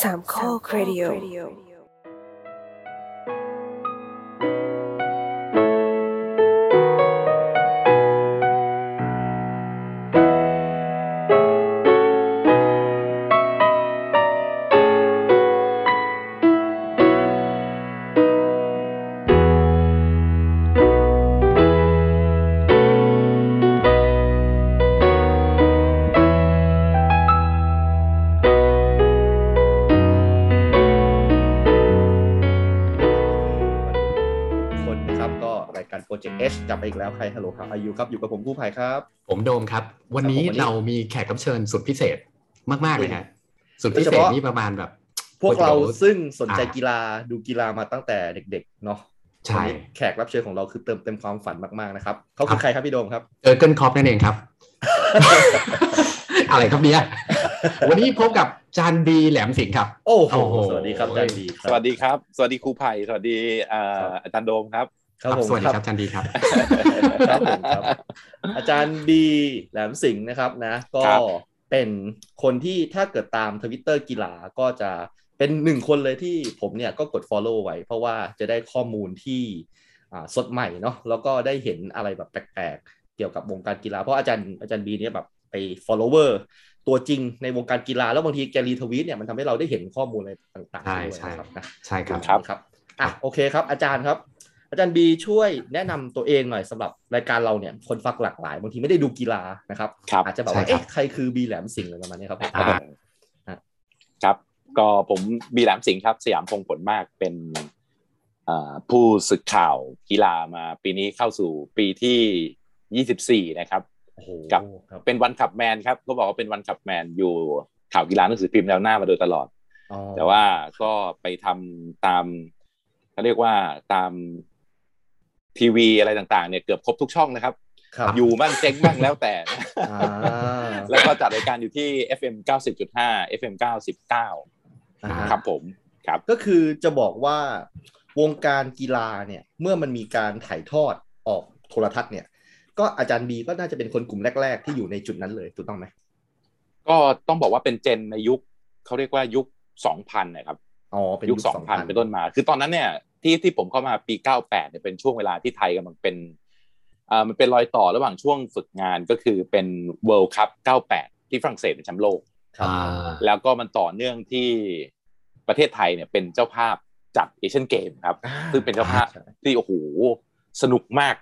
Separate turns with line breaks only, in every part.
สามข้อครดิโอ
คนนะครับก็รายการโปรเจกต์ H กลับมาอีกแล้วใครฮัลโหลครับอายุครับอยู่กับผมกู้ภัยครับ
ผมโดมครับ วัน
ค
นี้
รับผมวันนี้
เรามีแขกรับเชิญสุดพิเศษมาก ๆ เลยฮะสุดพิ
โดยเฉ
เศษ
พาะ
นี่ประมาณแบบ
พวกเรา
โอ้ย
ซึ่งสนใจกีฬาดูกีฬามาตั้งแต่เด็กๆเนาะ
ใช่
วันนี้แขกรับเชิญของเราคือเติมเต็มความฝันมากๆนะครับเขาคือใครครับพี่โดมครับ
เจอเกินคอปนั่นเองครับ อะไรครับเนี่ยวันนี้พบกับจานดีแหลมสิงห์ครับ
โอ้โห
โอ้โห
สวัสดีครับอาจารย์ดีครับ
สวัสดีครับ สวัสดีครูไผ่สวัสดีเอ่ออาจารย์โดมครับ
ครับผม
สวัสดีครับจานดีครับ
ครับผมครับอาจารย์ดีแหลมสิงห์นะครับนะ ก็
ครับ
เป็นคนที่ถ้าเกิดตามทวิตเตอร์กีฬาก็จะเป็นหนึ่งคนเลยที่ผมเนี่ยก็กด Follow ไว้ เพราะว่าจะได้ข้อมูลที่ อ่าสดใหม่เนาะแล้วก็ได้เห็นอะไรแบบแปลกๆ เกี่ยวกับวงการกีฬา เพราะอาจารย์อาจารย์บีเนี่ยแบบไป follower ตัวจริงในวงการกีฬา แล้วบางทีแกรีทวีตเนี่ยมันทำให้เราได้เห็นข้อมูลอะไรต่างๆ
ใช่
ด้วย
ใช่
นะครับนะ
ใช่ครับ
ครับ
ครับอ่ะโอเคครับ อาจารย์ครับ อาจารย์บีช่วยแนะนำตัวเองหน่อยสำหรับรายการเราเนี่ยคนฟังหลากหลายบางทีไม่ได้ดูกีฬานะครับ
ครับ
อาจจะแบบว่า
ใช่ครับ
เอ๊ะใครคือบีแหลมสิงห์อะไรประมาณเนี้ยครับผม
อ่า
ครับ ก็ผมบีแหลมสิงห์ครับ สยามพงผลมากเป็นเอ่อผู้สึกข่าวกีฬามาปีนี้เข้าสู่ปีที่ 24 นะครับ
โอ้โห
ครับ
ครับ
เป็นวันขับแมนครับก็บอกว่าเป็นวันขับแมนอยู่ข่าวกีฬาหนังสือพิมพ์แนวหน้ามาโดยตลอด
อ๋อ
แต่ว่าก็ไปทำตามเขาเรียกว่าตามทีวีอะไรต่างๆเนี่ยเกือบครบทุกช่องนะครับ
ครับ
อยู่บ้างเจ๊งบ้างแล้วแต่
อ่า
แล้วก็จัดรายการอยู่ที่ FM 90.5 FM 99
อ่าฮะ
ครับผมครับ
ก็คือจะบอกว่าวงการกีฬาเนี่ยเมื่อมันมีการถ่ายทอดออกโทรทัศน์เนี่ย ก็อาจารย์บีก็น่าจะเป็นคนกลุ่มแรก ๆ ที่อยู่ในจุดนั้นเลยถูกต้องไหม
ก็ต้องบอกว่าเป็นเจนในยุคเขาเรียกว่ายุค 2000นะครับ
อ๋อเป็น
ยุ
ยุ
ค
ค
2000 เป็นต้นมา คือตอนนั้นเนี่ยที่ที่ผมเข้ามาปี 98เนี่ยเป็นช่วงเวลาที่ไทยกำลังเป็นอ่ามันเป็นรอยต่อระหว่างช่วงฝึกงานก็คือเป็น World Cup 98 ที่ฝรั่งเศสเป็นแชมป์โลก
ครับ
อ่า
แล้วก็มันต่อเนื่องที่ประเทศไทยเนี่ยเป็นเจ้าภาพจัดเอเชียนเกมครับ
อ่า
ซึ่งเป็นเจ้าภาพ
ใช่
ที่โอ้โหสนุกมาก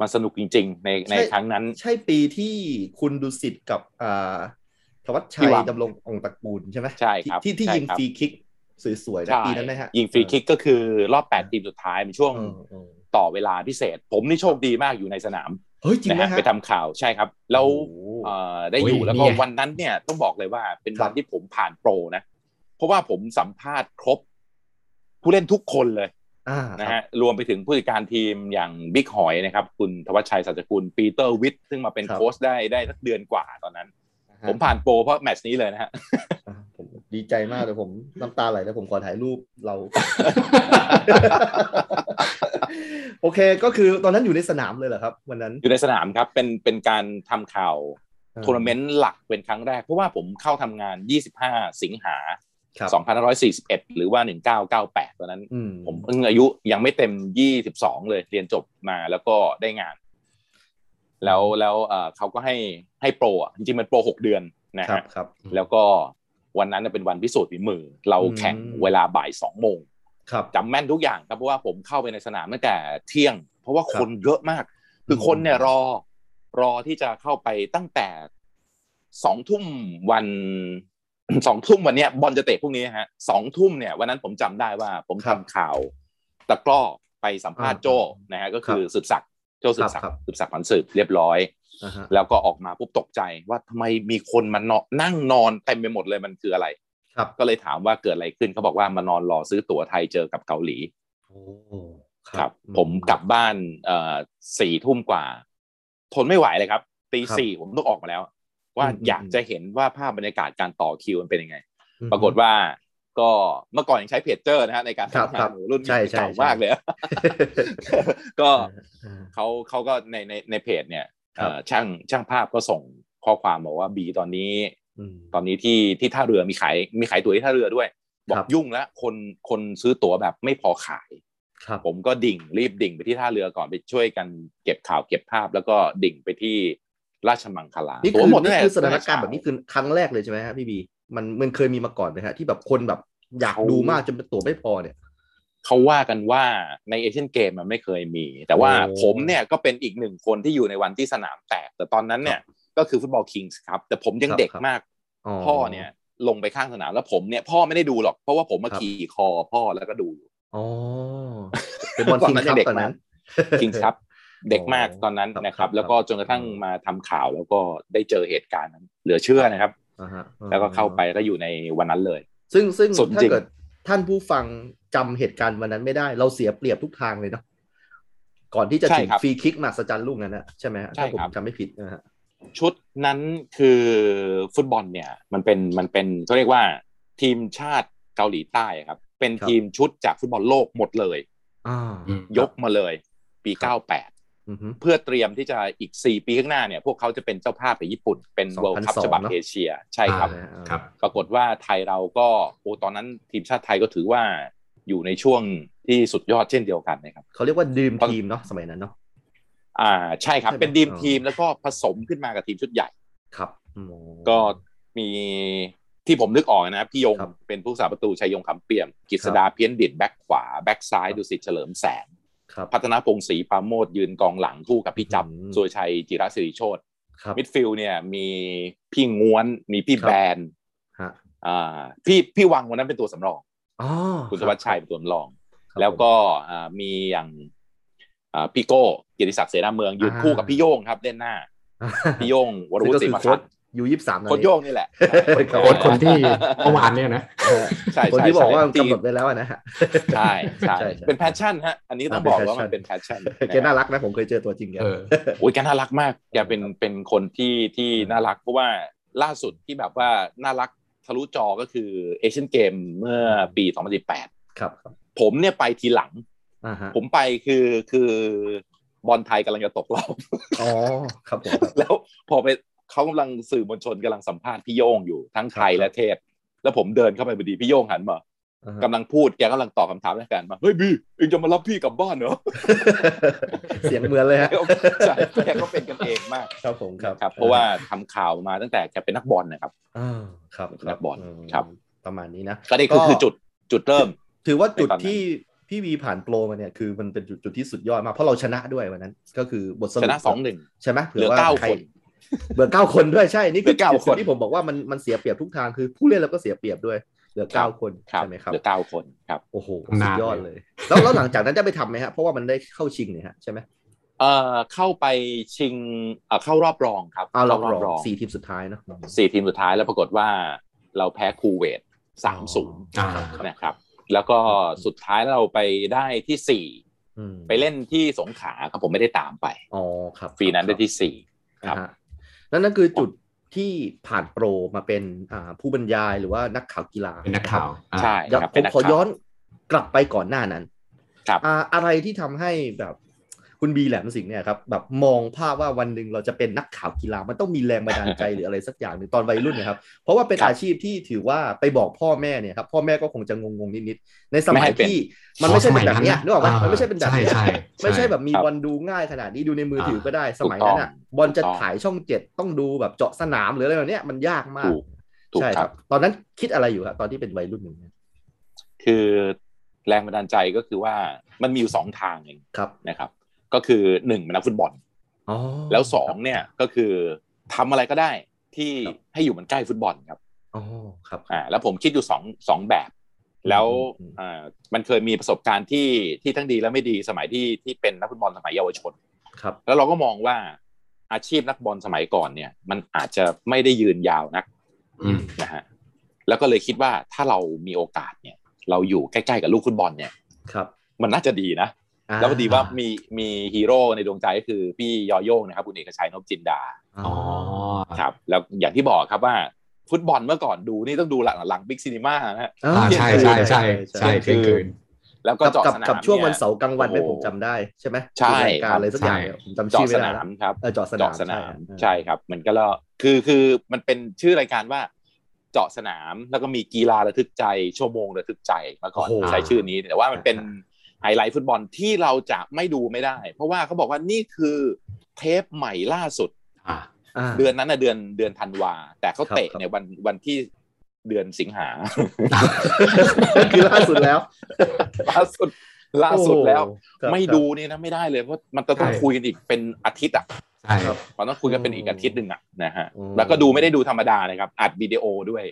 มันสนุกจริง ๆ ในในครั้งนั้น
ใช่ปีที่คุณดุสิตกับอ่าธวัชชั
พี่
ย
หวัง
ดำรงองค์ตระกูลใช่ไหม
ใช่ครับ
ที่ที่
ใช่
ยิง
ครับ
ฟรีคิกสวยๆนะ
ใช่
ปีนั้นไหมฮะ
ยิงฟรีคิกก็คือรอบ 8 ทีมสุดท้ายเป็นช่วง
เออเออ
ต่อเวลาพิเศษ ผมนี่โชคดีมากอยู่ในสนาม
เฮ้ยจริง
นะ
ไหม
ฮะ
ฮะ
ไปทำข่าวใช่ครับแล้ว
โอ้โห
เอ่อได้อยู่แล้วก็
นี่ไง
วันนั้นเนี่ยต้องบอกเลยว่าเป็น
ครั
วั
บ
นที่ผมผ่านโปรนะ เพราะว่าผมสัมภาษณ์ครบ ผู้เล่นทุกคนเลย
อ่า
นะครับ ฮะรวมไปถึงผู้จัดการทีมอย่างบิ๊กหอยนะครับ คุณธวัชชัยสัจกุลปีเตอร์วิทย์ซึ่งมาเป็น
ครับ
โค้ชได้ได้สักเดือนกว่าตอนนั้น ผมผ่านโปรเพราะแมตช์นี้เลยนะฮะ
อ่าผมดีใจมากเลยผมน้ำตาไหลเลยผมขอถ่ายรูป เรา โอเคก็คือตอนนั้นอยู่ในสนามเลยเหรอครับ วันนั้น
อยู่ในสนามครับเป็นเป็นการทำข่าวทัวร์นาเมนต์หลักเป็นครั้งแรก เพราะว่าผมเข้าทำงาน 25 สิงหา
ครับ
2541 หรือว่า 1998 ตอนนั้น
อืม
ผมเพิ่งอายุยังไม่เต็ม 22 เลยเรียนจบมาแล้วก็ได้งาน แล้วแล้วเอ่อเขาก็ให้ให้โปรอ่ะจริงๆมันโปร 6 เดือนนะ
ครั
ฮะ
บครับ
แล้วก็วันนั้นนะเป็นวันพิสูจน์ฝีมือ เราแข่ง
อืม
เวลาบ่ายสองโมง
ครับ
จำแม่นทุกอย่างครับเพราะว่าผมเข้าไปในสนามตั้งแต่เที่ยง เพราะว่าคนเยอะมาก คือคนเนี่ย
อืม
รอรอที่จะเข้าไปตั้งแต่สองทุ่มวัน สองทุ่มวันเนี้ยบอลจะเตะพรุ่งนี้ฮะสองทุ่มเนี่ยวันนั้นผมจำได้ว่าผมทำข่าวตะกร้อไปสัมภาษณ์โจนะฮะก็คือสืบศักดิ์โจสืบศัก
ครั
ดิ์
บ
สืบศักดิ์ผันสืบเรียบร้อย
อ่าฮะ
แล้วก็ออกมาปุ๊บตกใจว่าทำไมมีคนมานอนนั่งนอนเต็มไปหมดเลยมันคืออะไร
ครับ
ก็เลยถามว่าเกิดอะไรขึ้นเขาบอกว่ามานอนรอซื้อตั๋วไทยเจอกับเกาหลี
โอ้
ครับ ผมกลับบ้านเอ่อสี่ทุ่มกว่า ทนไม่ไหวเลยครับตีสี่ผมต้องออกมาแล้ว ว่าอยากจะเห็นว่าภาพบรรยากาศการต่อคิวมันเป็นยังไง
อืม
ปรากฏว่าก็เมื่อก่อนยังใช้เพจเจอร์นะฮะในการ
ครับ
ทำงา
ครั
น
บ
รุ่น
ใช่ใช่
เก่า
ใช่
มากเลยอะ ก็
อ่า
เขาเขาก็ในในในเพจเนี่ย
ครับ
เอ่อช่างช่างภาพก็ส่งข้อความบอกว่าบีตอนนี้
อืม
ตอนนี้ที่ที่ท่าเรือมีขายมีขายตั๋วที่ท่าเรือด้วย บอ
ครั
ก
บ
ยุ่งแล้วคนคนซื้อตั๋วแบบไม่พอขาย
ครับ
ผมก็ดิ่งรีบดิ่งไปที่ท่าเรือก่อนไปช่วยกันเก็บข่าวเก็บภาพ แล้วก็ดิ่งไปที่ราชมังคลา
นี่
ตั๋
คื
ว
อ
หมด
นี่
หละ
คือสถานการณ์แบบนี้คือครั้งแรกเลยใช่ไหมฮะพี่บีมันมันเคยมีมาก่อนไหมฮะที่แบบคนแบบอยากดูมากจนตั๋วไม่พอเนี่ย
เขาว่ากันว่าในเอเชียนเกมมันไม่เคยมี แต่ว่า
โอ้
ผมเนี่ยก็เป็นอีกหนึ่งคนที่อยู่ในวันที่สนามแตกแต่ตอนนั้นเนี่ยก็คือฟุตบอลคิงส์ครับ แต่ผมยังเด็กมาก พ่อเนี่ยลงไปข้างสนามแล้วผมเนี่ยพ่อไม่ได้ดูหรอกเพราะว่าผมมา
ครับ
ขี่คอพ่อแล้วก็ดู
อ๋อเป็นบอลคิงส์ครับตอนนั้น
คิงส์ ครับเด็กมาก
โอ้
ตอนนั้นนะค
ครั
รับ
บ
แล้วก็จนกระทั่ง
ครับ
มาทำข่าวแล้วก็ได้เจอเหตุการณ์นั้นเหลือเชื่อนะครับ
อ่าฮะ
แล้วก็เข้าไปแล้วก็อยู่ในวันนั้นเลย
ซึ่งซึ่ง
สดจริง
ถ้าเกิดท่านผู้ฟังจำเหตุการณ์วันนั้นไม่ได้ เราเสียเปรียบทุกทางเลยเนาะก่อนที่จะ
ใช่
ถึง
ครับ
ฟรีคิกมหัศจรรย์ลูกนั้นนะใช่ไหมฮะ
ใช่
ถ้าผม
ครับ
จำไม่ผิดนะฮะ
ชุดนั้นคือฟุตบอลเนี่ยมันเป็นมันเป็นเขาเรียกว่าทีมชาติเกาหลีใต้ครับ เป็น
ครับ
ทีมชุดจากฟุตบอลโลกหมดเลย
อ่า
อืม
ยกมาเลย ปี 98
อือฮึ
เพื่อเตรียมที่จะอีก 4 ปีข้างหน้าเนี่ยพวกเขาจะเป็นเจ้าภาพไปญี่ปุ่นเป็นเวิลด์คั
2002
พฉบับ
เนอะ
เอเชียใช่ครับ
อ่า
ครับ
ปรากฏว่าไทยเราก็โอ้ตอนนั้นทีมชาติไทยก็ถือว่าอยู่ในช่วงที่สุดยอดเช่นเดียวกันนะครับ
เขาเรียกว่าดีม
ตอน
ทีมเนาะสมัยนั้นเนาะ
อ่าใช่ครับ
ใช่ไหม
เป็นดีม
อ๋อ
ทีมแล้วก็ผสมขึ้นมากับทีมชุดใหญ่
ครับอืม
ก็มีที่ผมนึกออกนะพี่ยง
ครับ
เป็นผู้สาประตูชัยยงคำเปี่ยมกฤษดาเพี้ยนดิดแบ็คขวาแบ็คซ้าย
ครับ
ดุสิตเฉลิมแสน
ครับ
พัฒนาพงศ์ศรีปราโมดยืนกองหลังคู่กับพี่จับ
อืม
สุรชัยจิรศิริโชต
ครับ
มิดฟิลด์เนี่ยมีพี่ง้วนมีพี่
ครับ
แบน
ฮะ
อ่าพี่พี่วังวันนั้นเป็นตัวสำรอง
อ๋อ
คุณส
รับ
วัสดิ์ชัยเป็นตัวสำรอง
ครับ
แล้วก็อ่ามีอย่างอ่าพี่โก้เกียรติศักดิ์เสนาเมืองยืนคู่กับพี่โย่งครับเล่น หน้า
ผม
พี่โย่งวร
ซึ่ง
วุฒิ
ก็
ศิ
คือ
ลปะ
โค้
พั
ด
ฒน์
ยูยี่สิบสาม
โค้ชโย่งนี่แหละ
ครับ
โค้ชคนที่เมื่อวานเนี่ยนะ
ใช่
คน
ใช่
ที่บอก
ใช่
ว่ากำหนดไว้แล้วอะนะฮะ
ใช่ใช่
ใช่ใช่
เป็นแพชชั่นฮะอันนี้ต้อง
อ่า
บอก
เป็น
ว่ามัน
passion
เป็นแพชชั่น
แกน่ารักนะผมเคยเจอตัวจริงแก
เออ
โอ้ยแกน่ารักมากแกเป็นเป็นคนที่ที่น่ารักเพราะว่าล่าสุดที่แบบว่าน่ารักทะลุจอก็คือเอเชียนเกมเมื่อปี
ค
2018
รับครับ
ผมเนี่ยไปทีหลัง
อ่าฮะ
ผมไปคือคือบอลไทยกำลังจะตกรอบ
อ๋อครับผมครับ
แล้วพอไปเขากำลังสื่อมวลชนกำลังสัมภาษณ์พี่โย่งอยู่ทั้งไทย
ครับ
และเทพ แล้วผมเดินเข้าไปพอดีพี่โย่งหันมา
อ่าฮะ
กำลังพูดแกกำลังตอบคำถามแฟนมาเฮ้ยบีเองจะมารับพี่กลับบ้านเหรอ
เสียงเหมือนเลยฮะ
ใช่แกก็เป็นกันเองมาก
ครับผมครับ
ครับ เพราะว่าทำข่าวมาตั้งแต่แกเป็นนักบอลนะครับ
อ่าครับ
นักบอล
ม
ครับ
ประมาณนี้นะ
ก็นี่คือคือจุดจุดเริ่ม
ถือว่าจุด
ในตอนนั้น
ที่พี่วีผ่านโปรมาเนี่ยคือมันเป็นจุดจุดที่สุดยอดมากเพราะเราชนะด้วยวันนั้น ก็คือบทส
ช
รุป
นะสองหนึ่ง
ใช่ไหม
เหลือเก้า
ใร
คน
เหลือเก้าคนด้วยใช่นี่คือ
เหลือเก้า
จุด
คน
ที่ผมบอกว่ามันมันเสียเปรียบทุกทางคือผู้เล่นเราก็เสียเปรียบด้วย เหลือเก้าคน
ครับ
ใช่ไหมครับ
เหลือเก้าคนครับ
โอ้โห
นาน
สุดยอดเลย แล้วแล้วหลังจากนั้นจะไปทำไหมฮะเพราะว่ามันได้เข้าชิงเนี่ยฮะใช่ไหม
เอ่อเข้าไปชิงเอ่อเข้ารอบรองครับ
เอาเรา
ข้
รองสี่ทีมสุดท้ายเนาะ
สี่ทีมสุดท้ายแล้วปรากฏว่าเราแพ้คูเวตสามศูนย์
อ่า
นะครับแล้วก็สุดท้ายเราไปได้ที่สี่
อืม
ไปเล่นที่สงขลาครับผมไม่ได้ตามไป
อ๋อครับ
ปีนั้นได้ที่สี่ ครับ
อ่าฮะนั่นนั่นคือจุดที่ผ่านโปรมาเป็นอ่าผู้บรรยายหรือว่านักข่าวกีฬา
เป็นนักข่าวอ่า
ใช่
เดี๋ยว
ครับ
ผมขอย้อนก
เป็ก
ลับไปก่อนหน้านั้น
ครับ
อ่าอะไรที่ทำให้แบบคุณบีแหลมสิงห์เนี่ยครับแบบมองภาพว่าวันหนึ่งเราจะเป็นนักข่าวกีฬามันต้องมีแรงบันดาลใจ หรืออะไรสักอย่างหนึ่งตอนวัยรุ่นเนะครับเพราะว่าเป็นอาชีพที่ถือว่าไปบอกพ่อแม่เนี่ยครับพ่อแม่ก็คงจะงงงๆนิดๆในส
ไม่
มั
ให้
ย
เป็น
ที่มันไม่ใช่เป็นแบบเนี้ยนึกออกไหมมันไม่ใช่เป็นแบบ
ใช่
เนี้ย
ใช่
ไม่ใช่แบบมี
ครับ
บอลดูง่ายขนาดนี้ดูในมือถือก็ได้สมัย
ถูก
นั้
ต้อง
นอ่ะบอลจะ
ถูกต้อง
ถ่ายช่องเจ็ดต้องดูแบบเจาะสนามหรืออะไรแบบเนี้ยมันยากมาก
ถูกถูก
ใช่
ค
ค
รั
รับ บ ตอนนั้นคิดอะไรอยู่ครับตอนที่เป็นวัยรุ่นอยู่เนี่ย
คือแรงบันดาลใจก็คือว่ามันมีอยู่สองทางเอง
ครับ
นะครับ ก็คือหนึ่งเป็นนักฟุตบอล
อ๋อ
แล้วสอ
ค
ง
รับ
เนี่ยก็คือทำอะไรก็ได้ที่
ครับ
ให้อยู่มันใกล้ฟุตบอลครับ
อ๋อครับ
อ่าแล้วผมคิดอยู่สองสองแบบ แล้วอ่ามันเคยมีประสบการณ์ที่ที่ทั้งดีและไม่ดีสมัยที่ที่เป็นนักฟุตบอลสมัยเยาวชน
ครับ
แล้วเราก็มองว่าอาชีพนักบอลสมัยก่อนเนี่ย มันอาจจะไม่ได้ยืนยาวนัก
อืม
นะฮะแล้วก็เลยคิดว่าถ้าเรามีโอกาสเนี่ย เราอยู่ใกล้ๆกับลูกฟุตบอลเนี่ย
ครับ
มันน่าจะดีนะ
อ่า
แล้วพอดีว่ามีมีฮีโร่ในดวงใจก็คือพี่ยอโย่งนะครับคุณเอกชัยนพจินดา
อ๋อ
อ๋อ
ครับ แล้วอย่างที่บอกครับว่าฟุตบอลเมื่อก่อนดูนี่ต้องดูหลังหลังบิ๊กซีนีมานะฮะ
อ่า
อ่าใช่ใช่ใช่ใช่เที่ยงคืน
แล้วก็
กับ
เจาะ
กับ
สนาม
กับช่วงวัน
ย
เสาร์กลางวันไม่
โอ้โห
ผมจำได้ใช่ไหม
ใช่
รายการอะไรสักอย่าง
ใช่
เนี่ยผมจำ
เจาะ
ชื่อไม่
ส
ได้
นามครับ
เออเจาะสนาม
เจาะสนาม
ใช่
ใช่ครับ มันก็แล้วคือคือมันเป็นชื่อรายการว่า เจาะสนามแล้วก็มีกีฬาระทึกใจ ชั่วโมงระทึกใจมาก่อน
โอ้โห
ใช้ชื่อนี้ แต่ว่ามันเป็น
อ่า
ไฮไลท์ฟุตบอลที่เราจะไม่ดูไม่ได้ เพราะว่าเขาบอกว่านี่คือเทปใหม่ล่าสุด
อ่า
อ่า
เดือนนั้นนะเดือนเดือนธันวา แต่เขา
ครับ
เตะ
ครับ
ในวันวันที่เดือนสิงหา
นั่ นคือล่าสุดแล้ว
ล่าสุดล่าสุดแล้ว
โอ้โหครับ
ไม่ดูนี่นะไม่ได้เลยเพราะมันจะต้อง
ใช่
คุยกันอีกเป็นอาทิตย์อ่ะ
ใช่
ครับ
มันต้องคุยกันเป็นอีก
อืม
อาทิตย์หนึ่งอ่ะนะฮะ
อืม
แล้วก็ดูไม่ได้ดูธรรมดานะครับอัดวิดีโอด้วย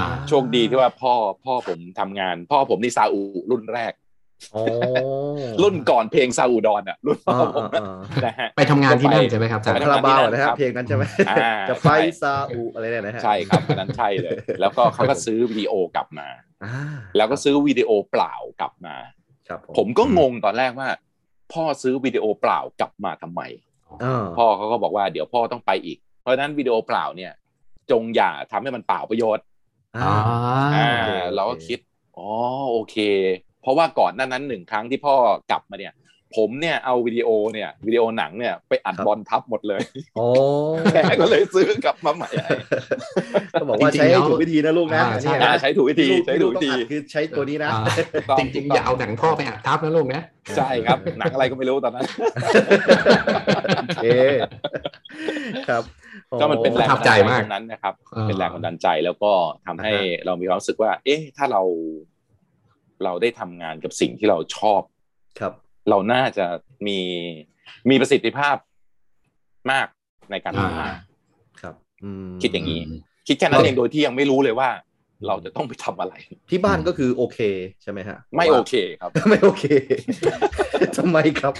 อ่า
โชคดีที่ว่าพ่อพ่อผมทำงาน พ่อผมนี่ซาอุรุ่นแรก
อ๋อ
รุ่นก่อนเพลงซาอุดอนอ่ะรุ่นพ่
อ่า
อผม
อ่าอ่า
นะฮะ
ไปทำงานที่นั่นใช่ไหมครับอาจาร
ไป
ย์
ทำ
คาง ราบาวนะ
ค
ฮะ
รับ
เพลงนั้นใช่ไหม
อ่า
จะไป
ใช่
ซาอุอะไรเนี่ยนะฮะ
ใช่ครับอันนั้นใช่เลย แล้วก็เขาก็ซื้อวิดีโอกลับมา
อ่า
แล้วก็ซื้อวิดีโอเปล่ากลับมา
ครับ
ผมก็งงตอนแรกว่า พ่อซื้อวิดีโอเปล่ากลับมาทำไม
อ่า
พ่อเขาก็บอกว่าเดี๋ยวพ่อต้องไปอีก เพราะฉะนั้นวิดีโอเปล่าเนี่ย จงอย่าทำให้มันเปล่าประโยชน์
อ่า
อ่า
อ่า
โอเคโอเค
เราก็คิดอ๋อโอเค เพราะว่าก่อนหน้านั้นหนึ่งครั้งที่พ่อกลับมาเนี่ย ผมเนี่ยเอาวิดีโอเนี่ยวิดีโอหนังเนี่ยไปอัดบอลทับหมดเลย
โอ้
แกก็เลยซื้อกลับมาใหม่
ก็บอกว่าใช้ให้ถูกวิธีนะลูกนะอันนี้
อ่า
นะ
ใช้ถูกวิธีใช้ถูกวิธี
ที่ลูต้องอัดคือใช้ตัวนี้นะ
อ่าจริงๆอย่าเอาหนังพ่อไปอัดทับนะลูกนะ
ใช่ครับหนังอะไรก็ไม่รู้ตอนนั้น
โอเคครับ
ก็มันเป็นแรง
ประทับใจมาก
ตรงนั้นนะครับ
อ่า
เป็นแรงกดดันใจแล้วก็ทำให้เรามีความรู้สึกว่า เอ๊ะ ถ้าเราเราได้ทำงานกับสิ่งที่เราชอบ
ครับ
เราน่าจะมีมีประสิทธิภาพมากในการทำงาน
อ่า
ครับอืม
คิดอย่างนี้ คิดแค่นั้น
เรา
เองโดยที่ยังไม่รู้เลยว่า เราจะต้องไปทำอะไร
ที่บ้านก็คือโอเคใช่ไหมฮะ
ไม่โอเคครับ
ไม่โอเคทำไมครับ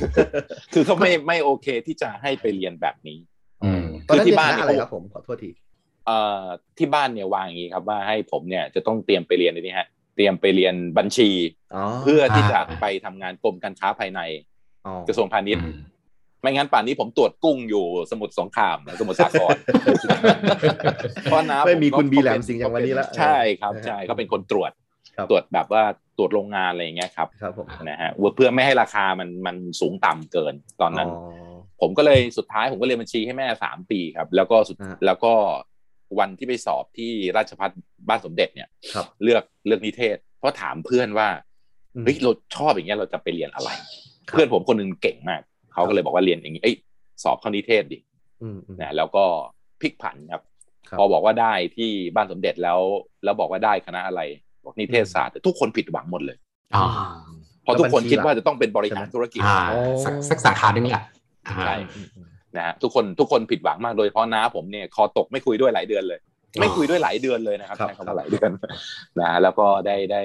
คือเขาไม่ ไม่โอเคที่จะให้ไปเรียนแบบนี้
อืม
ตอนนั้น
ที่
ที่บ้าน
เย
อะไรครับผมขอโทษที
เอ่อที่บ้านเนี่ยวางอย่างนี้ครับ ว่าให้ผมเนี่ยจะต้องเตรียมไปเรียนในนี้ฮะ เตรียมไปเรียนบัญชี
อ๋อ
เพื่อที่จะ
อ่า
ไปทำงานกรมการค้าภายใน
อ๋อก
ระทรวงพาณิชย์
อืม
ไม่งั้นป่านนี้ผมตรวจกุ้งอยู่สมุทรสงคราม สมุทรสาคร เพราะน้ า
ไม่มี
ผก็
คุณบีแหลม
เป็น
สิงห์อย่างวันนี้ละ
ใช่ครับใช่เขาเป็นคนตรวจ
ครับ
ตรวจแบบว่าตรวจโรงงานอะไรอย่างเงี้ยครับ
ครับผม
นะฮะเพื่อไม่ให้ราคามันมันสูงต่ำเกินตอนนั้น
อ๋อ
ผมก็เลยสุดท้ายผมก็เรียนบัญชีให้แม่สามปีครับ แล้วก็สุด
อ่า
แล้วก็วันที่ไปสอบที่ราชพัฒบ้านสมเด็จเนี่ย
ครับ
เลือกเลือกนิเทศ เพราะถามเพื่อนว่า
อืม
เฮ้ยเราชอบอย่างเงี้ยเราจะไปเรียนอะไร
ครับ
เพื่อนผมคนหนึงเก่งมาก เขาก็เลยบอกว่าเรียนอย่างนี้เอ้ยสอบเข้านิเทศดิ
อืมอืม
นะแล้วก็พลิกผันครับ
ครับ
พอบอกว่าได้ที่บ้านสมเด็จแล้ว แล้วบอกว่าได้คณะอะไร บอกนิเทศศาสตร์แต่ทุกคนผิดหวังหมดเลย
อ่า
เพราะทุกคนคิดว่า
แล้วบัญชีล่ะ
จะต้องเป็นบริหารธุรกิจ
อ่า
โอ้
สักสักสาขาหนึ่งแหละอ่า
ใช่
อืมอืม
นะฮะทุกคนทุกคนผิดหวังมากโดยเฉพาะน้าผมเนี่ยคอตกไม่คุยด้วยหลายเดือนเลย ไม่คุยด้วยหลายเดือนเลยนะครับ
ครับ
ใช้คำว่าหลายเดือน นะฮะแล้วก็ได้ได้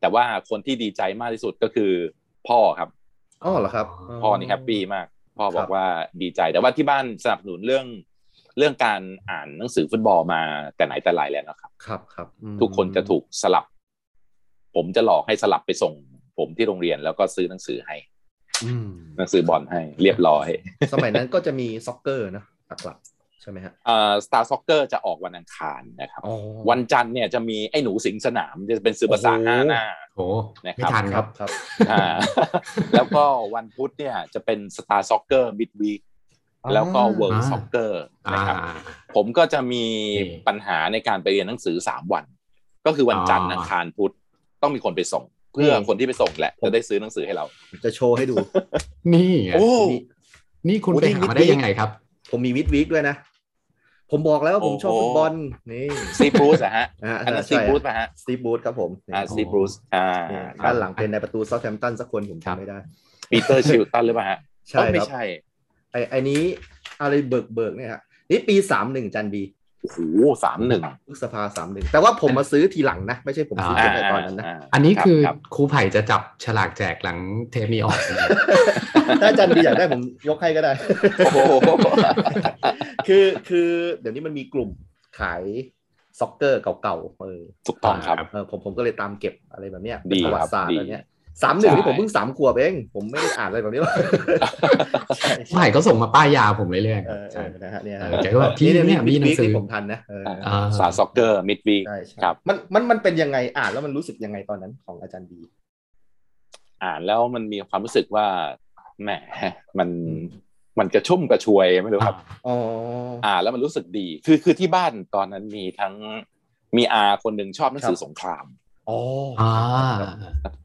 แต่ว่าคนที่ดีใจมากที่สุดก็คือพ่อครับ
อ๋อเหรอครับ
พ่อนี่แฮปปี้มาก พ่อบ
ค
อก
รับ
ว่าดีใจแต่ว่าที่บ้านสนับสนุนเรื่องเรื่องการอ่านหนังสือฟุตบอลมาแต่ไหนแต่ไรแล้วนะครับ
ครับครับอืม
ทุกคนจะถูกสลับ ผมจะหลอกให้สลับไปส่ง ผมที่โรงเรียนแล้วก็ซื้อหนังสือให้
อืม
หนังสือบอลให้เรียบร้อย
สมัยนั้นก็จะมีซ็อกเกอร์นะหลักๆใช่ไหมฮะ
เอ่อสตาร์ซ็อกเกอร์จะออกวันอังคารนะครับ
อ๋อ
วันจันทร์เนี่ยจะมีไอ้หนูสิงสนามจะเป็นซื้อภาษา
โอ้โห
ห้าหน้า
โอ้
นะครับ
ไม่ทัน
ค
ค
รั
รั
บบ ครับ
อ่า แล้วก็วันพุธเนี่ยจะเป็นสตาร์ซ็อกเกอร์มิดวีคแล้วก็เวิร์ล
อ่า
ซ็อกเกอร์
อ่า
นะครับ ผมก็จะมี
อืม
ปัญหาในการไปเรียนหนังสือสามวัน ก็คือวันจันทร์
อ๋ออั
อังคารพุธต้องมีคนไปส่ง เพื่อคนที่ไปส่งแหละ
ผม
จะได้ซื้อหนังสือให้เรา
จะโชว์ให้ ดู
นี่ไง
โอ้
นี่
นี่คุณ
โอ้
ไป
นี่
หา
นิด
มาได้
นิด
ยังไงครับ
ผมมีวิดวิกด้วยนะ ผมบอกแล้วว่าผมชอบ
โอ้โห
ฟุตบอลนี่
ซีบรูซอะฮะ
ะ
อันนั้นซี
ใช่
บรูซป่ะฮะ
ซีบูธครับผม
อ่า
นี่
ซีบรูซอ่า
เนี่ย
ครั
ด้า
บ
นหลังเป็นในประตูเซาท์แฮมป์ตันสักคนผม
ครับ
จำไม่ได้
ปีเตอร์ชิลตันหรือเปล่าฮะ
ใช่
เอ้ยไม่
ครับ
ใช่
ไอ้ไอ้นี้อะไรเบิกเบิกเนี่ยฮะนี่ปีสามหนึ่งจันบี
โอ้โหสามหนึ่ง
พฤษภาสามหนึ่งแต่ว่าผมมาซื้อทีหลังนะ ไม่ใช่ผมซื้อ
อ่า
ในตอนนั้นนะ
า
อันนี้
รับ
คือ
รับ
ครูไผ่จะจับฉลากแจกหลังเทปนี้ออก
ถ้าจันบีอยากได้ผมยกให้ก็ได้
โอ้โห
คือคือเดี๋ยวนี้มันมีกลุ่มขายซ็อกเกอร์เก่าๆเออ
ถูก ต้องครับ
เออผมผมก็เลยตามเก็บอะไรแบบเนี้ย
ดี
เป็นประวั
ครับ
ติศาสตร์
ดี
อะไรเนี้ยสามหนึ่ง
ใช่
นี่ผมเพิ่งสามขวบเอง ผมไม่ได้อ่านอะไรแบบนี้หร อกใช่
ครูไผ่ก็ส่งมาป้ายยาผมเรื่อย
เออ
ๆ
เอ
ใช่
อนะฮะเนี่ย
เออแกก็แบบพี่เนี่ยมีหนังสือ
ที่ผมทันนะเออ
อ่า
สาซ็อกเกอร์มิดวี
ใช่ใช่
ครับ
มันมันมันเป็นยังไงอ่านแล้วมันรู้สึกยังไงตอนนั้นของอาจารย์บี
อ่านแล้วมันมีความรู้สึกว่าแหม มันมันกระชุ่มกระชวยไม่รู้ครับ
อ๋อ
อ่าแล้วมันรู้สึกดีคือคือที่บ้านตอนนั้นมีทั้ง มีอาคนหนึ่งชอบหนังสือสงคราม
อ๋อ
อ่า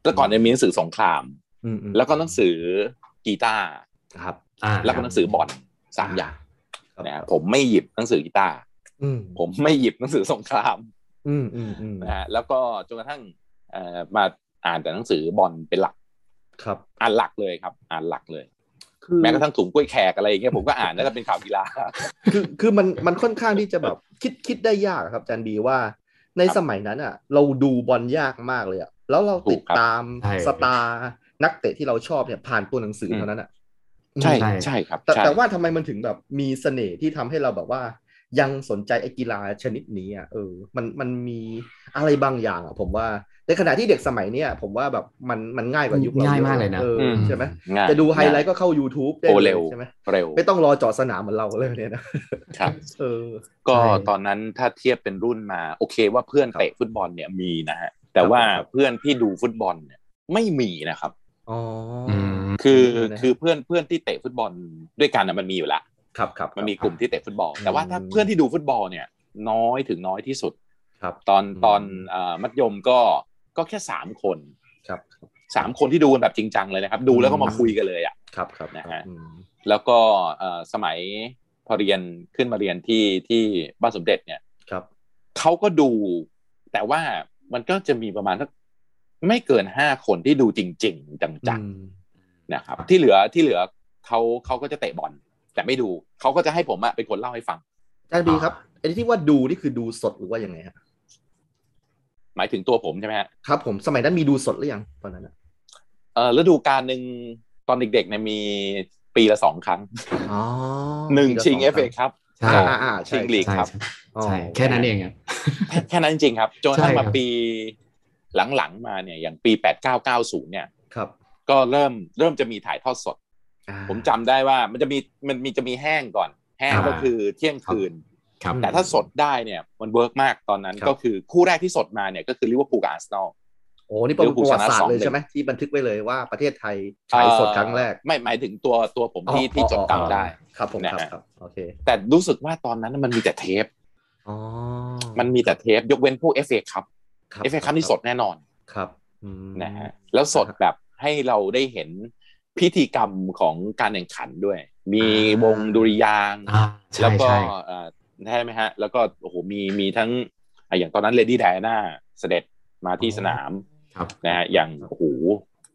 แต่ก่อนเนี่ยมีหนังสือสงคราม
อืมอืม
แล้วก็หนังสือกีตาร์
ครับ
อ่า
แล้วก็หนังสือบอลสามอย่าง
ครับ
นะฮะผมไม่หยิบหนังสือกีตาร์
อืม
ผมไม่หยิบหนังสือสงคราม
อืมอืมอืม
นะฮะแล้วก็จนกระทั่งเอ่อมาอ่านแต่หนังสือบอลเป็นหลัก
ครับ
อ่านหลักเลยครับ อ่านหลักเลย
คือ
แม้กระทั่งถุงกล้วยแขกอะไรอย่างเงี้ยผมก็อ่านแล้วก็เป็นข่าวกีฬา
คือคือมันมันค่อนข้างที่จะแบบคิดคิดได้ยากครับอาจารย์บีว่าในสมัยนั้นอ่ะ เราดูบอลยากมากเลยอ่ะแล้วเราติดตามสตาร์นักเตะที่เราชอบเนี่ยผ่านตัวหนังสือเท่านั้นอ่ะ
ใช่ใช่ครับ
แต่
ใช่
แต่ว่าทำไมมันถึงแบบมีเสน่ห์ที่ทำให้เราแบบว่า ยังสนใจไอ้กีฬาชนิดนี้อ่ะเออมันมันมีอะไรบางอย่างอ่ะ ผมว่าในขณะที่เด็กสมัยเนี้ยผมว่าแบบมันมันง่ายกว่ายุคเรา
ง่าย
เอะ
มากเลยนะ
ออ
อื
ใช่ไหม
ง่าย
จะดูไฮไลท์
ง่าย
ก็เข้า YouTube ได้
โอ
เล
เร็
ยว ใช่ไหม
เร็ว
ไม่ต้องรอเจอสนามเหมือนเราเลยเนี่ยนะครับ เออ
ก็
ใช่
ตอนนั้นถ้าเทียบเป็นรุ่นมา โอเคว่าเพื่อนเตะฟุตบอลเนี่ยมีนะฮะแต่ว่า
ครับ
เพื่อนที่ดูฟุตบอลเนี่ยไม่มีนะครับ
อ๋ออ
อืม
คือ
มีนะฮะ
คือเพื่อนเพื่อนที่เตะฟุตบอลด้วยกันน่ะมันมีอยู่ละ
ครับครับ
มันมี
ครับ
กลุ่มที่เตะฟุตบอล
อืม
แต่ว่าถ้าเพื่อนที่ดูฟุตบอลเนี่ย น้อยถึงน้อยที่สุด
ครับ
ตอน
อืม
ตอนเอ่อมัธยมก็ก็แค่สามคน
ครับ
สามคนที่ดูกันแบบจริงจังเลยนะครับ ดูแล้วก็มาคุยกันเลยอ่ะ
ครับครับ
นะ
ครั
ฮะ
บอืม
แล้วก็เอ่อสมัยพอเรียนขึ้นมาเรียนที่ที่บ้านสมเด็จเนี่ย
ครับ
เขาก็ดู แต่ว่ามันก็จะมีประมาณสักไม่เกินห้าคนที่ดูจริง ๆ จัง
อืม
ๆนะครับ ที่เหลือที่เหลือเขาเขาก็จะเตะบอล แต่ไม่ดูเขาก็จะให้ผมอะเป็นคนเล่าให้ฟัง
อาจารย์บีครับไอ้ที่ว่าดูนี่คือดูสดหรือว่ายังไงฮะ
หมายถึงตัวผมใช่ไหมฮะ
ครับ ผมสมัยนั้นมีดูสดหรือยังตอนนั้นอะ
เออฤดูกาลหนึ่งตอนเด็กๆเนี่ยมีปีละสองครั้ง
อ๋อ
หนึ่งชิงเอฟเอครับ
ใช่
อ่าอ่าอ่า
ชิงลีก
ใช่
ครับ
ใช่ใช่แค่นั้นเองครับ
แค่แค่นั้นจ ริงๆครับจนกระทั่ง
ใช่ครั
มา
บ
ปีหลังๆมาเนี่ยอย่างปีแปดเก้าเก้าศูนย์เนี่ย
ครับ
ก็เริ่มเริ่มจะมีถ่ายทอดสด
อ่า
ผมจำได้ว่ามันจะมีมันมีจะมีแห้งก่อน แห้ง
อ่า
ก็คือเที่ยงคืน
ครับ
แต่ถ้าสดได้เนี่ยมันเวิร์กมากตอนนั้น
ครับ
ก็คือคู่แรกที่สดมาเนี่ยก็คือลิเวอร์พูลกับอาร์เซนอล
โอ้นี่ประ
ลิเวอร์พูล
วัติศาสต
ชนะสอง
ร์เลยใช่ไหมที่บันทึกไว้เลยว่าประเทศไทยฉายสดครั้งแรก
ไม่หมายถึงตัวตัวผมที่
อ๋อ
ที่จด
อ๋ออ๋อ
จำได้
ครับผม
นะ
ครั
ฮะ
บครับโอเค
แต่รู้สึกว่าตอนนั้นมันมีแต่เทป
อ๋อ
มันมีแต่เทป ยกเว้นพวก FA ครับ
ครับ
FA ครับนี่สดแน่นอน
ครับอืม
นะฮะแล้วสดแบบให้เราได้เห็นพิธีกรรมของการแข่งขันด้วย มีวงดุริยางค์
อ่าใช่
แล้วก็
ใช่
เอ่อใช่ไหมฮะ แล้วก็โอ้โหมีมีทั้งอ่ะอย่างตอนนั้นเลดี้ไดอาน่าเสด็จมาที่สนาม
ครับ
นะฮะอย่างโอ้โห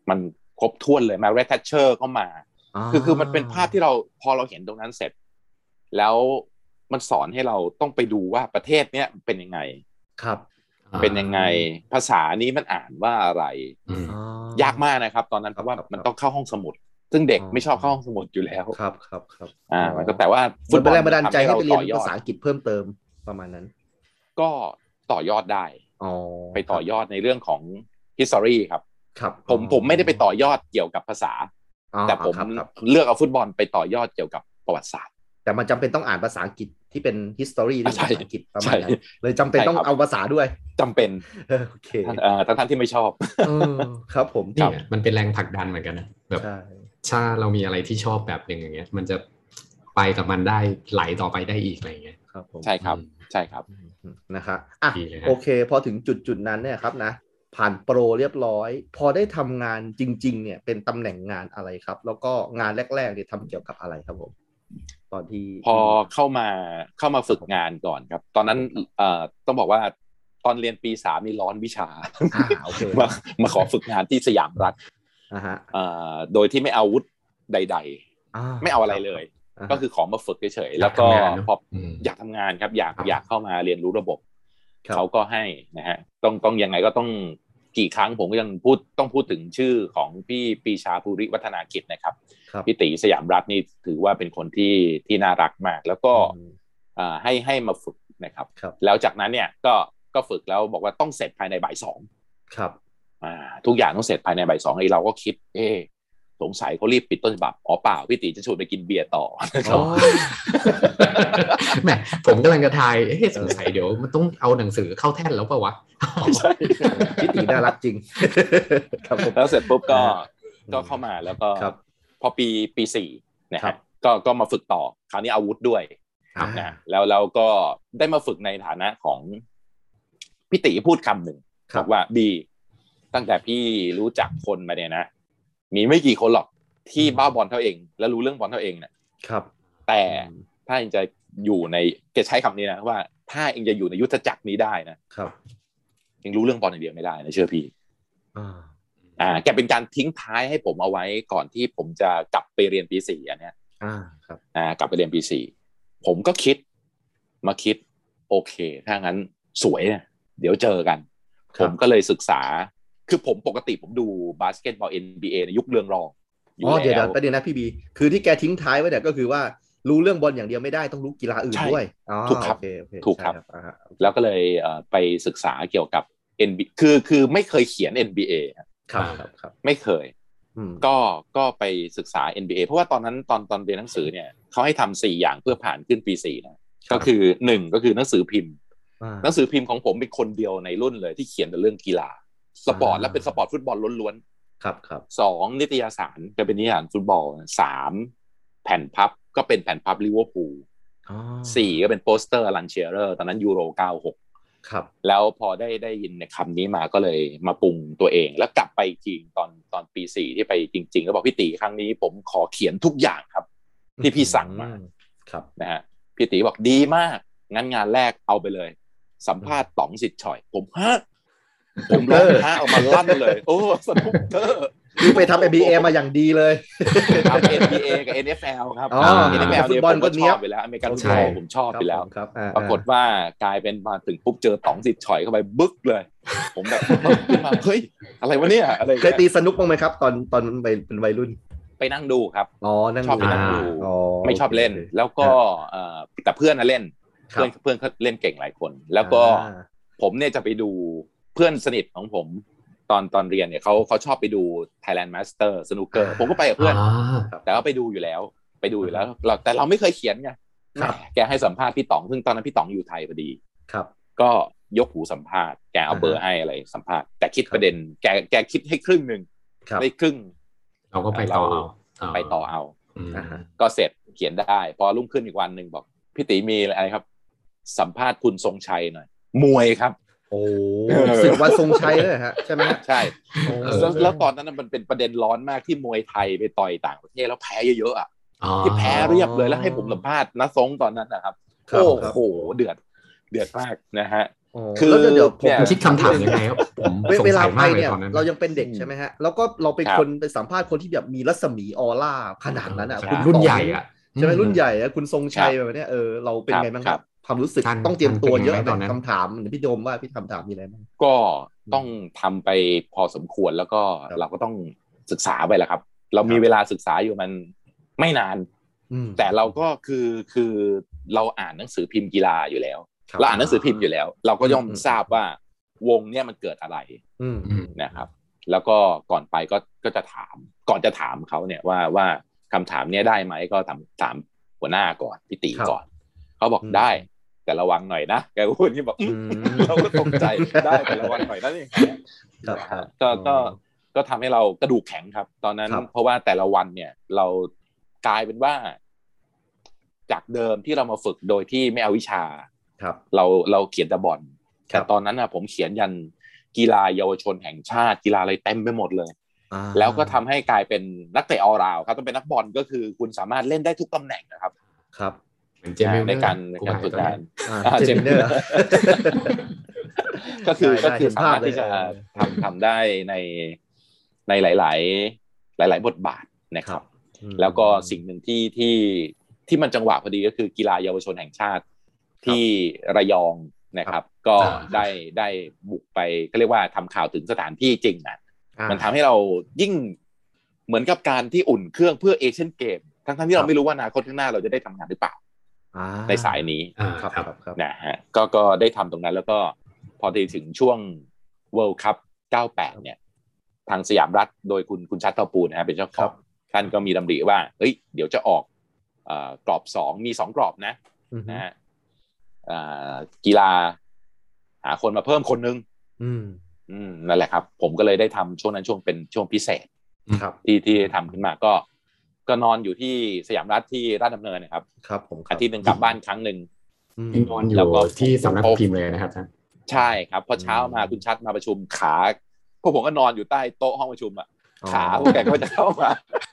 มันครบถ้วนเลยมาเรดทัชเชอร์ก็มา คือคือมันเป็นภาพที่เราพอเราเห็นตรงนั้นเสร็จ แล้วมันสอนให้เราต้องไปดูว่าประเทศเนี้ยเป็นยังไง
ครับ
เป็นยังไงภาษานี้มันอ่านว่าอะไร
อืม
อ๋อ
ยากมากนะครับ ตอนนั้นเพราะว่า
ครับ
มันต้องเข้าห้องสมุด ซึ่งเด็ก
อ๋อ
ไม่ชอบเข้าห้องสมุดอยู่แล้ว
ครับครับครับ
อ่ามันก็แต่ว่า
ฟุตบอลแรงบันดาลใจให้
ทำ
ไปเรียน
ต่อยอ
ภา
ด
ษาอังกฤษเพิ่มเติมประมาณนั้น
ก็ต่อยอดได้
อ๋อ
ไปต่อยอดในเรื่องของ history ครับ
ครับ
ผมผมไม่ได้ไปต่อยอดเกี่ยวกับภาษา
อ๋อ
แต่ผม
ครับครับ
เลือกเอาฟุตบอลไปต่อยอดเกี่ยวกับประวัติศาสตร์
แต่มันจำเป็นต้องอ่านภาษาอังกฤษที่เป็น history ที่เป็น
ใช่
ภาษาอังกฤษประมาณนั้น
ใช่
เลยจำเป็นต้อง
ใช่ครับ
เอาภาษาด้วย
จำเป็น
เออโอเค
เอ่อทั้งท่านที่ไม่ชอบ
เออครับผม
นี่ไงมันเป็นแรงผลักดันเหมือนกันนะแบบ
ใช่
ถ้าเรามีอะไรที่ชอบแบบหนึ่งอย่างเงี้ย มันจะไปกับมันได้ไหลต่อไปได้อีกอะไรอย่างเงี้ย
ครับผม
ใช่ครับ ใช่ครับ
อืมนะครับอ่ะ
ดีเลยฮะ
โอเค พอถึงจุดจุดๆนั้นเนี่ยครับนะ ผ่านโปรเรียบร้อย พอได้ทำงานจริง ๆ เนี่ยเป็นตำแหน่งงานอะไรครับ แล้วก็งานแรกๆเนี่ยทำเกี่ยวกับอะไรครับผม ตอนที่
พอเข้ามาเข้ามาฝึกงานก่อนครับ ตอนนั้นเอ่อต้องบอกว่าตอนเรียนปีสามนี่ร้อนวิชา
อ่าโอเค
มามาขอฝึกงานที่สยามรัฐ
อ่าฮะ
เอ่อโดยที่ไม่เอาวุฒิใด ๆ ไม่เอาอะไรเลย
าฮะ
ก็คือขอมาฝึกเฉยๆแล้วก็
ทำงานเนอะ
พอ
ม
อยากทำงานครับอยาก
ครับ
อยากเข้ามาเรียนรู้ระบบ
ครับ
เขาก็ให้นะฮะต้องต้องยังไงก็ต้องกี่ครั้งผมก็ยังพูดต้องพูดถึงชื่อของพี่ปรีชาภูริวัฒนากิจนะครับ
ครับ
พี่ตีสยามรัฐนี่ถือว่าเป็นคนที่ที่น่ารักมาก แล้วก็
อืม
อ่าให้ให้มาฝึกนะครับ
ครับ
แล้วจากนั้นเนี่ยก็ก็ฝึกแล้วบอกว่าต้องเสร็จภายในบ่ายสอง
ครับ
อ่าทุกอย่างต้องเสร็จภายในบ่ายสองไอ้เราก็คิด เอ๊ะสงสัยเขารีบปิดต้นฉบับอ๋อเปล่าพี่ตีจะชวนไปกินเบียร์ต่อ
อ๋อ
แหมผมกำลังจะทายเอ๊ะสงสัยเดี๋ยวมันต้องเอาหนังสือเข้าแท่นแล้วเปล่าวะ
พี่ตีน่ารักจริง ครับผม
แล้วเสร็จปุ๊บก็
อ่า
ก็เข้ามาแล้วก็
ครับ
พอปีปีสี่นะค
ครั
รับบ ก็ก็มาฝึกต่อคราวนี้อาวุธด้วย
ครับ
นะแล้วเราก็ได้มาฝึกในฐานะของ พี่ติพูดคำหนึ่ง
ครับ บ
อกว่าบีตั้งแต่พี่รู้จักคนมาเนี่ยนะ มีไม่กี่คนหรอกที่บ้าบอลเท่าเอง และรู้เรื่องบอลเท่าเองเนี่ย
ครับ
แต่
อืม
ถ้าเองจะอยู่ในแกใช้คำนี้นะว่าถ้าเองจะอยู่ในยุทธจักรนี้ได้นะครับ เองรู้เรื่องบอลอย่างเดียวไม่ได้นะเชื่อพี่
อ่า
อ่าแกเป็นการทิ้งท้ายให้ผมเอาไว้ก่อนที่ผมจะกลับไปเรียนปีสี่อันเนี้ย
อ่าครับ
อ่ากลับไปเรียนปีสี่ผมก็คิดมาคิด โอเค ถ้างั้นสวยเนี่ยเดี๋ยวเจอกัน
ค
ผ
รับ
มก็เลยศึกษา คือผมปกติผมดูบาสเกตบอล NBA ในยุคเรืองรองอยู่
อ๋อเดี๋ยว
แล้ว
ๆประเด็นนะพี่บี คือที่แกทิ้งท้ายไว้เนี่ยก็คือว่ารู้เรื่องบอลอย่างเดียวไม่ได้ต้องรู้กีฬาอื่น
ใช่
ด้วยอ๋อ
ถูกครับ
โอเโอเ
ถูกครับ
ใช่อ่าฮะ
แล้วก็เลยเอ่อไปศึกษาเกี่ยวกับ NBA คือคือไม่เคยเขียน NBA ครับ
ครับครับครับ
ไม่เคย
อืม
ก็ก็ไปศึกษา NBA เพราะว่าตอนนั้นตอนตอนเรียนหนังสือเนี่ยเขาให้ทำสี่อย่างเพื่อผ่านขึ้นปีสี่นะก็คือหนึ่งก็คือหนังสือพิมพ์
อ่า
หนังสือพิมพ์ของผมเป็นคนเดียวในรุ่นเลยที่เขียนแต่เรื่องกีฬา สปอร์ต
อ่า
และเป็นสปอร์ตฟุตบอลล้วน
ครับครับ
ๆสองนิตยสารก็เป็นนิตยสารฟุตบอลสามแผ่นพับก็เป็นแผ่นพับลิเวอร์พูล
อ๋อ
สี่ก็เป็นโปสเตอร์ลันเชียร์ ตอนนั้นยูโรเก้าหก
ครับ
แล้วพอได้ได้ยินในคำนี้มาก็เลยมาปรุงตัวเอง แล้วกลับไปจริงตอนตอนปีสี่ที่ไปจริงๆ ก็บอกพี่ตีครั้งนี้ผมขอเขียนทุกอย่างครับ ที่พี่สั่งมา
ครับ
นะฮะพี่ตีบอกดีมากงั้นงานแรกเอาไปเลย สัมภาษณ์ต๋องสิทธิ์ฉอย ผมฮะผมร้องฮะออกมาลั่นเลย โอ้สนุกเตอร์
คือไปทำ MBA มาอย่างดีเลย
ทำ NBA กับ NFL ครับ
อ๋อ
NFL
ฟุ
เนี่ย
ตบอล
ผม
ก็
ก็ช
เนี้ย
อ
บบ
ไปแล้วอเมริกันฟุต
ใช่
บอลผมชอบไปแล้ว
ครับผมคบอ่
ปรากฏว่ากลายเป็นมาถึงปุ๊บเจอต๋องสิทธิ์ฉอยเข้าไปบึกเลย ผมแบบ ปึ๊กขึ้นมาเฮ้ยอะไรวะเนี่ยอะไรอย่าง
เค
เงี้
ย
ย
ตีสนุกบ้างไหมครับ ตอนตอนวัยเป็นวัยรุ่น
ไปนั่งดูครับ
อ๋อ นั่ง
ชอบไปนั่งดู
อ๋อ
ไม่ชอบเล่น
โค
แล้วก็เอ่อแต่เพื่อนนะเล่น
ครับ
เพื่อนเพื่อนเขาเล่นเก่งหลายคน แล้วก็
อ่า
ผมเนี่ยจะไปดูเพื่อนสนิทของผม ตอนตอนเรียนเนี่ยเขาเขาชอบไปดู Thailand Master สนุกเกอร์ผมก็ไปกับเพื่อน
อ่า
แต่ว่าไปดูอยู่แล้ว ไปดูอยู่แล้วเราแต่เราไม่เคยเขียนไง
ครับ
แหมแกให้สัมภาษณ์พี่ต๋องซึ่งตอนนั้นพี่ต๋องอยู่ไทยพอดี
ครับ
ก็ยกหูสัมภาษณ์แกเอา
อ่าฮะ
เบอร์ให้อะไรสัมภาษณ์แต่คิดประเด็นแกแกคิดให้ครึ่งหนึ่ง
ครับ
ได้ครึ่ง
เราก็ไปต่อ
เรา
เอา
ไปต่อเอา
ม
อ่าฮะ
ก็เสร็จเขียนได้ พอรุ่งขึ้นอีกวันหนึ่งบอกพี่ตีมีอะไรครับ สัมภาษณ์คุณทรงชัยหน่อย มวยครับ
โอ้
เออ
สึกวันทรงชัยเลยฮะ ใช่ไหมฮะ
ใช่
โอ้
แล้วแล้วตอนนั้นนะมันเป็นประเด็นร้อนมากที่มวยไทยไปต่อยต่างประเทศแล้วแพ้เยอะๆอ่ะ
อ๋อ
ที่แพ้เรียบเลยแล้วให้ผมสัมภาษณ์นะทรงตอนนั้นนะครับ
ครับ
โอ้
ครับ
โหเดือดเดือดมากนะฮะ
โอ้
คือ
แล้วเดี๋ยวผม
เนี่ย
คิดคำถามยังไงครับผมสง
เวลา
สัย
ไป
มากเลย
เนี่ย
ตอนนั้น
เรายังเป็นเด็กใช่ไหมฮะ แล้วก็เราเป็น
ครับ
คนไปสัมภาษณ์คนที่แบบมีรัศมีออร่าขนาดนั้นอ่ะ
ใช่
คุณ
รุ่น
ต่
ใหญ่อ่ะ
ใช่ไหมรุ่นใหญ่อะคุณทรงชัยแบบเนี้ยเออเราเป็นไงบ้างครับ ความรู้สึก
ท่าน
ต้องเตรียมตัวเยอะ
ท่านเป็น
ไหม
ไงตอนนั้น
คำถามพี่โดมว่าพี่คำถามมีอะไรบ้าง
ก็ต้องทำไปพอสมควรแล้วก็
ครับ
เราก็ต้องศึกษาไปแหละครับ เรามี
ครับ
เวลาศึกษาอยู่มันไม่นาน
อืม
แต่เราก็คือคือเราอ่านหนังสือพิมพ์กีฬาอยู่แล้ว
ครับ
เราอ่านหนังสือพิมพ์อยู่แล้ว เราก็ย่อม
อืม
ทราบว่าวงเนี่ยมันเกิดอะไร
อืม
อืม
นะครับ แล้วก็ก่อนไปก็ก็จะถาม ก่อนจะถามเขาเนี่ยว่าว่าคำถามเนี่ยได้ไหมก็ถามถามหัวหน้าก่อนพี่ตีก่อนเขาบอกได้ แต่ระวังหน่อยนะแกพูดอย่างนี่แบบ
อืม
เราก็ตกใจได้แต่ระวังหน่อยนะนี่
ครับ
ก็ก็ก็ทำให้เรากระดูกแข็งครับ ตอนนั้น
ครับ
เพราะว่าแต่ละวันเนี่ย เรากลายเป็นว่า จากเดิมที่เรามาฝึกโดยที่ไม่เอาวิชา
ครับ
เราเราเขียนแต่บอล
ครับ
แต่ตอนนั้นนะผมเขียนยันกีฬาเยาวชนแห่งชาติกีฬาอะไรเต็มไปหมดเลย
อ่า
แล้วก็ทำให้กลายเป็นนักเตะออราวครับต้องเป็นนักบอลก็คือคุณสามารถเล่นได้ทุกตำแหน่งนะครับ
ครับ
เหมือนเจมิล
ในการใน
เอ
การฝึกงาน
อ่า
อ่า
เจมเนอร์
ก็คือ
ได้ได้
ก็คือ
เห็น
สา
ภาพ
มารถที่จะ
เลย
ทำทำได้ในในหลาย ๆ หลาย ๆ บทบาทนะ
ค
ค
รั
รั
บบ อืม
แล้วก็สิ่งหนึ่งที่ที่ที่มันจังหวะพอดีก็คือกีฬาเยาวชนแห่งชาติที่ระยองนะครับ ก็
อ่า
ได้ได้บุกไปก็เรียกว่าทำข่าวถึงสถานที่จริงอ่ะ
อ่ามั
มันทำให้เรายิ่งเหมือนกับการที่อุ่นเครื่องเพื่อเอเชียนเกมทั้งทั้งๆที่
ครั
เรา
บ
ไม่รู้ว่าอนาคตข้างหน้าเราจะได้ทำงานหรือเปล่า
อ่
ในสายนี้
อ่า
ครับ
ครับ
ครับครับ
นะฮะก็ก็ได้ทำตรงนั้นแล้วก็พอถึงช่วง World Cup 98 เนี่ย ทางสยามรัฐโดยคุณคุณชัดเตาปูนนะฮะเป็นเจ้า
ค
ข
รั
อบ ง ท่านก็มีดำริว่า เฮ้ย เดี๋ยวจะออกเอ่อกรอบสองมีสองกรอบนะ
อืม
นะฮะเอ่อกีฬา หาคนมาเพิ่มคนนึง
อืม
อืมนั่นแหละครับ ผมก็เลยได้ทำช่วงนั้นช่วงเป็นช่วงพิเศษ
ครับ
ที่ที่ทำขึ้นมาก็ ก็นอนอยู่ที่สยามรัฐที่ราชดำเนินนะครับ
ครับผมครับ
อาทิตย์หนึ่งกลับบ้านครั้งหนึ่ง
อืม
นอนอยู่
แล้วก็
ที่สำนักพิมพ์เลยนะครับท่าน
ใช่ครับพอเช้ามาคุณชัดมาประชุมขาพวกผมก็นอนอยู่ใต้โต๊ะห้องประชุมอะขาพวกแกก็จะเข้ามา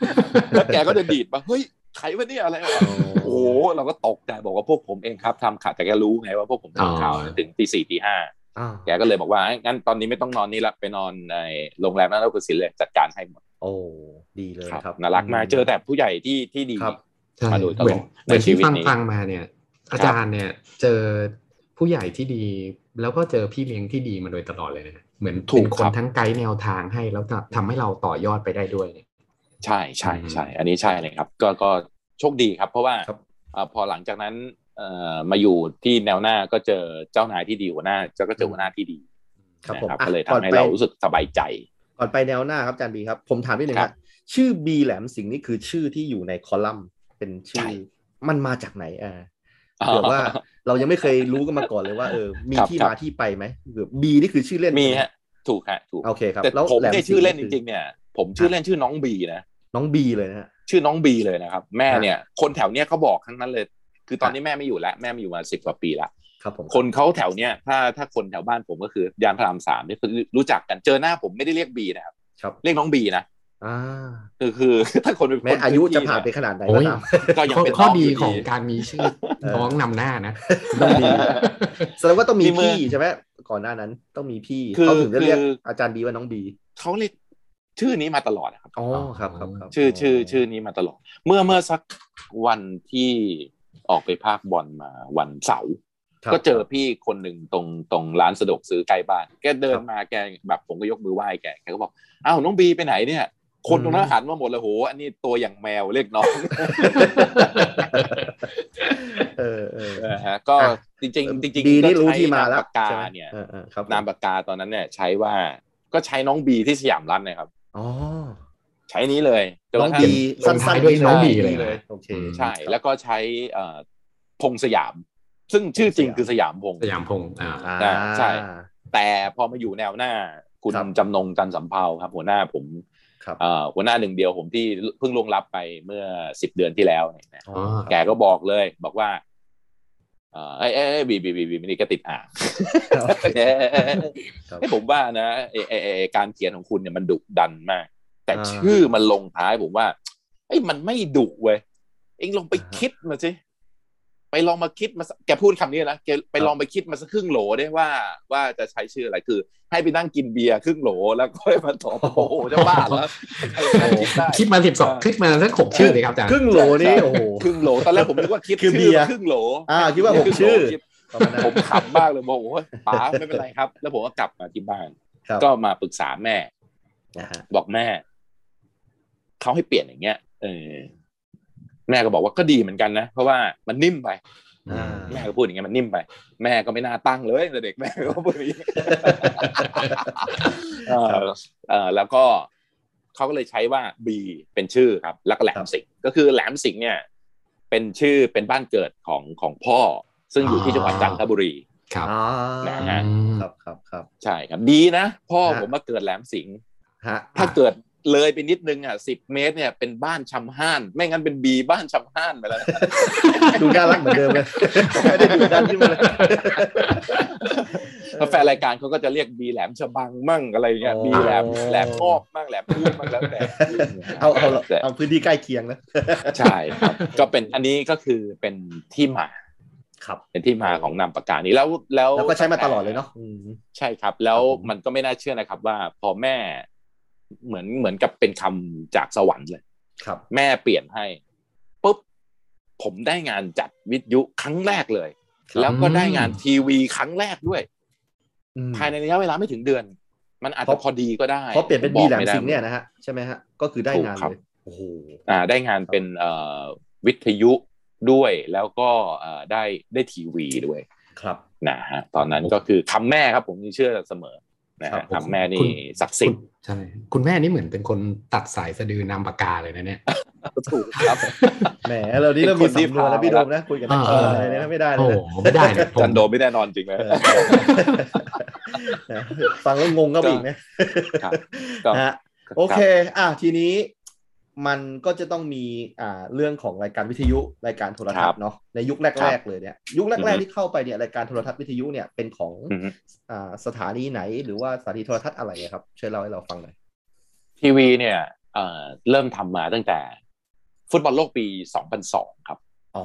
แล้วแกก็จะดีดมาเฮ้ยใครวะเนี่ยอะไรวะ โอ้โหเราก็ตกใจบอกว่าพวกผมเองครับทำข่าวแต่แกรู้ไงว่าพวกผมทำข่าว
อ๋อ
ถึงตีสี่ตีห้า
อ่า
แกก็เลยบอกว่างั้นตอนนี้ไม่ต้องนอนนี่ละไปนอนในโรงแรมนั่นแล้วกุศิลป์เลยจัดการให้หมด
โอ้ดีเลยครับ
น่ารักมากเจอแต่ผู้ใหญ่ที่ที่ดี
ครับ
ใช่
มาโดยตลอด
เหมือนเหมือน
ในชี
ที่
วิต
ฟัง
นี้
ฟังมาเนี่ย อาจารย์เนี่ย เจอผู้ใหญ่ที่ดี แล้วก็เจอพี่เลี้ยงที่ดีมาโดยตลอดเลยนะเหมือน
ถู
เป็
ก
นค
ครั
น
บ
ทั้งไกด์แนวทางให้แล้วก็ทำให้เราต่อยอดไปได้ด้วยเนี่ย
ใช่ใช่
อืม
ใช่ อันนี้ใช่เลยครับ ก็ก็โชคดีครับ เพราะว่า
ครับ
เอ่อพอหลังจากนั้นเอ่อมาอยู่ที่แนวหน้าก็เจอเจ้านายที่ดีหัวหน้าแล้วก็เจอหัวหน้าที่ดี
ครับ
นะ
ผมอ่ะ
ก็เลย
ก่อน
ทำให้
ไป
เรารู้สึกสบายใจ
ก่อนไปแนวหน้าครับอาจารย์บีครับ ผมถามนิดนึง
ค
ค
รั
รับ บชื่อบีแหลมสิงห์นี่คือชื่อที่อยู่ในคอลัมน์เป็นชื่อมันมาจากไหนอ่าเผื่อว่าเรายังไม่เคยรู้กันมาก่อนเลยว่าเออมีที่มาที่ไปไหมหรือบีนี่คือชื่อเล่น
มี
ใช่ไห
ฮะถูกฮะถูก
โอเคครับ
แต่
แล้ว
ผม
แหล
เนี่
สิง
ย
ห์
ชื่อเล่นจ
คือ
ริงๆเนี่ยผมชื่อเล่นชื่อน้องบีนะ
น้องบีเลยนะฮะ
ชื่อน้องบีเลยนะครับ แม่
ฮะ
เนี่ย คนแถวเนี้ยเขาบอกทั้งนั้นเลย คือตอนนี้แม่ไม่อยู่แล้วแม่มาอยู่มาสิบกว่าปีละ
ครับผม
คนเขาแถวเนี้ยถ้าถ้าคนแถวบ้านผมก็คือยานพระรามสามนี่คือรู้จักกันเจอหน้าผมไม่ได้เรียกบีนะครับ
ครับ
เรียกน้องบีนะ
อ่า
คือคือ ถ้าคนเป็นคน
แม้อายุจะผ่านไปข
พื้นที่
นาดไหน
โอ้
ก็ตาม
ย
เนี่ยก็ยัง
ข้อ
เป็น
ข้อ
น้
ดี
ยู่
ของการมี ชื่อ
เออ
น้องนำหน้านะ
น้องบีแสดงว่าต้องมี
มีมือ
พี่ใช่ไหมก่อนหน้านั้นต้องมีพี่
คือ
เขาถึงจะเรียก
คือ
อาจารย์บีว่าน้องบี
เขาเรียกชื่อนี้มาตลอดนะครับ
อ๋อครับครับครับ
ชื่อชื่อชื่อนี้มาตลอด เมื่อเมื่อสักวันที่ออกไปภาคบอลมาวันเสาร์
ครับ
ก็เจอพี่คนหนึ่งตรงตรงร้านสะดวกซื้อใกล้บ้าน แกเดิน
ครับ
มาแกแบบผมก็ยกมือไหว้แกแกก็บอกอ้าวน้องบีไปไหนเนี่ย คนตรงนั้
อื
น
ม
หันมาหมดเลยโหอันนี้ตัวอย่างแมวเรียกน้อง
เออเออ
นะฮะก็
อ่ะ
จริงจริงๆจริงๆ
ดีนี่
ก็ใช้
รู้ที่มาแล้ว
นปากกา
ใช่ไหม
เนี่ย
ออออครับ
นามปากกาตอนนั้นเนี่ยใช้ว่าก็ใช้น้องบีที่สยามรัฐนะครับ
อ๋อ
ใช้นี้เลยจน
น้
ก
อง
ระทั่
บี
ล
สั้น
ง
ๆ
ท้าย
ด้วยน้อง
ะ
บีเลยนะ
โอเค
อืม
ใช่ แล้วก็ใช้เอ่อพงษ์สยาม ซึ่งชื่อจริงคือสยามพงษ์
สยามพงษ์อ่า
อ่า
ใช่ แต่พอมาอยู่แนวหน้าคุณ
ครับ
จำนงจันทร์สำเภาครับ หัวหน้าผม
ครับ
เอ่อหัวหน้าหนึ่งเดียวผมที่เพิ่งลวงรับไปเมื่อสิบเดือนที่แล้วเนี่ยนะ
อ๋อ
แกก็บอกเลย บอกว่าเอ่อเอ้ยเอ้ยเอ้ยบีบีบีบีนี่ก็ติดอ่างเอ้ยเอ้ยเอ้ยเอ้ย
ครับ
เอ้ยผมว่านะไอ้ไอ้ไอ้ไอ้การเขียนของคุณเนี่ยมันดุดันมาก แต่
อ่า
ชื่อมันลงท้ายผมว่าไอ้ยมันไม่ดุเว้ยเอ็งลองไปคิดมาสิไปลองมาคิดมาสแกพูดคำนี้นะแกไปลองไปคิดมาสักครึ่งโหลได้ว่า ว่าจะใช้ชื่ออะไรคือ ให้ไปนั่งกินเบียร์ครึ่งโหลแล้วก็ให้มาตอบโอ้โหจะบ้าแล้วใครจะนั่งคิด ได้
คิดมาสิบสองคิดมาสักหกชื่อเลยครับอาจารย์
ครึ่งโหลนี่โอ้โห
ครึ่งโหลตอนแรกผมนึกว่าคิด
คือเบียร์
ครึ่งโหล
อ่าคิดว่าผมชื่อประมาณนั้น
ผมขำมากเลยบอกโอ้ยป๋าไม่เป็นไรครับ แล้วผมก็กลับมาที่บ้าน
ครับ
ก็มาปรึกษาแม่
นะฮะ
บอกแม่เขาให้เปลี่ยนอย่างเงี้ยเออแม่ก็บอกว่าก็ดีเหมือนกันนะ เพราะว่ามันนิ่มไป
อืม
แม่ก็พูดอย่างเงี้ยมันนิ่มไป แม่ก็ไม่น่าตั้งเลยแต่เด็กแม่ก็พูดอย่างนี้เออเออแล้วก็เขาก็เลยใช้ว่า B เป็นชื่อครับ แล้วก็แหลมสิงห์ก็คือแหลมสิงห์เนี่ย เป็นชื่อเป็นบ้านเกิดของของพ่อ ซึ่งอยู่ที่จังหวัดจันทบุรี
ครับ
อ่า
นะ
อืม
ฮะ
ครับครับครับ
ใช่ครับดีนะพ่อ
ฮะ
ผมมาเกิดแหลมสิงห์
ฮะ
ถ้าเกิดเลยไปนิดนึงอ่ะสิบเมตรเนี่ยเป็นบ้านชำห้าน ไม่งั้นเป็นบีบ้านชำห้านไปแล้ว
ดูน่ารักเหมือนเดิมเลยไม่ได้ดูดันขึ้นมาเลย
ถ้าแฟนรายการเขาก็จะเรียกบีแหลมฉบังมั่งอะไรเงี้ย
อ๋อ
บีแหลมแหลมงอกมั่งแหลมพูดมั่งแล้วแต่
เอาเอา
แต่
เอาพื้นที่ใกล้เคียงนะ
ใช่ครับ ก็เป็นอันนี้ก็คือเป็นที่มา
ครับ
เป็นที่มาของนามปากกานี้แล้วแล้ว
แล้วก็ใช้มาตลอดเลยเนาะอืม
ใช่ครับ แล้ว
ครับผม
มันก็ไม่น่าเชื่อนะครับ ว่าพอแม่เหมือนเหมือนกับเป็นคำจากสวรรค์เลย
ครับ
แม่เปลี่ยนให้ปุ๊บผมได้งานจัดวิทยุครั้งแรกเลย
ครับ
แล้วก็ได้งานทีวีครั้งแรกด้วย
อืม
ภายในระยะเวลาไม่ถึงเดือน มันอาจ
เพ
จะ
ราะ
พอดีก็ได้
เพราะเปลี่ยนเป็น
บ
บี
อก
แหลม
ไได้
สิงห์เนี่ยนะฮะใช่ไหมฮะก็คือได้งาน
ถูกครับ
เลยโอ้โห
อ่าได้งานเป็นเอ่อวิทยุด้วยแล้วก็เอ่อได้ได้ทีวีด้วย
ครับ
นะฮะตอนนั้นก็คือคำแม่ครับผมเชื่อเสมอนะ
ครับ
ฮะคำแม่นี่ศักดิ์สิทธิ์
ใช่คุณแม่นี่เหมือนเป็นคนตัดสายสะดือนามปากกาเลยนะเนี่ย
ถูกครับ
แหมเรานี่เริ่มมี
เป็นคนที่
สำนวนแล้ว
พา
พี่
ไป
โด
ละ
มนะคุยกันนัก
เอ
ข่าว
อ
อะไรนะไม่ได้เล
โอ้
ย
โหไม่ได้เนี่ยผม
จันโดไม่แน่นอนจริงนะ
นะเออฟังแล้วงงก็อีกนะครับ ฮะโอเค อ่ะทีนี้ มันก็จะต้องมีอ่าเรื่องของรายการวิทยุรายการโทรทัศน์เนาะในยุค
ครั
แรก
บ
ๆเลยเนี่ยยุคแร
อื
ก
อฮึ
ๆที่เข้าไปเนี่ยรายการโทรทัศน์วิทยุเนี่ยเป็นของ
อือฮึ
อ่าสถานีไหน หรือว่าสถานีโทรทัศน์อะไรอะครับช่วยเล่าให้เราฟังหน่อย
ทีวีเนี่ยเอ่อเริ่มทำมาตั้งแต่ ฟุตบอลโลกปี 2002 ครับ
อ๋อ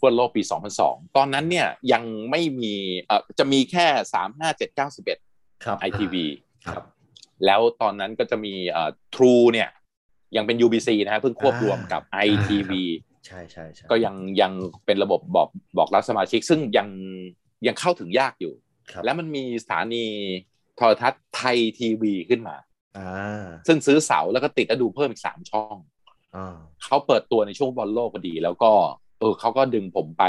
ฟุตบอลโลกปี 2002 ตอนนั้นเนี่ยยังไม่มีเอ่อจะมีแค่ 3 5 7 9
ครับ
11 ITV
ครับ
แล้วตอนนั้นก็จะมีเอ่อ True เนี่ยยังเป็น UBC นะฮะเพิ่งควบรวมกับ ITV
ใช่ใช่ใช่
ก็ยังยังเป็นระบบบอกบอกรับสมาชิก ซึ่งยังยังเข้าถึงยากอยู่
ครับ
แล้วมันมีสถานีโทรทัศน์ไทยทีวีขึ้นมา
อ่า
ซึ่งซื้อเสาแล้วก็ติดแล้วดูเพิ่มอีกสามช่อง
อ่า
เขาเปิดตัวในช่วงบอลโลกพอดี แล้วก็เออเขาก็ดึงผมไป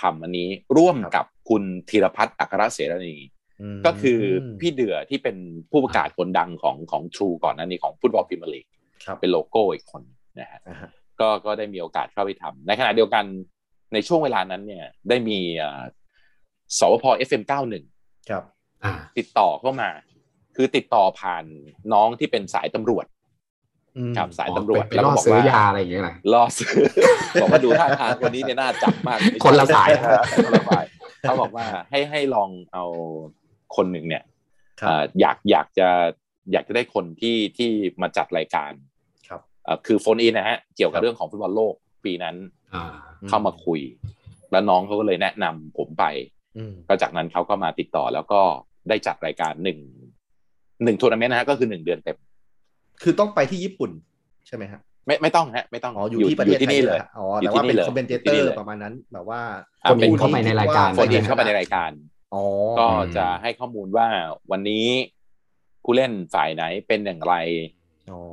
ทำอันนี้ร่วมกับคุณธีรพัฒน์อัครเสรณี
อืม
ก็คือพี่เดือที่เป็นผู้ประกาศคนดังของของทรูก่อนหนั้นนี้ของฟุตบอลพรีเมียร์ลีก
ครับ
เป็นโลโก้อีกคนนะฮะ
อ่าฮะ
ก็ก็ได้มีโอกาสเข้าไปทำในขณะเดียวกันในช่วงเวลานั้นเนี่ยได้มีเอ่อสวพ FM91
ครับ
อ่า
ติดต่อเข้ามา คือติดต่อผ่านน้องที่เป็นสายตำรวจ
อืม
ครับสายตำรวจ
ไปไปล่อซื้อยาอะไรอย่างเงี้ยนะ
ล่อซื้อ บอกว่าดูท่าทางคนนี้เนี่ยน่าจับ มาก
คนละสาย
คนละสายเขาบอกว่าให้ให้ลองเอาคนหนึ่งเนี่ย
ครับ
เอ่ออยากอยากจะอยากจะได้คนที่ที่มาจัดรายการ
ครับ
เอ่อคือโฟนอินนะฮะเกี่ยวกับเรื่องของฟุตบอลโลกปีนั้น
อ่า
เข้ามาคุย แล้วน้องเขาก็เลยแนะนำผมไป
อืม
ก็จากนั้นเขาก็มาติดต่อแล้วก็ได้จัดรายการหนึ่งหนึ่งทัวร์นาเมนต์นะฮะก็คือหนึ่งเดือนเต็ม
คือต้องไปที่ญี่ปุ่นใช่ไหมฮะ
ไม่ไม่ต้องฮะ ไม่ต้อง
อ๋ออยู่ที่ประเทศ
ที่นี่
ไท
เลย
หรอฮะอ๋อ
อยู่
แต่
ที่
ว่า
นี่
เป็น
เลย
คอมเมนเต
อยู่ที่
อ
นี่
ร์
เลย
ประมาณนั้นแบบว่า
อ่าเป็น
ผู้
เข้าไปในรายการ
ที่
โฟนอิน
คิดว่
เข้ามาในรายการ
อ๋อ
ก็
อืม
จะให้ข้อมูลว่าวันนี้ผู้เล่นฝ่ายไหนเป็นอย่างไร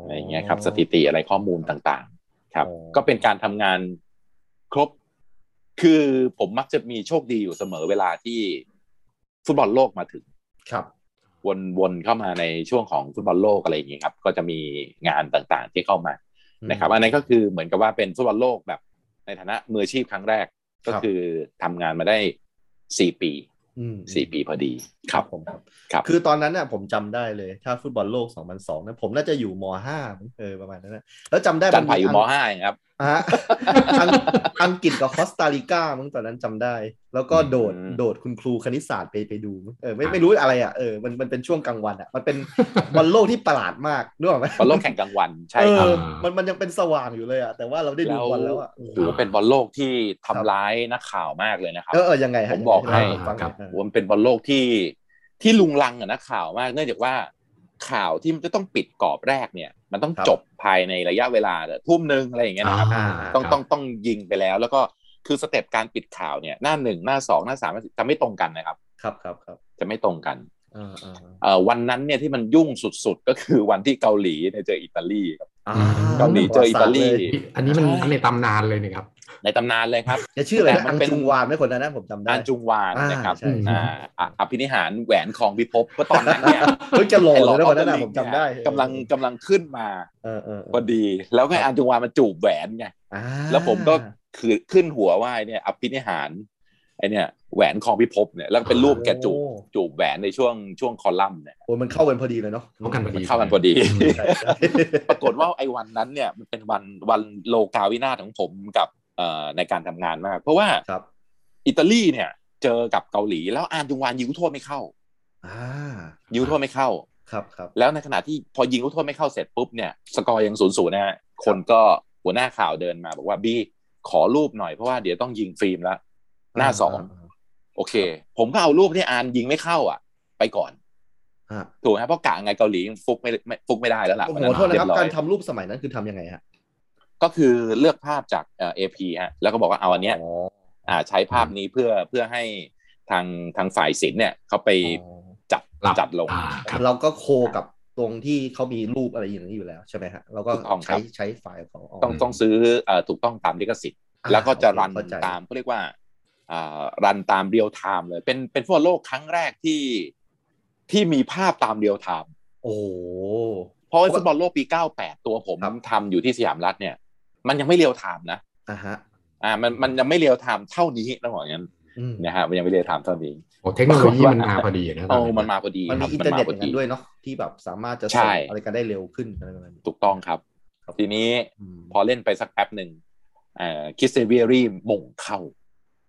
อะไรอย่างเงี้ยครับสถิติอะไรข้อมูลต่างๆ ครับ
อ๋อ
ก็เป็นการทำงานครบ คือผมมักจะมีโชคดีอยู่เสมอเวลาที่ฟุตบอลโลกมาถึง
ครับ
วนวนเข้ามาในช่วงของฟุตบอลโลกอะไรอย่างเงี้ยครับ ก็จะมีงานต่างๆที่เข้ามานะครับอันนั้นก็คือเหมือนกับว่าเป็นฟุตบอลโลกแบบในฐานะมืออาชีพครั้งแรก ก็
ครับ
คือทำงานมาได้สี่ปี
อืม
สี่ปีพอดีครับ
ผมครับ
ครับ
คือตอนนั้นน่ะผมจำได้เลย ถ้าฟุตบอลโลก 2002นะผมน่าจะอยู่ม .5 มั้งเออประมาณนั้นนะแล้วจำได้
จันไผ่อยู่ม
น
ห้าเองครับ
ฮะ อังอังกฤษกับคอสตาริกามั้งตอนนั้นจำได้ แล้วก็โดด
อืม
โดดคุณครูคณิตศาสตร์ไปไปดูมั้งเออไม่ไม่รู้อะไรอ่ะเออมันมันเป็นช่วงกลางวันอ่ะมันเป็นบอลโลกที่ประหลาดมากนึกออกไหม
บอลโลกแข่งกลางวันใช่
เอ
ครับ
อมันมันยังเป็นสว่างอยู่เลยอ่ะแต่ว่าเราได้ดูบอลแล้วอ่ะ
โอ้โหเป็นบอลโลกที่ทำร้ายนักข่าวมากเลยนะครับ
เออเออยังไงฮะ
ผมบอกให้
เล่าฟังหน่อย
ครับ
โอ้โหมันเป็นบอลโลกที่ที่ลุงลังอะนะข่าวมาก เนื่องจากว่าข่าวที่มันจะต้องปิดกรอบแรกเนี่ย มันต้องจบภายในระยะเวลาทุ่มหนึ่งอะไรอย่างเงี้ยนะครับ
อ่า
ต้อง
ครับ
ต้องต้องยิงไปแล้ว แล้วก็คือสเต็ปการปิดข่าวเนี่ย หน้าหนึ่งหน้าสองหน้าสามหน้าสี่จะไม่ตรงกันนะครับ
ครับครับครับ
จะไม่ตรงกัน
อ่าอ่า
เอ่อวันนั้นเนี่ยที่มันยุ่งสุดๆ ก็คือวันที่เกาหลีเนี่ยเจออิตาลีครับ
อ่า
เกาหลีเจออิตาลี
อันนี้มัน
ใช่
ในตำนานเลยนะครับ
ในตำนานเลยครับ
จะชื่ออะไร
แต่
นะ
มั
อั
น
ง
เป็น
จุงวานไหมคนนั้นนะผมจำได้
อันจุงวานนะครับ
อ่าใช่
อ่าอ่ะอภินิหารแหวนของพิภพเพราะตอนนั้นเนี่ย
เฮ้ยจะหล่อ
ไอ้
เลยนะ
อ
วันนั้นนะ
เก
ผ
อร์
ม
ง
จำได้
เนี่ยกำลังกำลังขึ้นมา
เออเออ
พอดี แล้วก็อันจุงวานมันจูบแหวนไง
อ่า
แล้วผมก็คือขึ้นหัวว่าไอ้เนี่ยอภินิหารไอเนี่ยแหวนของพิภพเนี่ยแล้วก็เป็นรูปแกจูบ
โอ้
จูบแหวนในช่วงช่วงคอลัมน์เนี่ย
โอ้มันเข้ากันพอดีเลยเนาะ
เข้ากันพอดี
มันเข้ากันพอดี
อืม
ใช่ใช่
ปรากฏว่าไอ้วันนั้นเนี่ยมันเป็นวันวันโลกาวินาศของผมกับเอ่อในการทำงานมาก เพราะว่า
ครับ
อิตาลีเนี่ยเจอกับเกาหลี แล้วอานจุงวานยิงลูกโทษไม่เข้า
อ่า
ยิงลูกโทษไม่เข้า
ครับครับ
แล้วในขณะที่พอยิงลูกโทษไม่เข้าเสร็จปุ๊บเนี่ยสกอร์ยังศูนย์ศูนย์นะฮะคนก็หัวหน้าข่าวเดินมาบอกว่าบี้ขอรูปหน่อยเพราะว่าเดี๋ยวต้องยิงฟิล์มละหน้าสอง โอเค ผมก็เอารูปที่อานยิงไม่เข้าอ่ะ ไปก่อน
อ่า
ถูกไหมครับเพราะกะไงเกาหลียังฟุกไม่ไม่ฟุกไม่ได้แล้วล่ะ
โอ้
วัน
โห
นั้น
โทษนะครับ
เย
การทำรูปสมัยนั้นคือทำยังไงฮะ
ก็คือเลือกภาพจากเอ่อพฮะแล้วก็บอกว่าเอาอันเนี้ย
อ๋อ
อ่าใช้ภาพนี้เพื่อเพื่อให้ทางทางฝ่ายศิลป์เนี่ยเขาไป
อ๋อ
จัด
รับ
จัดลง
อ่าครับ
เราก็โคกับตรงที่เขามีรูปอะไรอย่างนี้อยู่แล้วใช่ไหมฮะเราก็
ถูกต้องครั
ใช้
บ
ใช้ไฟล์ของ
ต้องต้องซื้อเอ่อถูกต้องตามลิขสิทธิ์
อ่า
แล้วก็จะรัน
เข้ใจ
ตามเขาเรียกว่าอ่ารันตามเรียลไทม์เลยเป็นเป็นฟุตบอลโลกครั้งแรกที่ที่มีภาพตามเรียลไทม์
โอ้โห
เพราะว่าฟุตบอลโลกปี 98 ตัวผม
ครับ
ทำอยู่ที่สยามรัฐเนี่ย มันยังไม่เรียวไทม์นะ
อ่าฮะ
อ่า มันมันยังไม่เรียวไทม์เท่านี้ต้องบอกอย่างนั้น
อืม
นะฮะ มันยังไม่เรียวไทม์เท่านี้
โอ้เทคโนโลยีมันมาพอดีนะ
เออมันมาพอดี
มัน
ค
มี
บ
อินเทอร์เน็ต
พ
อย่างนั้นด้วยเนาะที่แบบสามารถจะ
ใช่
ส่งอะไรกันได้เร็วขึ้นอะไรประมาณนี้
ถูกต้องครับ
ครับ
ทีนี้
อืม
พอเล่นไปสักแป๊บหนึ่งเอ่อคิสเซเวียรี่มงเข้า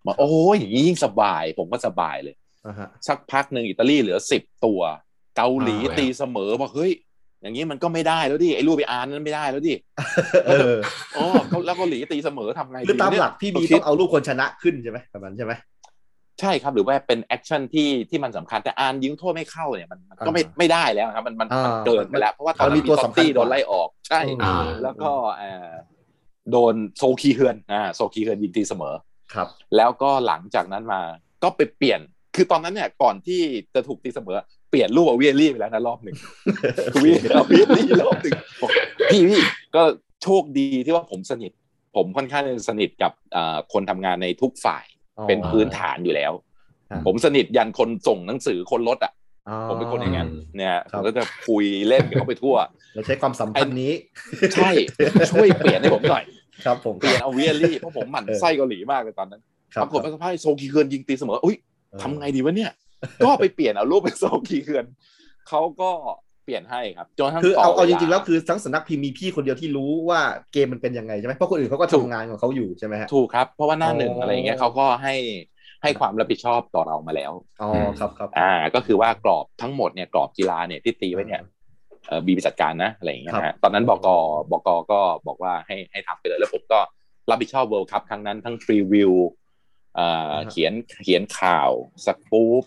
มาโอ้ยอย่างนี้ยิ่งสบาย ผมก็สบายเลย
อ่าฮะ
สักพักหนึ่งอิตาลีเหลือสิบตัว เกาหลี
อ่าแล้ว
ตีเสมอบอกเฮ้ย อย่างนี้มันก็ไม่ได้แล้วดิไอ้ลูกไปอาร์นั้นไม่ได้แล้วดิ
เออ
โอ้เขาแล้วเกาหลีตีเสมอทำไงดี
คือตาม
เนี่ย
หลักพี่บี
คิด
ต้องเอารูปคนชนะขึ้นใช่ไหมแบบนั้นใช่ไหม
ใช่ครับหรือว่าเป็นแอคชั่นที่ที่มันสำคัญแต่อานยิงโทษไม่เข้าเนี่ยมันมันก็ไม่
อ่า
ไม่ได้แล้วครับมันมัน
อ่ามั
มันเกินไปแล้ว เพราะว่าตอน
มันมี
นี้
ตัว
ท็อ
สำ
ป
คัญ
ตี้
กว่า
โดนไล่ออกใช่
อ่า
แล้วก็เอ่อโดนโซคีเฮือนอ่าโซคีเฮือนยิงตีเสมอ
ครับ
แล้วก็หลังจากนั้นมาก็ไปเปลี่ยน คือตอนนั้นเนี่ยก่อนที่จะถูกตีเสมอ เปลี่ยนลูกเอาเวียรี่ไปแล้วนะรอบหนึ่ง คือเวีย เอาเวียรี่รอบหนึ่งบอกพี่พี่ก็โชคดีที่ว่าผมสนิท ผมค่อนข้างจะสนิทกับอ่าคนทำงานในทุกฝ่าย
อ๋อ
เป็นพื้นฐานอยู่แล้ว
อ่า
ผมสนิทยันคนส่งหนังสือคนรถอ่ะ
อ๋อ
ผมเป็นคนอย่างนั้นเนี่ย
ค
ผ
รับ
มก็จะคุยเล่นกับเขาไป ทั่ว
เราใช้ความสัมพันธ์นี้
ใช่ ช่วยเปลี่ยนให้ผมหน่อย
ครับผม
เปลี่ยนเอาเวียรี่เพราะผมหมั่นไส้เกาหลีมากเลยตอนนั้น
ครับ
ปรากฏว่าสภาพโซกีเคือนยิงตีเสมออุ้ยทำไงดีวะเนี่ย ก็ไปเปลี่ยนเอารูปเป็นโซกีเคือนเขาก็เปลี่ยนให้ครับจนกระทั้ง
คือ
ต่
เอาเอาจ
วา
ริงๆแล้วคือทั้งสำนักพิมพ์มีพี่คนเดียวที่รู้ว่าเกมมันเป็นยังไงใช่ไหมเพราะคนอื่นเขาก็ทำงานของเขาอยู่ใช่ไหมฮะ
ถูกครับ เพราะว่าหน้าหนึ่ง
อ๋ออ
อะไรอย่างเงี้ยเขาก็ให้ให้ความรับผิดชอบต่อเรามาแล้ว
อ๋อครับครับ
อ่า ก็คือว่ากรอบทั้งหมดเนี่ยกรอบกีฬาเนี่ยที่ตีไว้เนี่ยเออบีไปจัดการนะอะไรอย่างเงี้ยนะฮะตอนนั้นบกบกก็บอกว่าให้ให้ทำไปเลยแล้วผมก็รับผิดชอบเวิลด์คัพครั้งนั้นทั้งรีวิวเอ่อเขียนเขียนข่าวสกู๊ป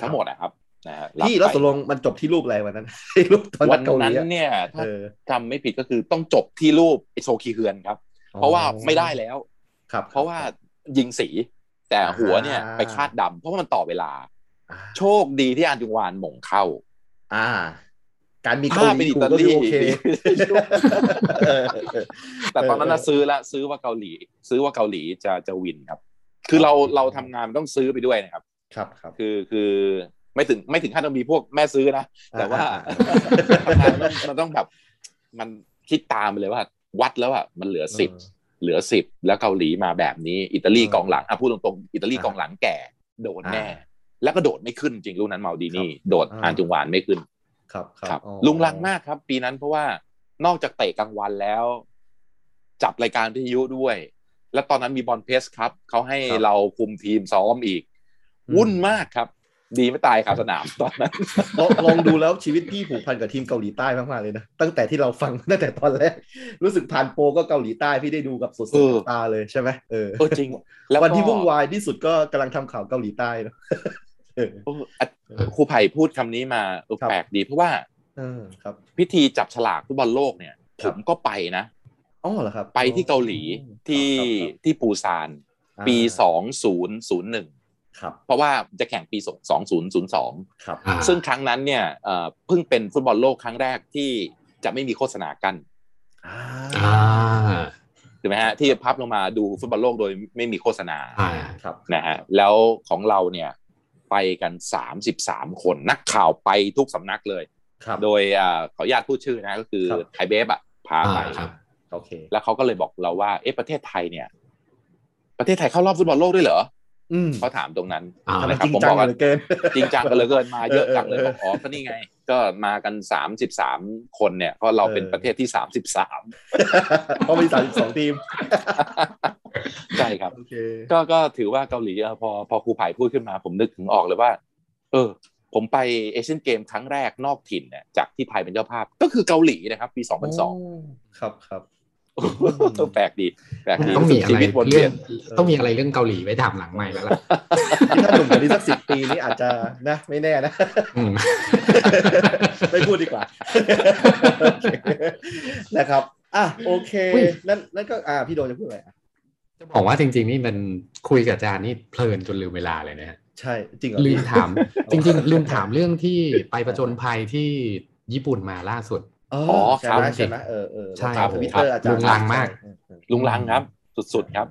ทั้งหมดนะครับนะฮะรับ
พี่แล้ว
ไป
ตกลงมันจบที่รูปอะไรวัน นั้นไอ้รูปตอน
วั
นัด
น
เกาห
นั้
ลี
น
อะ
เนี่ยถ้า
เออ
จำไม่ผิดก็คือต้องจบที่รูปไอโซคีเฮือนครับ เพราะว่าไม่ได้แล้ว
ครับ
เพราะว่ายิงสีแต่หัวเนี่ย
อ่า
ไปคาดดำเพราะว่ามันต่อเวลา
อ่า
โชคดีที่อันจุงวานหม่งเข้า
อ่า การมี
ถ้าเป็นอิตาลี
กูก็ดูโอเคเออเออ
แต่ตอนนั้นน่ะ
เออ
ซื้อละซื้อว่าเกาหลี ซื้อว่าเกาหลีจะจะวินครับ คือเราเราทำงานมันต้องซื้อไปด้วยนะครับ
ครับครับ
คือคือไม่ถึงไม่ถึงขั้นต้องมีพวกแม่ซื้อนะ แต่ว่า
อ่า
ทำงานมันต้องมันต้องแบบมันคิดตามไปเลยว่า วัดแล้วอ่ะมันเหลือสิบ เหลือสิบแล้วเกาหลีมาแบบนี้ อิตาลี
อืม
กองหลังอ่ะพูดตรงๆอิตาลี
อ่าก
องหลังแก่ โดนแน่
อ่า
แล้วก็โดดไม่ขึ้นจริงลูกนั้นเมาดีนี่โดด
อ่า
อ่านจุงหวานไม่ขึ้น
ครับครับ
ครับ
อ๋อ
ลุงลังมากครับ ปีนั้นเพราะว่านอกจากเตะกลางวันแล้ว จับรายการวิทยุด้วย แล้วตอนนั้นมีบอลเพสครับเขาให้
ครับ
เราคุมทีมซ้อมอีก
อืม
วุ่นมากครับ ดีไม่ตายครับส นามตอนนั้น
ลองลองดูแล้วชีวิตพี่ผูกพันกับทีมเกาหลีใต้มากๆเลยนะ ตั้งแต่ที่เราฟัง ตั้งแต่ตอนแรก รู้สึกผ่านโปรก็เกาหลีใต้พี่ได้ดูกับสด
เออ
ๆตาเลยใช่ไหมเออ
เออจริง แล้วก็
วันที่วุ่นวายที่สุดก็กำลังทำข่าวเกาหลีใต้เนอะเออ
เอออ่ะครูไผ่พูดคำนี้มาเออ
ครับ
แปลกดีเพราะว่า
เออครับ
พิธีจับฉลากฟุตบอลโลกเนี่ย
ค
ผ
รับ
มก็ไปนะ
อ๋อเหรอครับ
ไปที่เกาหลี
อ๋อ
ที่
ครับครับ
ที่ปูซาน
ครับ
ปี
า
2001
ครับ
เพราะว่าจะแข่งปี 2002
ครับ
อ่า
ซึ่งครั้งนั้นเนี่ยเอ่อเพิ่งเป็นฟุตบอลโลกครั้งแรกที่จะไม่มีโฆษณากัน
อ่า
อ่า
ถูกไหมฮะที่พับลงมาดูฟุตบอลโลกโดยไม่มีโฆษณา
อ่า
ครับ
นะฮะแล้วของเราเนี่ยไปกัน 33 คนนักข่าวไปทุกสำนักเลย
ครับ
โดยอ่าขออนุญาตพูดชื่อนะก็คือ
ครับ
ไทยเบฟอ่ะพา
อ่า
ไป
ครับ
โอเค
แล้วเขาก็เลยบอกเราว่า เอ๊ะ ประเทศไทยเนี่ย ประเทศไทยเข้ารอบฟุตบอลโลกด้วยเหรอ
อืม
เขาถามตรงนั้น
อ่า
ทำไม
นะครั
จ
บ
ริง
ผม
จัง
บอก
เห
ว่า
ลือเกิน
จริงจังกันเหลยเกินมาเยอะจังเลย
เออเออ
บอกอ๋อก็นี่ไง ก็มากัน 33 คนเนี่ย ก็เรา
เออ
เป็นประเทศที่ 33
เพราะมีสามสิบสองทีม
ใช่ครับ
โอเค
ก็ก็ถือว่าเกาหลีเออพอพอครูไผ่พูดขึ้นมา ผมนึกถึงออกเลยว่า เออ ผมไปเอเชียนเกมครั้งแรกนอกถิ่นเนี่ยจากที่ไทยเป็นเจ้าภาพ ก็คือเกาหลีนะครับ ปี 2002
ครับครับ
แปลกดีแปลกดี
ต้องมีอะ
ชี
ไร
วิตวน
เรื่
เวี
อย ง
น
ต้องมีอะไรเรื่องเกาหลีไว้ถามหลังใหม่แล้วล่ะ
นี่ถ้าหนุ่มกว่านี้สักสิบปีนี่อาจจะนะไม่แน่นะ
อืม
ไม่พูดดีกว่า นะครับ อ่ะโอเค
อุ๊ย
นั่นนั่นก็อ่าพี่โดนจะพูดอะไรอ่ะ
จะบอกว่าจริงๆนี่มันคุยกับอาจารย์นี่เพลินจนลืมเวลาเลยนะฮะ
ใช่จริงเหรอ
ลื
พี่
มถาม จริง ๆ ลืมถามเรื่องที่ไปประจนภัยที่ญี่ปุ่นมาล่าสุด
อ๋อ
อ๋อ
ใช่
ค
ไห
รับ
มใช่ไหมเออเออ
ใช่
ตาม
ครับ
ทวิตเตอร์อาจารย์
ลุงลังมาก
ใช่ใช่
ลุงลังครับ สุดๆครับ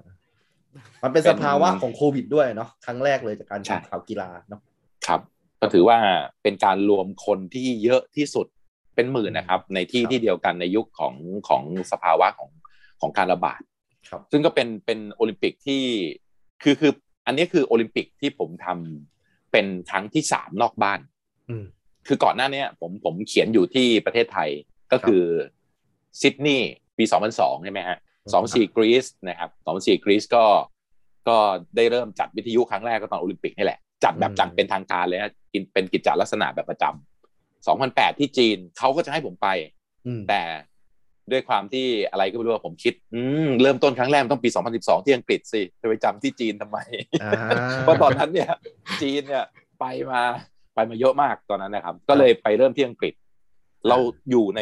มันเป็นสภาวะของโควิดด้วยเนาะครั้งแรกเลยจากการ
ใช่
ทำข่าวกีฬาเนาะ
ครับก็ถือว่าเป็นการรวมคนที่เยอะที่สุดเป็นหมื่นนะครับ ในที่
ครับ
ที่เดียวกันในยุคของของสภาวะของของการระบาด
ครับ
ซึ่งก็เป็นเป็นโอลิมปิกที่คือคืออันนี้คือโอลิมปิกที่ผมทำเป็นครั้งที่สามนอกบ้าน
อืม
คือก่อนหน้าเนี้ยผมผมเขียนอยู่ที่ประเทศไทยก็คือซิดนีย์ ปีสองพันสองใช่ไหมฮะสองสี่กรีซนะครับสองสี่กรีซก็ก็ได้เริ่มจัดวิทยุครั้งแรกก็ตอนโอลิมปิกนี่แหละ จัดแบบ
อืม
จัดเป็นทางการเลยฮะกินเป็นกิจจลักษณะแบบประจำสองพันแปดที่จีนเขาก็จะให้ผมไป
อืม
แต่ด้วยความที่อะไรก็ไม่รู้ว่าผมคิด อืมเริ่มต้นครั้งแรกมันต้องปี 2012 ที่อังกฤษสิจะไปจำที่จีนทำไม
อ่า
เพราะตอนนั้นเนี่ย จีนเนี่ยไปมาไปมาเยอะมากตอนนั้นนะครับ ก็เลยไปเริ่มที่อังกฤษ เราอยู่ใน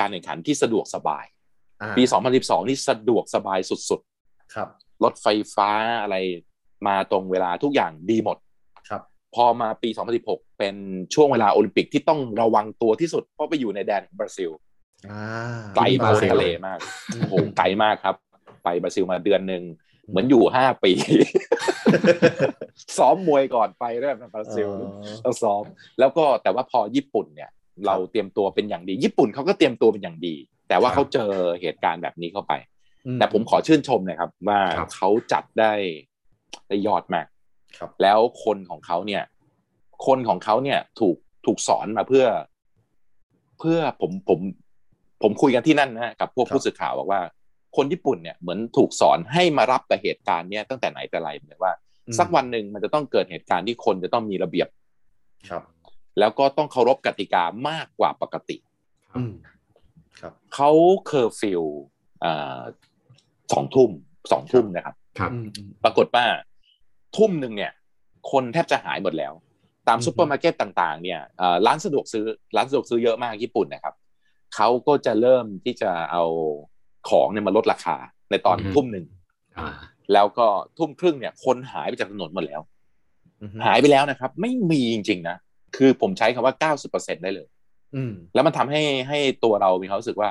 การแข่งขันที่สะดวกสบาย
อ่า
ปี 2012 นี่สะดวกสบายสุด
ครับ
ๆ รถไฟฟ้าอะไรมาตรงเวลาทุกอย่างดีหมด
ครับ
พอมาปี 2016 เป็นช่วงเวลาโอลิมปิกที่ต้องระวังตัวที่สุดเพราะไปอยู่ในแดนของบราซิล
อ่า
ไกล
บ
โพ
ราซิล
ทะเลมากโอ้โหไกลมากครับ ไปบราซิลมาเดือนหนึ่งเหมือนอยู่ห้าปี ซ้อมมวยก่อนไปด้วยนะบราซิล
อ๋อ
เราซ้อม แล้วก็แต่ว่าพอญี่ปุ่นเนี่ย เราเตรียมตัวเป็นอย่างดี ญี่ปุ่นเขาก็เตรียมตัวเป็นอย่างดี แต่ว่า
ครับ
เขาเจอเหตุการณ์แบบนี้เข้าไป แต่ผมขอชื่นชมนะครับ ว่า
ครับ
เขาจัดได้ได้ยอดมาก
ครับ
แล้วคนของเขาเนี่ย คนของเขาเนี่ย ถูกถูกสอนมาเพื่อ เพื่อผมผม ผมคุยกันที่นั่นนะฮะกับพวก
ครับ
ผู้สื่อข่าวบอกว่า คนญี่ปุ่นเนี่ยเหมือนถูกสอนให้มารับกับเหตุการณ์เนี่ยตั้งแต่ไหนแต่ไรเลยว่า สักวันหนึ่งมันจะต้องเกิดเหตุการณ์ที่คนจะต้องมีระเบียบ
ครับ
แล้วก็ต้องเคารพกติกามากกว่าปกติ
อืมครับ
เขาเคอร์ฟิวอ่าสองทุ่มสองทุ่มนะครับ
ครับ
อืมอืม
ปรากฏว่าทุ่มหนึ่งเนี่ย คนแทบจะหายหมดแล้ว ตาม
อืม
ซูเปอร์มาร์เก็ตต่าง ๆ เนี่ยเอ่อร้านสะดวกซื้อร้านสะดวกซื้อเยอะมากญี่ปุ่นนะครับเขาก็จะเริ่มที่จะเอาของเนี่ยมาลดราคาในตอนทุ่มหนึ่ง
อ่า
แล้วก็ทุ่มครึ่งเนี่ย คนหายไปจากถนนหมดแล้ว
อืม
หายไปแล้วนะครับ ไม่มีจริง ๆ นะ คือผมใช้คำว่า 90%ได้เลย
อืม
แล้วมันทำให้ให้ตัวเรามีความรู้สึกว่า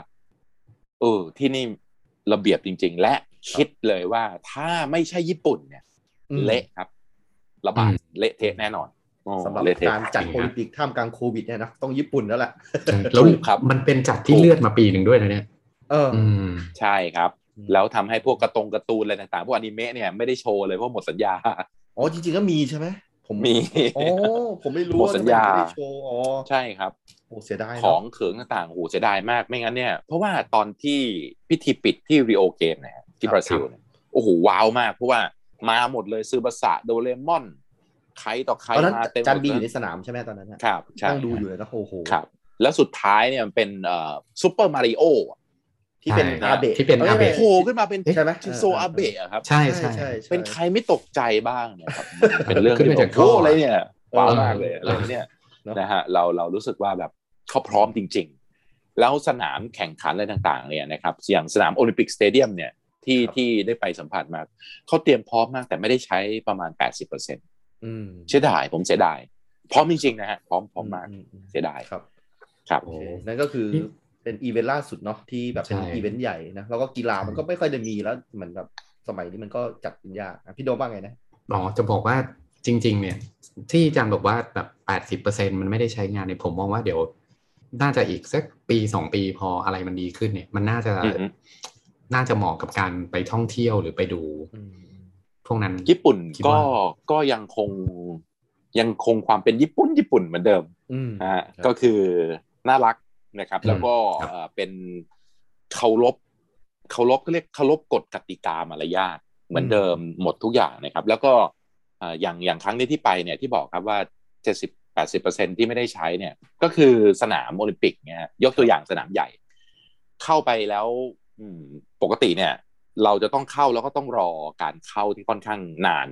เออ ที่นี่ระเบียบจริง ๆ และคิดเลยว่าถ้าไม่ใช่ญี่ปุ่นเนี่ย
อืม
เละครับ ระบาดเละเทะแน่นอน
สำหรับ
เละเทะ
การจัดโอลิมปิกท่ามกลางโควิดเนี่ยนะต้องญี่ปุ่นแล้วแหละ
แล้ว
ถูกครับ
มันเป็นจัดที่เลื่อนมาปีหนึ่งด้วยนะเนี่ย
เออ
อืม
ใช่ครับ แล้วทำให้พวกการะตงการ์ตูนอะไรต่างๆ พวกอนิเมะเนี่ยไม่ได้โชว์เลยเพราะหมดสัญญา
อ๋อจริงๆก็มีใช่ไหมผม
มี
อ๋อผมไม่รู้
หมด
ว่า
สัญญา
ทำไมไม่ได้โชว์อ๋อ
ใช่ครับ
โอ้เสียดายเนะ
ของเขิงต่างๆโอ้โหเสียดายมากไม่งั้นเนี่ย เพราะว่าตอนที่พิธีปิดที่ริโอเกมนะฮะที่บราซิลเนี่ยโอ้โหว้าวมาก เพราะว่ามาหมดเลยซื้อบาสะโดเรมอน ใครต่อใคร
ตอนนั้น
มาเต็มหม
จันบีอ
ด
ยู่
เล
ใน
ย
สนามใช่ไหมตอนนั้นนะครับ
ใช่
ต้องดูอยู่เลยนะโอ้โห
ครับ แล้วสุดท้ายเนี่ยมันเป็นเอ่อซูเปอร์มาริโอ
ที่เป็น
ใช่
อาเบะ
ที่เป็น
ย
อาเบะ
โผล่ขึ้นมาเป็น
ใช่ไหม
ชินโซอาเบะอะครับ
ใช่
ใช่
ใช่
ใช่ใช่
เป็นใครไม่ตกใจบ้างเนะครับ เป็นเรื่อง
ขึ้น
ที่
มาจาก
โอ้
ท่อ
อะไรเนี่ย
เออ
ว้าวมากเลยอะไรเนี่ย
เนอะ
นะฮะเราเรารู้สึกว่าแบบเขาพร้อมจริง ๆ แล้วสนามแข่งขันอะไรต่างๆ เนี่ยนะครับอย่างสนามโอลิมปิกสเตเดียมเนี่ยที่
ครับ
ที่ได้ไปสัมผัสมาเขาเตรียมพร้อมมากแต่ไม่ได้ใช้ประมาณ 80%
อืม
เสียดายผมเสียดาย พร้อมจริงๆนะฮะพร้อมพร้อมมากเสียดาย
ครับ
ครับ
โอเคนั่นก็คือเป็นอีเวนต์ล่าสุดเนาะที่แบบเป็น
ใช่
อีเวนต์ใหญ่นะแล้วก็กีฬามันก็ไม่ค่อยได้มีแล้วเหมือนแบบสมัยนี้มันก็จัดเป็นยากอ่ะพี่โดมว่าไงนะ
อ๋อจะบอกว่าจริง ๆ เนี่ย ที่อาจารย์บอกว่าแบบแปดสิบเปอร์เซ็นมันไม่ได้ใช้งานเนี่ยผมมองว่าเดี๋ยว น่าจะอีกสักปีสองปีพออะไรมันดีขึ้นเนี่ย มันน่าจะ
อือฮึ
น่าจะเหมาะกับการไปท่องเที่ยวหรือไปดูพวกนั้น
ญี่ปุ่น
คิด
ก็
ว่า
ก็ยังคงยังคงความเป็นญี่ปุ่นญี่ปุ่นเหมือนเดิม
อืม
นะฮะ
ครับ
ก็คือน่ารักนะครับ
อืม
แล้วก็
ครับ
เอ่อเป็นเคารพเคารพก็เรียกเคารพกฎกติกามารยาทเหมือนเดิมหมดทุกอย่างนะครับ แล้วก็เอ่ออย่างอย่างครั้งนี้ที่ไปเนี่ยที่บอกครับว่า 70 80 ที่ไม่ได้ใช้เนี่ย ก็คือสนามโอลิมปิกเนี่ยฮะยกตัวอย่างสนามใหญ่ เข้าไปแล้วอืมปกติเนี่ย เราจะต้องเข้าแล้วก็ต้องรอการเข้าที่ค่อนข้างนาน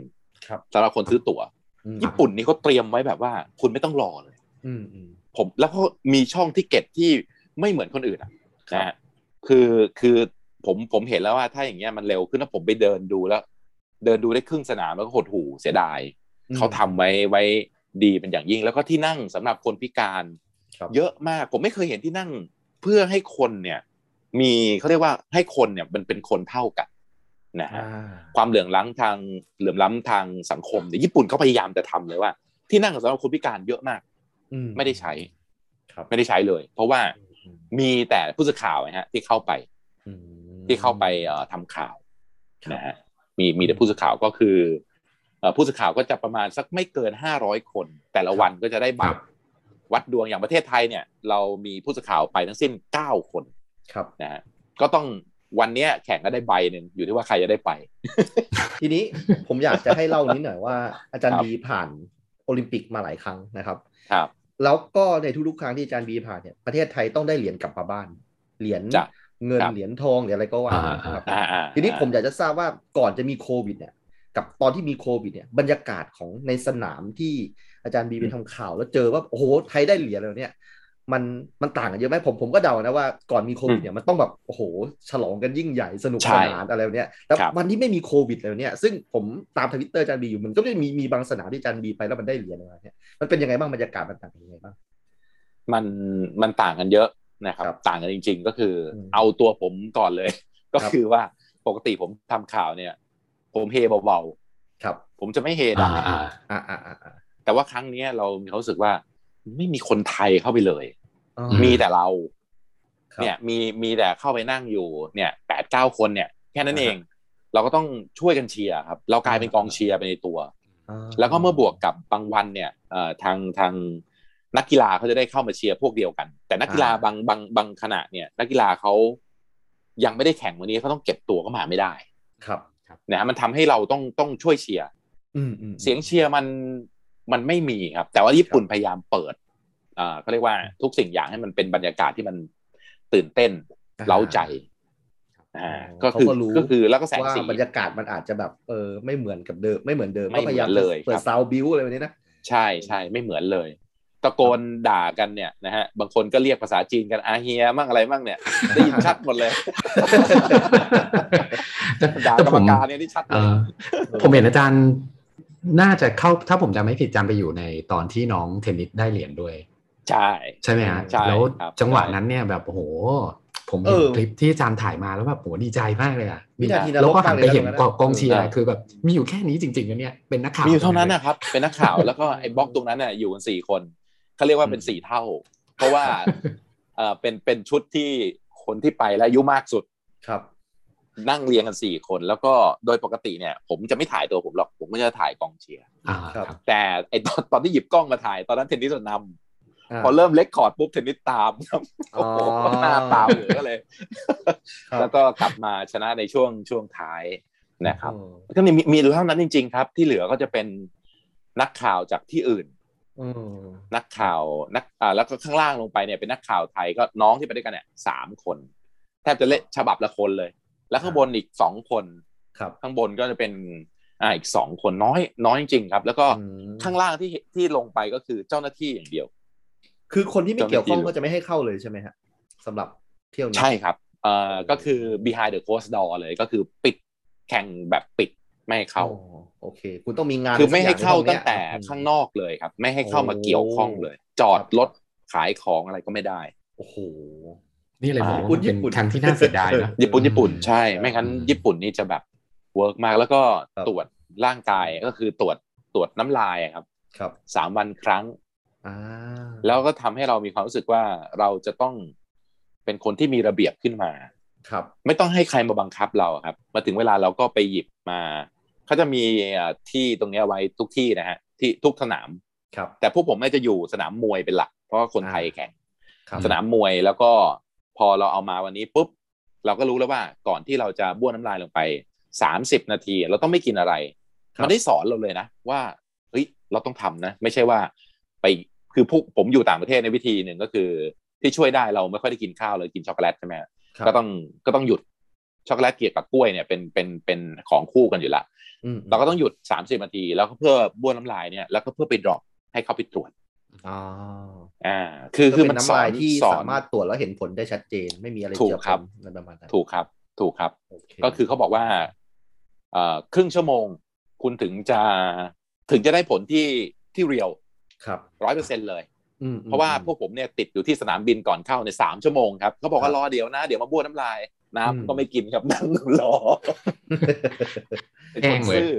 ครับ
สำหรับคนซื้อตั๋ว
อืม
ญี่ปุ่นนี่เขาเตรียมไว้แบบว่า คุณไม่ต้องรอเลย
อืมอืม
ผมแล้วก็มีช่องที่เก็ตที่ไม่เหมือนคนอื่นอะ
ครับ
นะฮะคือคือผมผมเห็นแล้วว่าถ้าอย่างเงี้ยมันเร็วขึ้นแล้วผมไปเดินดูแล้ว เดินดูได้ครึ่งสนามแล้วก็หดหูเสียดาย
อืม
เขาทำไว้ไว้ดีเป็นอย่างยิ่ง แล้วก็ที่นั่งสำหรับคนพิการ
ครับ
เยอะมากผมไม่เคยเห็นที่นั่งเพื่อให้คนเนี่ย มีเขาเรียกว่าให้คนเนี่ยมันเป็นคนเท่ากันนะฮะ
อ่า
ความเหลื่อมล้ำทางเหลื่อมล้ำทางสังคมเนี่ยญี่ปุ่นเขาพยายามจะทำเลยว่า ที่นั่งสำหรับคนพิการเยอะมาก
อื
ไม่ได้ใช้
ครับ
ไม่ได้ใช้เลย เพราะว่ามีแต่ผู้สื่อข่าวนะฮะที่เข้าไป
อืม
ที่เข้าไปเอ่อทำข่าว
ครับ
นะฮะมีมีแต่ผู้สื่อข่าวก็คือเอ่อผู้สื่อข่าวก็จะประมาณสักไม่เกินห้าร้อยคน แต่ละวันก็จะได้บัต
ค
ร
รับ
วัดดวงอย่างประเทศไทยเนี่ย เรามีผู้สื่อข่าวไปทั้งสิ้นเก้าคน
ครับ
นะฮะ ก็ต้องวันเนี้ยแข่งก็ได้ใบหนึ่งอยู่ที่ว่าใครจะได้ไป
ทีนี้ผมอยากจะให้เล่านิดหน่อยว่า อาจารย์
ครับ
บีผ่านโอลิมปิกมาหลายครั้งนะครับ
ครับ
แล้วก็ในทุกๆครั้งที่อาจารย์บีผ่านเนี่ยประเทศไทยต้องได้เหรียญกลับมาบ้าน เหรียญ
จ้ะ
เงิน
ครับ
เหรียญทองเหรียญอะไรก็ว่าไปนะครับ
อ่าอ่า
ทีนี้ผมอยากจะทราบว่าก่อนจะมีโควิดเนี่ยกับตอนที่มีโควิดเนี่ยบรรยากาศของในสนามที่อาจารย์บีไปทำข่าว แล้วเจอว่าโอ้โหไทยได้เหรียญแล้วเนี่ย มันมันต่างกันเยอะไหมผมผมก็เดานะว่าก่อนมีโควิดเนี่ยมันต้องแบบโอ้โห ฉลองกันยิ่งใหญ่สนุกสนานอะไรแบบเนี่ยแล้ว
ครับ
วันที่ไม่มีโควิดแล้วเนี่ยซึ่งผมตามทวิตเตอร์อาจารย์บีอยู่มันก็จะมีมีบางสนามที่อาจารย์บีไปแล้วมันได้เหรียญอะไรเนี่ยมันเป็นยังไงบ้างบรรยากาศมันต่างกันยังไงบ้าง
มันมันต่างกันเยอะนะครับ
ครับ
ต่างกันจริง ๆ ก็คืออ
ม
เอาตัวผมก่อนเลย ก็
ครับ
คือว่าปกติผมทำข่าวเนี่ย ผมเฮเบา
ครับ
ๆผมจะไม่เฮดั
อ่าง อ่า
อ่าอ่าอ่าอ่า
แต่ว่าครั้งเนี้ยเรามีความรู้สึกว่าไม่มีคนไทยเข้าไปเลย
อ๋อ
ม
มีแต่เรา
ครับ
เนี่ยมีมีแต่เข้าไปนั่งอยู่เนี่ยแปดเก้าคนเนี่ย แค่นั้น
อ่าฮะ
เอง เราก็ต้องช่วยกันเชียร์ครับ เรากลายเป็นกองเชียร์ไปในตัว
อ่า
แล้วก็เมื่อบวกกับบางวันเนี่ยเอ่อทางทางนักกีฬาเขาจะได้เข้ามาเชียร์พวกเดียวกัน แต่นักกีฬาบางบางบางขณะเนี่ยนักกีฬาเขายังไม่ได้แข่งวันนี้เขาต้องเก็บตัวก็มาไม่ได้
ครับ
นะฮะมันทำให้เราต้องต้องช่วยเชียร์
อืมอืม
เสียงเชียร์มันมันไม่มีครับ แต่ว่าญี่ปุ่นพยายามเปิดเอ่อเขาเรียกว่าทุกสิ่งอย่างให้มันเป็นบรรยากาศที่มันตื่นเต้น เร้าใจอ่าก็คือ
เขาก็รู้
ก็คือแล้วก็แสง
ว่า
สี
บรรยากาศมันอาจจะแบบเออไม่เหมือนกับเดิมไม่เหมือนเดิม
ไม่
ก็พยายาม
เหมือนเลย
เปิ
ครั
ด
บ
ซาวบิวอะไรแบบนี้นะ
ใช่ใช่ไม่เหมือนเลย ตะโกนด่ากันเนี่ยนะฮะบางคนก็เรียกภาษาจีนกันอาเฮียมั่งอะไรมั่งเนี่ยได้ยินชัดหมดเลย ด่ากรรมการเนี่ยนี่ชัด
เอ
เลย
อผมเห็นอาจารย์น่าจะเข้าถ้าผมจำไม่ผิดจำไปอยู่ในตอนที่น้องเทนนิสได้เหรียญด้วย
ใช่
ใช่ไหมฮะ
ใช่
แล้ว
ครับ
จังหวะ
ใช่
นั้นเนี่ยแบบโอ้โห ผม
เอ
เห็น
อ
คลิปที่อาจารย์ถ่ายมาแล้วแบบโหดีใจมากเลยอ่ะ
วินาทีนรก
แล้วก็หันไปเห็น
มากเลยนะ
กองกองเชียร์คือแบบมีอยู่แค่นี้จริงๆนะเนี่ยเป็นนักข่าว
มีอยู่เท่านั้นนะครับ เป็นนักข่าวแล้วก็ไอ้บล็อกตรงนั้นน่ะอยู่กันสี่คนเขาเรียกว่าเป็นสี่เท่า เพ ราะว่าเออเป็นเป็นชุดที่คนที่ไปและอายุมากสุด
ครับ
นั่งเรียงกันสี่คน แล้วก็โดยปกติเนี่ย ผมจะไม่ถ่ายตัวผมหรอกผมก็จะถ่ายกองเชียร์
อ่าครับ
แต่ไอตอนตอนที่หยิบกล้องมาถ่ายตอนนั้นเทนนิสน
า
ำพอเริ่มเลคคอร์ดปุ๊บเทนนิสตามครับ
อ๋
โอ้
อ
โหหน้าตามเหลือเลย
ครับ
แล้วก็กลับมาชนะในช่วงช่วงท้ายนะครับ
อืม
ก็มีมีเท่านั้นจริง ๆ ครับ ที่เหลือก็จะเป็นนักข่าวจากที่อื่น
อืม
นักข่าวนักอ่าแล้วก็ข้างล่างลงไปเนี่ยเป็นนักข่าวไทยก็น้องที่ไปด้วยกันเนี่ยสามคน แทบจะเละฉบับละคนเลย แล้วข้างบนอีกสองคน
ครับ
ข้างบนก็จะเป็นอ่าอีกสองคนน้อย น้อยจริงๆครับ แล้วก็
อืม
ข้างล่างที่ที่ลงไปก็คือเจ้าหน้าที่อย่างเดียว
คือคนที่ไม่เกี่ยวข้อง
เจ้าหน้าที่
ก็จะไม่ให้เข้าเลยใช่ไหมฮะสำหรับเที่ยวนี้
ใช่ครับเอ่อก็คือ behind the closed door เลยก็คือปิดแข่งแบบปิดไม่ให้เข้า
โอ้โอเค คุณต้องมีงาน
คือไม่ให้เข้า
สักอย่
ตั้งแต่
ในห้อเนี้ย
ข้างนอกเลยครับ ไม่ให้เข้ามา
โอ้
เกี่ยวข้องเลย จอดรถขายของอะไรก็ไม่ได้
โอ้โห
นี่เลยบอกว่ามัน
ญี่
เป็น
ปุ่น
ครั้งที่น่าเสียดายนะ
ญี่ปุ่นญี่ปุ่นใช่
อืม
ไม่งั้น
อืม
ญี่ปุ่นนี่จะแบบเวิร์กมากแล้วก็
ครับ
ตรวจร่างกายก็คือตรวจตรวจน้ำลายอะครับ
ครับ
สามวันครั้ง
อ่า
แล้วก็ทำให้เรามีความรู้สึกว่าเราจะต้องเป็นคนที่มีระเบียบขึ้นมา
ครับ
ไม่ต้องให้ใครมาบังคับเราอะครับ มาถึงเวลาเราก็ไปหยิบมาเขาจะมีเอ่อที่ตรงเนี้ยไว้ทุกที่นะฮะที่ทุกสนาม
ครับ
แต่พวกผมน่าจะอยู่สนามมวยเป็นหลัก เพราะว่าคนไทยแข่ง
ครับ
สนามมวยแล้วก็พอเราเอามาวันนี้ปุ๊บเราก็รู้แล้วว่าก่อนที่เราจะบ้วนน้ำลายลงไป 30 นาที เราต้องไม่กินอะไร
ครับ
มันได้สอนเราเลยนะ ว่าเฮ้ยเราต้องทำนะ ไม่ใช่ว่าไปคือพวกผมอยู่ต่างประเทศในวิธีหนึ่งก็คือ ที่ช่วยได้เราไม่ค่อยได้กินข้าวเลยกินช็อกโกแลตใช่ไหมฮะ
ครับ
ก็ต้องก็ต้องหยุดช็อกโกแลตเกียร์กับกล้วยเนี่ยเป็นเป็นเป็นของคู่กันอยู่ละ
อืม
เราก็ต้องหยุด 30นาที แล้วก็เพื่อบ้วนน้ำลายเนี่ยแล้วก็เพื่อไปดรอปให้เขาไปตรวจ
อ๋อ
อ่าคือคือ
ก็เป็
มัน นส
น้ำ
อ
ลาน ยที่
สอน
สามารถตรวจแล้วเห็นผลได้ชัดเจน ไม่มีอะไร
ถูก
เจือป
ครับ
นอะไรประมาณนั้น
ถูกครับ ถูกครับ
โเ
ก็คือเขาบอกว่าเอ่อครึ่งชั่วโมง คุณถึงจะถึงจะได้ผลที่ที่เรียว
ครับ
ร้อยเปอร์เซ็นเลย
อืม
เพราะว่า
อืม
พวกผมเนี่ยติดอยู่ที่สนามบินก่อนเข้าในสามชั่วโมงครับเขาบอก
ครั
ว่า
บ
รอเดี๋ยวนะ เดี๋ยวมาบ้วนน้ำลาย
อืม
น้ำก็ไม่กินครับนั่งร อ
แห้งเลย
ซื่อ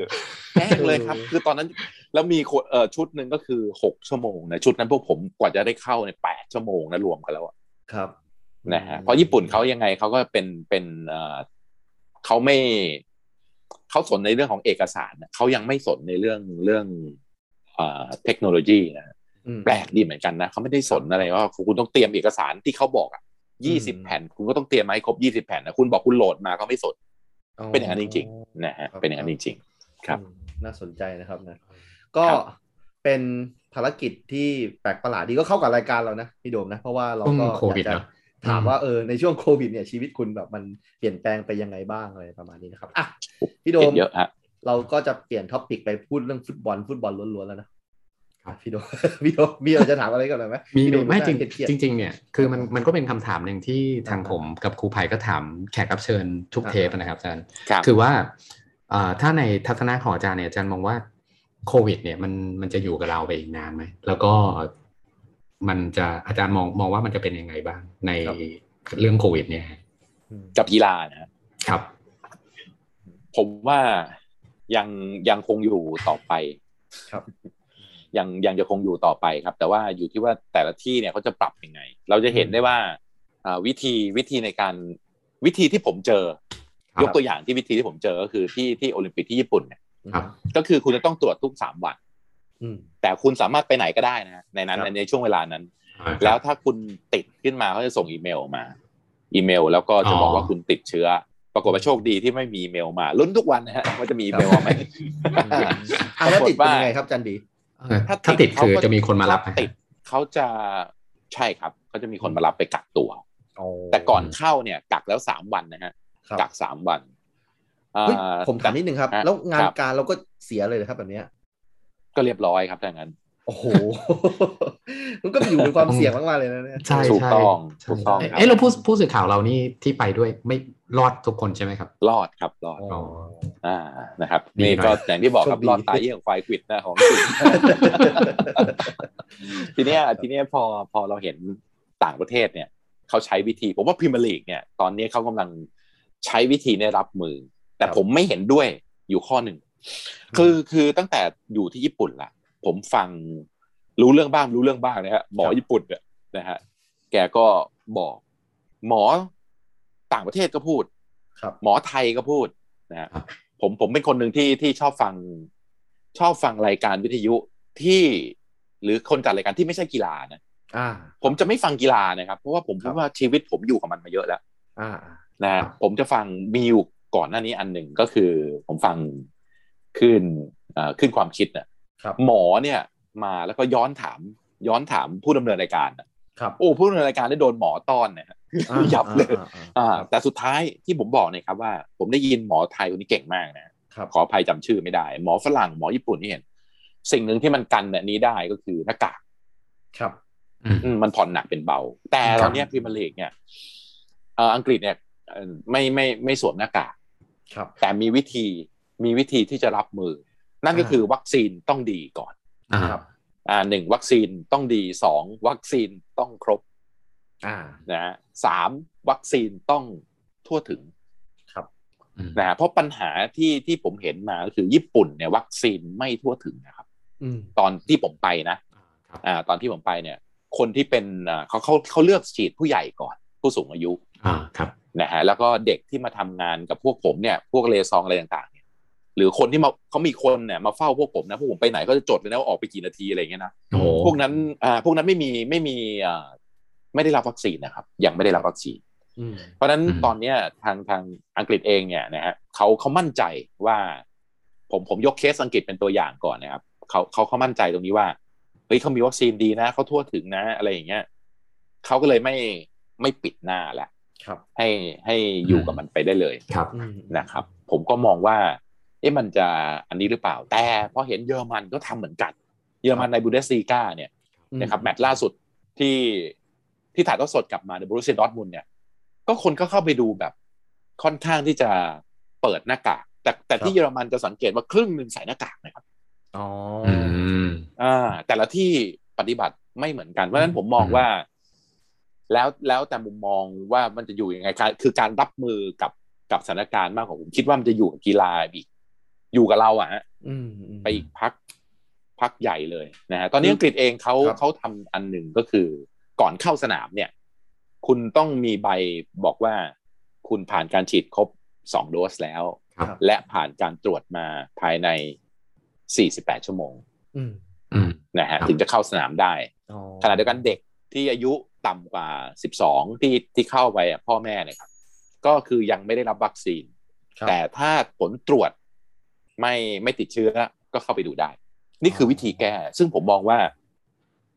แห้งเลยครับ คือตอนนั้นแล้วมีคนเอ่อชุดหนึ่งก็คือหกชั่วโมงนะชุดนั้นพวกผมกว่าจะได้เข้าในยแปดชั่วโมงนะรวมกันแล้วอะ
ครับ
นะฮะเพราะญี่ปุ่นเขายังไงเขาก็เป็นเป็นเอ่อเขาไม่เขาสนในเรื่องของเอกสารนะเขายังไม่สนในเรื่องเรื่องเอ่อเทคโนโลยีนะ
อืม
แปลกดีเหมือนกันนะเขาไม่ได้สนอะไรว่าคุณต้องเตรียมเอกสารที่เขาบอกอะ ยี่สิบแผ่น คุณก็ต้องเตรียมมาให้ครบยี่สิบแผ่นนะคุณบอกคุณโหลดมาก็ไม่สด เป็นอย่างนั้นจริง ๆ นะฮะ
ครับ
เป็นอย่างนั้นจริง ครับ
อืมน่าสนใจนะครับนะก็เป็นภารกิจที่แปลกประหลาดดีก็เข้ากับรายการเรานะพี่โดมนะ เพราะว่าเรา
ช่วง
ก็
โควิด
อยาก
เนอะ
จะถามว่าเออในช่วงโควิดเนี่ยชีวิตคุณแบบมันเปลี่ยนแปลงไปยังไงบ้างอะไรประมาณนี้นะครับอ่ะพี่
ๆ
โด
เห็
ม
นเยอะฮะ
เราก็จะเปลี่ยนท็อปิกไปพูดเรื่องฟุตบอลฟุตบอลล้วนๆแล้วนะครับ พี่โดม พี่โดมมีอะไรจะถามอะไรกันหน่อยไหม
มี
พี่โดดูห
ไม่จ
น้าเคยด
ริงจริง ๆ เนี่ยคือมันมันก็เป็นคำถามหนึ่งที่ทางผมกับครูภัยก็ถามแขกรับเชิญทุกเทปนะครับอาจารย์
ครับ
คือว่าเอ่อถ้าในทัศนะของอาจารย์เนี่ยอาจารย์มองว่าโควิด เนี่ยมันมันจะอยู่กับเราไปอีกนานไหมแล้วก็มันจะอาจารย์มองมองว่ามันจะเป็นยังไงบ้างในเรื่องโควิด เนี่ยฮะ
อืม
กับกีฬานะฮะ
ครับ
ผมว่ายังยังคงอยู่ต่อไป
ครับ
ยังยังจะคงอยู่ต่อไปครับ แต่ว่าอยู่ที่ว่าแต่ละที่เนี่ยเขาจะปรับยังไง เราจะเห็นได้ว่าอ่าวิธีวิธีในการวิธีที่ผมเจอ
ครับ
ยกตัวอย่างที่วิธีที่ผมเจอก็คือที่ที่โอลิมปิกที่ญี่ปุ่นเนี่ย
ครับ
ก็คือคุณจะต้องตรวจทุกสามวัน
อืม
แต่คุณสามารถไปไหนก็ได้นะฮะในนั้น
ครับ
ในช่วงเวลานั้น
อ่า
แล้วถ้าคุณติดขึ้นมาเขาจะส่งอีเมลมา อีเมลแล้วก็จะบอก
อ๋อ
ว่าคุณติดเชื้อ ปรากฏว่าโชคดีที่ไม่มีอีเมลมาลุ้นทุกวันนะฮะว่าจะมีอีเมลมาไหม
อ่ะแล้วติด
ปรากฏ
เป็น
ว่า
ยังไงครับจันดี
เออถ้าติด
เข
คือ
ก็
จะมีคนมารับไหม
ถ้ติดเขาจะใช่ครับเขาจะมีคนมารับไปกักตัว
อ๋อ
แต่ก่อนเข้าเนี่ยกักแล้วสามวันนะฮะ
ครับ
กักสามวันอ่า
เฮ้ยผมถามนิดนึงครับ
อ่ะ
แล้วงาน
ครับ
การเราก็เสียเลยเหรอครับแบบเนี้ย
ก็เรียบร้อยครับถ้างั้น
โอ้ โห มันก็อยู่ในความเสี่ยงมากๆเลยนะเนี่ย
ใช่
ถูก
ใช่
ต้อง
ใช่
ถูกต้องครับ
เอ้เราผู้ผู้สื่อข่าวเรานี่ที่ไปด้วยไม่รอดทุกคนใช่ไหมครับ
รอดครับรอด
อ๋อ
อ่านะครับ
ดี
นี่
หน่อย
ก็อย่างที่บอกครับ
โชคดี
รอดตายเยี่ยงควายควิดนะของจริง ทีเนี้ยทีเนี้ยพอพอเราเห็นต่างประเทศเนี่ยเขาใช้วิธี ผมว่าพรีเมียร์ลีกเนี่ยตอนนี้เขากำลังใช้วิธีในรับมือ แต่
ครับ
ผมไม่เห็นด้วยอยู่ข้อหนึ่ง คือคือตั้งแต่อยู่ที่ญี่ปุ่นละผมฟังรู้เรื่องบ้างรู้เรื่องบ้างนะฮะหมอญี่ปุ่นเนี่ยนะฮะแกก็บอกหมอต่างประเทศก็พูด
ครับ
หมอไทยก็พูดนะฮะ
ครับ
ผมผมเป็นคนหนึ่งที่ที่ชอบฟัง ชอบฟังรายการวิทยุที่ หรือคนจัดรายการที่ไม่ใช่กีฬานะ
อ่า
ผมจะไม่ฟังกีฬานะครับ เพราะว่าผม
ครั
คิด
บ
ว่าชีวิตผมอยู่กับมันมาเยอะแล้ว
อ่า
นะฮะผมจะฟังมีอยู่ก่อนหน้านี้อันหนึ่งก็คือ ผมฟังขึ้นเอ่อขึ้นความคิดน่ะ
ครับ
หมอเนี่ยมาแล้วก็ย้อนถาม ย้อนถามผู้ดำเนินรายการน่ะ
ครับ
โอ้ผู้ดำเนินรายการได้โดนหมอต้อนนะฮะ
อ่า
ยับเลย
อ่าอ่า
อ่า
ครับ
แต่สุดท้ายที่ผมบอกเนี่ยครับว่า ผมได้ยินหมอไทยคนนี้เก่งมากนะ
ครับ
ขออภัยจำชื่อไม่ได้ หมอฝรั่งหมอญี่ปุ่นที่เห็น สิ่งหนึ่งที่มันกันแบบนี้ได้ก็คือหน้ากาก
ครับ
อืม
อืมมันผ่อนหนักเป็นเบา แต่
ครับ
ตอนเนี้ยพรีเมียร์ลีกเนี่ยเอ่ออังกฤษเนี่ยเอ่อไม่ไม่ไม่สวมหน้ากาก
ครับ
แต่มีวิธีมีวิธีที่จะรับมือ นั่นก็
อ่า
คือวัคซีนต้องดีก่อน
อ่า
ครับ
อ่าหนึ่งวัคซีนต้องดีสองวัคซีนต้องครบ
อ่า
นะฮะสามวัคซีนต้องทั่วถึง นะฮะเพราะปัญหาที่ที่ผมเห็นมาก็คือญี่ปุ่นเนี่ยวัคซีนไม่ทั่วถึงนะครับ
อืม
ตอนที่ผมไปนะครับ อ่าตอนที่ผมไปเนี่ย คนที่เป็นอ่าเขาเขาเขาเลือกฉีดผู้ใหญ่ก่อน ผู้สูงอายุ
อ่าครับ
นะฮะแล้วก็เด็กที่มาทำงานกับพวกผมเนี่ย พวกเลซองอะไรต่างๆเนี่ยหรือคนที่มาเขามีคนเนี่ยมาเฝ้าพวกผมนะพวกผมไปไหนก็จะจดเลยนะว่าออกไปกี่นาทีอะไรอย่างเงี้ยนะ
โอ้โห
พวกนั้นอ่าพวกนั้นไม่มีไม่มีอ่าไม่ได้รับวัคซีนนะครับ ยังไม่ได้รับวัคซีน
อืม
เพราะฉะนั้นตอนเนี้ยทางทางอังกฤษเองเนี่ยนะฮะเขาเขามั่นใจว่า ผมผมยกเคสอังกฤษเป็นตัวอย่างก่อนนะครับเขาเขาเขามั่นใจตรงนี้ว่าเฮ้ยเขามีวัคซีนดีนะเขาทั่วถึงนะอะไรอย่างเงี้ยเขาก็เลยไม่ไม่ปิดหน้าละ
ครับ
ให้ให้อยู่กับมันไปได้เลย
ครับ
อืม
นะครับ ผมก็มองว่าเอ๊ะมันจะอันนี้หรือเปล่า แต่พอเห็นเยอรมันก็ทำเหมือนกัน เยอรมันในบูเดสซีกาเนี่ย
อืม
นะครับแมตช์ล่าสุดที่ที่ถ่ายทอดสดกลับมาในบรูเซียดอร์ทมุนเนี่ย ก็คนก็เข้าไปดูแบบค่อนข้างที่จะเปิดหน้ากาก แต่แต่ที่เยอรมันจะสังเกตว่าครึ่งหนึ่งใส่หน้ากากนะครับ
อ๋ออ
อืม
อ่าแต่ละที่ปฏิบัติไม่เหมือนกัน เพราะฉะนั้นผมมอง
อืม
ว่า แล้วแล้วแต่มุมมองว่ามันจะอยู่ยังไงครับคือการรับมือกับกับสถานการณ์มากกว่าผมคิดว่ามันจะอยู่กับกีฬาอีกอยู่กับเราอะฮะ
อืมอืม
ไปอีกพักพักใหญ่เลยนะฮะตอนนี้อังกฤษเองเขา
ครับ
เขาทำอันหนึ่งก็คือ ก่อนเข้าสนามเนี่ย คุณต้องมีใบบอกว่า คุณผ่านการฉีดครบสองโดสแล้ว
ครับ
และผ่านการตรวจมาภายใน 48 ชั่วโมง
อืม
อืม
นะฮะ
ครับ
ถึงจะเข้าสนามได้
อ๋อ
ขณะเดียวกันเด็กที่อายุ ต่ำกว่า 12 ที่ที่เข้าไปอะพ่อแม่เนี่ยครับก็คือยังไม่ได้รับวัคซีน
ครับ
แต่ถ้าผลตรวจไม่ไม่ติดเชื้อก็เข้าไปดูได้ นี่คือวิธีแก้ ซึ่งผมมองว่า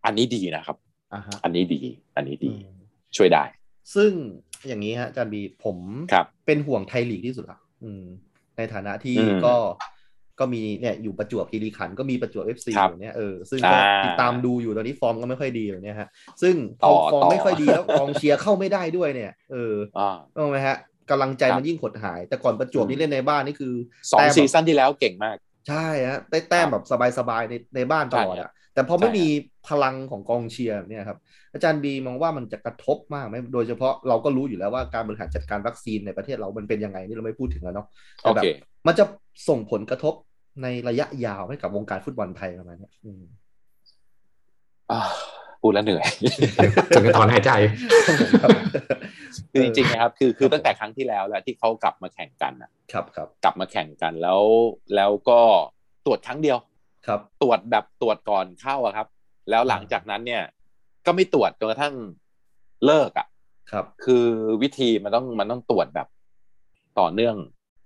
อันนี้ดีนะครับ
อ่าฮะ
อันนี้ดี อันนี้
อื
ดี
ม
ช่วยได้
ซึ่งอย่างนี้ฮะอาจารย์บีผม
ครับ
เป็นห่วงไทยลีกที่สุดอะอืม ในฐานะที่
อืม
ก็ก็มีเนี่ยอยู่ประจวบคีรีขันธ์ก็มีประจวบเอฟซี
ครับ
อยู่เนี่ยเออซึ่งก็
อ่า
ติดตามดูอยู่ตอนนี้ฟอร์มก็ไม่ค่อยดีแบบเนี้ยฮะ ซึ่งพ
ต่
อ
อ
ฟอร์ม
ต่อ
ไม่ค่อยดีแล้วกองเชียร์เข้าไม่ได้ด้วยเนี่ยเออ
อ่า
ถูกไหมฮะกำลังใจ
ครับ
มันยิ่งหดหาย แต่ก่อนประจวบ
อืม
นี่เล่นในบ้านนี่คือ
สอง
แต้มแบบ
ซีซั่นที่แล้วเก่งมาก
ใช่ฮะได้แต้มแบบสบายๆในในบ้านตลอดอะแต่พอไม่มีพลังของกองเชียร์เนี่ยครับอาจารย์บีมองว่ามันจะกระทบมากไหมโดยเฉพาะเราก็รู้อยู่แล้วว่าการบริหารจัดการวัคซีนในประเทศเรามันเป็นยังไงนี่เราไม่พูดถึงแล้วเนาะแต่
โอ
แบบ
เค
มันจะส่งผลกระทบในระยะยาวให้กับวงการฟุตบอลไทยประมาณเนี้ยอืม
อ่าพูดแล้ว เหนื่อย
จนกระถอนหายใจ
เอ
คือ
อ
จริงๆนะครับ คือ
ค
คื
รั
อบ ตั้งแต่ครั้งที่แล้วแหละที่เขากลับมาแข่งกันน่ะ
ครับครับ
กลับมาแข่งกันแล้วแล้วก็ตรวจครั้งเดียว
ครับ
ตรวจแบบตรวจก่อนเข้าอะครับ แล้วหลังจากนั้นเนี่ย ก็ไม่ตรวจจนกระทั่งเลิกอะ
ครับ
คือวิธีมันต้องมันต้องตรวจแบบต่อเนื่อง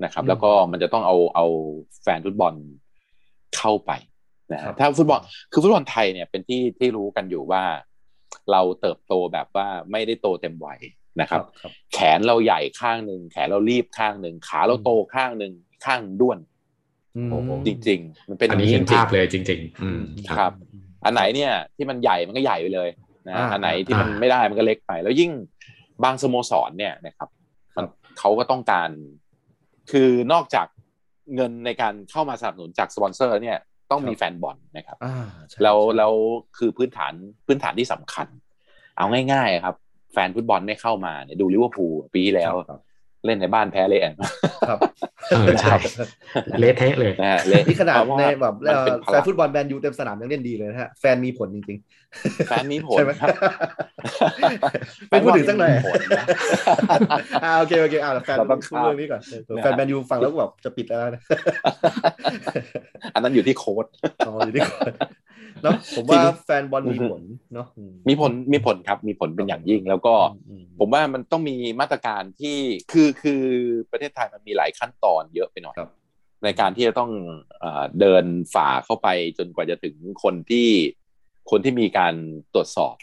นะครับ
อืม
แล้วก็มันจะต้องเอาเอาแฟนฟุตบอลเข้าไปนะ
ครั
ฮะ
บ
ถ้าฟุตบอลคือฟุตบอลไทยเนี่ยเป็นที่ที่รู้กันอยู่ว่า เราเติบโตแบบว่าไม่ได้โตเต็มวัยนะครับ
ครับ
แขนเราใหญ่ข้างหนึ่งแขนเรารีบข้างหนึ่งขาเราโตข้างหนึ่งข้างด้วน
โอ้โห
จริง ๆ มันเป็น
อันนี้
จ
เห็น
ริง
ภาพเลยจริง ๆ อืมครับ
ครับ อันไหนเนี่ยที่มันใหญ่มันก็ใหญ่ไปเลยนะ
อ่า
อันไหนที่มัน
อ่า
ไม่ได้มันก็เล็กไป แล้วยิ่งบางสโมสรเนี่ยนะครับ
ครับ
มันเขาก็ต้องการคือนอกจากเงินในการเข้ามาสนับสนุนจากสปอนเซอร์ เนี่ยต้องมีแฟนบอลนะครับ
อ่าใช่
แล้ว
ใช่
แล้วคือพื้นฐานพื้นฐานที่สำคัญ เอาง่ายๆครับ แฟนฟุตบอลไม่เข้ามาเนี่ยดูลิเวอร์พูลปีที่แล้ว
ครับ
เล่นในบ้านแพ้เลยแอน
ครับ
เออใช่ เละเทะเลย
นะฮะเละ
นี่ขนาด
เพระว่
ในแบบ
มันเป็นพ
แฟ
ลั
น
ง
ฟุตบอลแมนยูเต็มสนามยังเล่นดีเลยนะฮะ แฟนมีผลจริง
แฟนมีผล
ใช่ไหม
ครับ
ไม่พูดถึงสักหน่อย
แฟบลมีผลนะ
ๆ อ่าโอเคโอเคอ่าแฟน
เราต้อง
พูดเรื่องนี้ก่อน
นะฮะ
แฟนแมนยูฟังแล้วก็แบบจะปิดแล้ว นะ
อันนั้นอยู่ที่โค้ด
อ๋ออยู่ดีกว่าเนาะผมว่าแฟนบอลมีผลเนาะอื
มีผลมีผลครับ มีผลเป็นอย่างยิ่ง แล้วก็
อื
ผมว่ามันต้องมีมาตรการที่คือคือประเทศไทยมันมีหลายขั้นตอนเยอะไปหน่อย
ครับ
ในการที่จะต้องเอ่อเดินฝ่าเข้าไปจนกว่าจะถึงคนที่คนที่มีการตรวจสอบ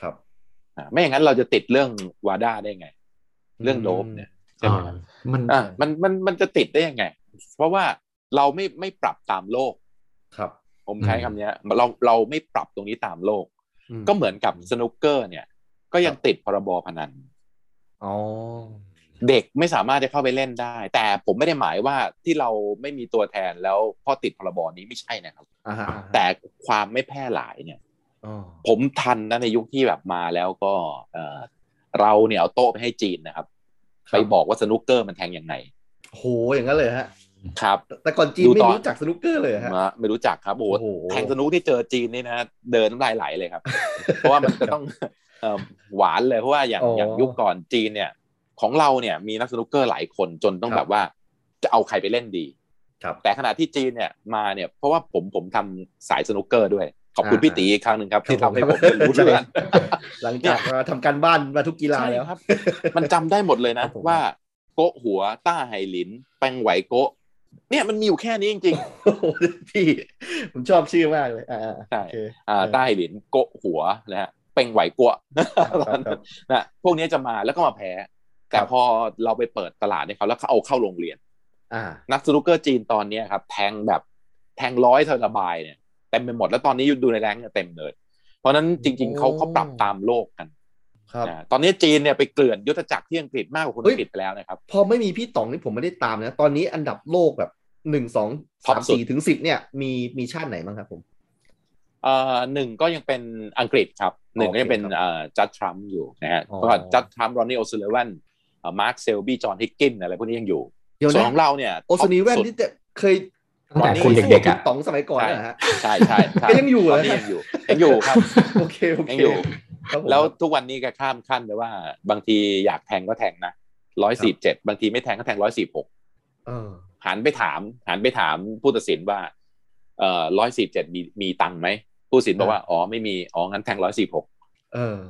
ครับ
อ่ะไม่อย่างนั้นเราจะติดเรื่องวาด้าได้ไง เรื่องโดบเนี่ยใช่ไหม
เออมัน
อ่ะมันมันมันจะติดได้ยังไง เพราะว่าเราไม่ไม่ปรับตามโลก
ครับ
ผมใช้คำเนี้ยเราเราไม่ปรับตรงนี้ตามโลก
อื
ก็เหมือนกับสนุกเกอร์เนี่ย ก็ยังติดพรบพนัน
อ๋อ
เด็กไม่สามารถจะเข้าไปเล่นได้ แต่ผมไม่ได้หมายว่าที่เราไม่มีตัวแทนแล้วเพอติดพรบนี้ไม่ใช่นะครับ
อ่าฮะ
แต่ความไม่แพร่หลายเนี่ย
อ๋อ
ผมทันนะในยุคที่แบบมาแล้วก็เออเราเนี่ยเอาโต๊ะไปให้จีนนะครับไปบอกว่าสนุกเกอร์มันแทงยังไง
โหอย่างนั้นเลยฮะ
ครับ
แต่ก่อนจีน
ดู
ไม่
ต่อ
รู้จักสนุกเกอร์เลยฮะ
นะไม่รู้จักครับโอ้โห
โอ้โห
แทงสนุกที่เจอจีนนี่นะเดินน้ำลายไหลเลยครับ เพราะว่ามัน จะต้องเอ่อหวานเลยเพราะว่าอย่าง
อ๋ออ
อย่างยุคก่อนจีนเนี่ย ของเราเนี่ยมีนักสนุกเกอร์หลายคนจนต้อง
ครับ
แบบว่าจะเอาใครไปเล่นดี
ครับ
แต่ขณะที่จีนเนี่ยมาเนี่ยเพราะว่าผมผมทำสายสนุกเกอร์ด้วย ขอบคุณ
อ่า
พี่ตีอีกครั้งหนึ่งครับ ที่
ครับ
ทำให้ผมได้รู้เรื่อง
หลังจากเราทำการบ้านมาทุกกีฬา
ใช่
แล้ว
ครับ มันจำได้หมดเลย
ค
นะ
รับผม
ว่าโกะหัวต้าไฮลินแปงไหวโกะเนี่ยมันมีอยู่แค่นี้จริง
โอ้โหพี่ผมชอบชื่อมากเลยอ่า
ใช่
โอเค
ๆอ่าต้าไฮลินโกะหัวนะฮะเปงไหวกัว
ครับครับครับ
นะพวกนี้จะมาแล้วก็มาแพ้ แต่
ครับ
พอเราไปเปิดตลาดให้เขาแล้วเขาเอาเข้าโรงเรียน
อ่า
นักสนุกเกอร์จีนตอนเนี้ยครับ แทงแบบแทงร้อยเทอระบายเนี่ยเต็มไปหมดแล้วตอนนี้ดูในแรงค์เนี่ยเต็มเลย เพราะฉะนั้นจริง ๆเขาเขาปรับตามโลกกัน
ครับ
นะตอนนี้จีนเนี่ยไปเกลื่อนยุทธจักรที่อังกฤษมากกว่าคน
เฮ้ย
อังกฤษไปแล้วนะครับ
พอไม่มีพี่ต๋องนี่ผมไม่ได้ตามนะ ตอนนี้อันดับโลกแบบหนึ่งสองสาม
Top สุด
สี่ถึงสิบเนี่ย มีมีชาติไหนบ้างครับผม
เอ่อหนึ่งก็ยังเป็นอังกฤษครับหนึ่งก็ยังเป็น
โอเคครับ
เอ่อจัดทรัมป์อยู่นะฮะ
อ๋อ
ก็จัดทรัมป์รอนนี่โอซ l เลวันมาร์คเซลบี้จอห์นฮิกกินอะไรพวกนี้ยังอยู่
เดี๋ยว
ส่วน
นะ
ของเราเนี่ย
โอซนีแว่น
สุด
ที่จะเคย
ตั้งแต่
ตอนนี้
คุณเด็กๆอ่ะ
พี่ต๋องสมัยก่อนนะฮะ
ใช่ใช่ใช่
ก็ ยังอยู่เหรอ
ตอนนี้ยังอยู่ยังอยู่ครับ
โอเคโอเค
ยังอยู่
ครับผม
แล้วทุกวันนี้ก็ข้ามขั้นไปว่า บางทีอยากแทงก็แทงนะร้อย
ครั
สี่
บ
เจ็ดบางทีไม่แทงก็แทงร้อยสี่หก
เออ
หันไปถาม หันไปถามผู้ตัดสินว่าเอ่อร้อยสี่เจ็ดมีมีตังค์ไหมผู้ตัดสินบอกว่าอ๋อไม่มีอ๋องั้นแทงร้อยสี่หก
เออ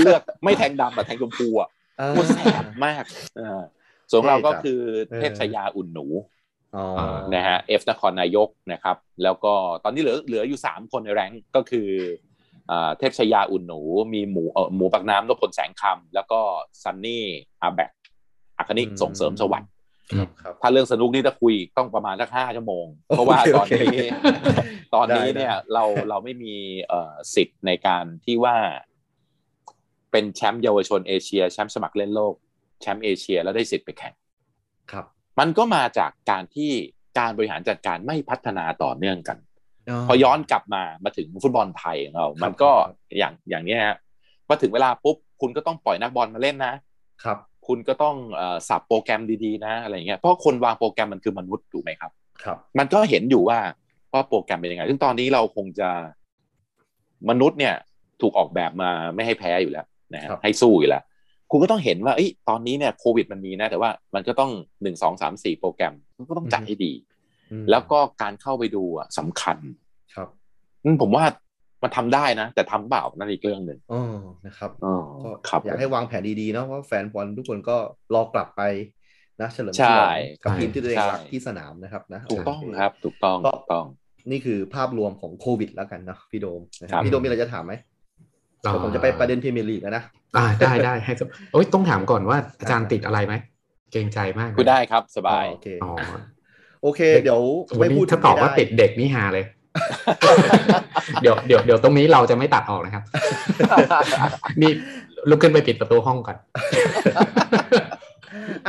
เลือกไม่แทงดำแต่แทงชมพูอ่ะ
อ่า
โคตรแสบมากเออส่วนของเราก็
เท่จัด
คือเทพชายาอุ่นหนู
อ๋อ
นะฮะเอฟนครนายกนะครับ แล้วก็ตอนนี้เหลือเหลืออยู่ 3 คนในแรงค์ก็คืออ่าเทพชยาอุ่นหนู มีหมูเอ่อหมูปากน้ำนพพลแสงคำแล้วก็ซันนี่อาแบกอัคนิส่งเสริมสวัสดิ์
ครับครับ
ถ้าเรื่องสนุกนี่ถ้าคุยต้องประมาณสักห้าชั่วโมง เพราะว่าตอนนี้
โอเค
ตอนนี้
ได้
เนี่ย
ได้
เราเราไม่มีเอ่อสิทธิ์ในการที่ว่า เป็นแชมป์เยาวชนเอเชียแชมป์สมัครเล่นโลกแชมป์เอเชียแล้วได้สิทธิ์ไปแข่ง
ครับ
มันก็มาจากการที่การบริหารจัดการไม่พัฒนาต่อเนื่องกัน พอย้อนกลับมามาถึงฟุตบอลไทยของเรา มันก็อย่างอย่างเนี้ยฮะมาถึงเวลาปุ๊บคุณก็ต้องปล่อยนักบอลมาเล่นนะ
ครับ
คุณก็ต้องเอ่อสับโปรแกรมดีๆนะอะไรอย่างเงี้ยเพราะคนวางโปรแกรมมันคือมนุษย์ถูกไหมครับ
ครับ
มันก็เห็นอยู่ว่าว่าโปรแกรมเป็นยังไง ซึ่งตอนนี้เราคงจะมนุษย์เนี่ย ถูกออกแบบมาไม่ให้แพ้อยู่แล้วนะฮะ
ครับ
ให้สู้อยู่แล้ว คุณก็ต้องเห็นว่าเอ้ยตอนนี้เนี่ยโควิดมันมีนะ แต่ว่ามันก็ต้องหนึ่งสองสามสี่โปรแกรมก็ต้องจัดให้ดี
อืม
แล้วก็การเข้าไปดูอะสำคัญ
ครับ
อืมผมว่ามันทำได้นะ แต่ทำเปล่านั่นอีกเรื่องหนึ่ง
อ๋อนะครับ ก็
ครับ
อยากให้วางแผนดีๆเนาะว่าแฟนบอลทุกคนก็รอกลับไปนะเฉลิมฉ
ใช่
ลองกับ
ใช่
ทีมที่ตัวเองรัก
ใช่
ที่สนามนะครับนะ
ถูกต้อง
โเ
ครับ ถูกต้อง
ก็
ถูกต้อง
นี่คือภาพรวมของโควิดแล้วกันเนาะพี่โดมนะค
ครั
รับบ พี่โดมมีอะไรจะถามไหมเดี๋ยวผมจะไปประเด็นพรีเมียร์ลีกแล้วนะ
อ่าได้ได้ให้สบโอ้ยต้องถามก่อนว่าอาจารย์ติดอะไรไหมเกรงใจมาก
คุณได้ครับสบาย
อ๋อโอเค
อ๋อ
โอเค เดี๋ยว
วัน
ไม่
นี้
พูด
ถ้าตอบว่าติดเด็กนี่ฮา เลย เดี๋ยวเดี๋ยวเดี๋ยวตรงนี้เราจะไม่ตัดออก นะครับ นี่ลุกขึ้นไปปิดประตูห้องก่อน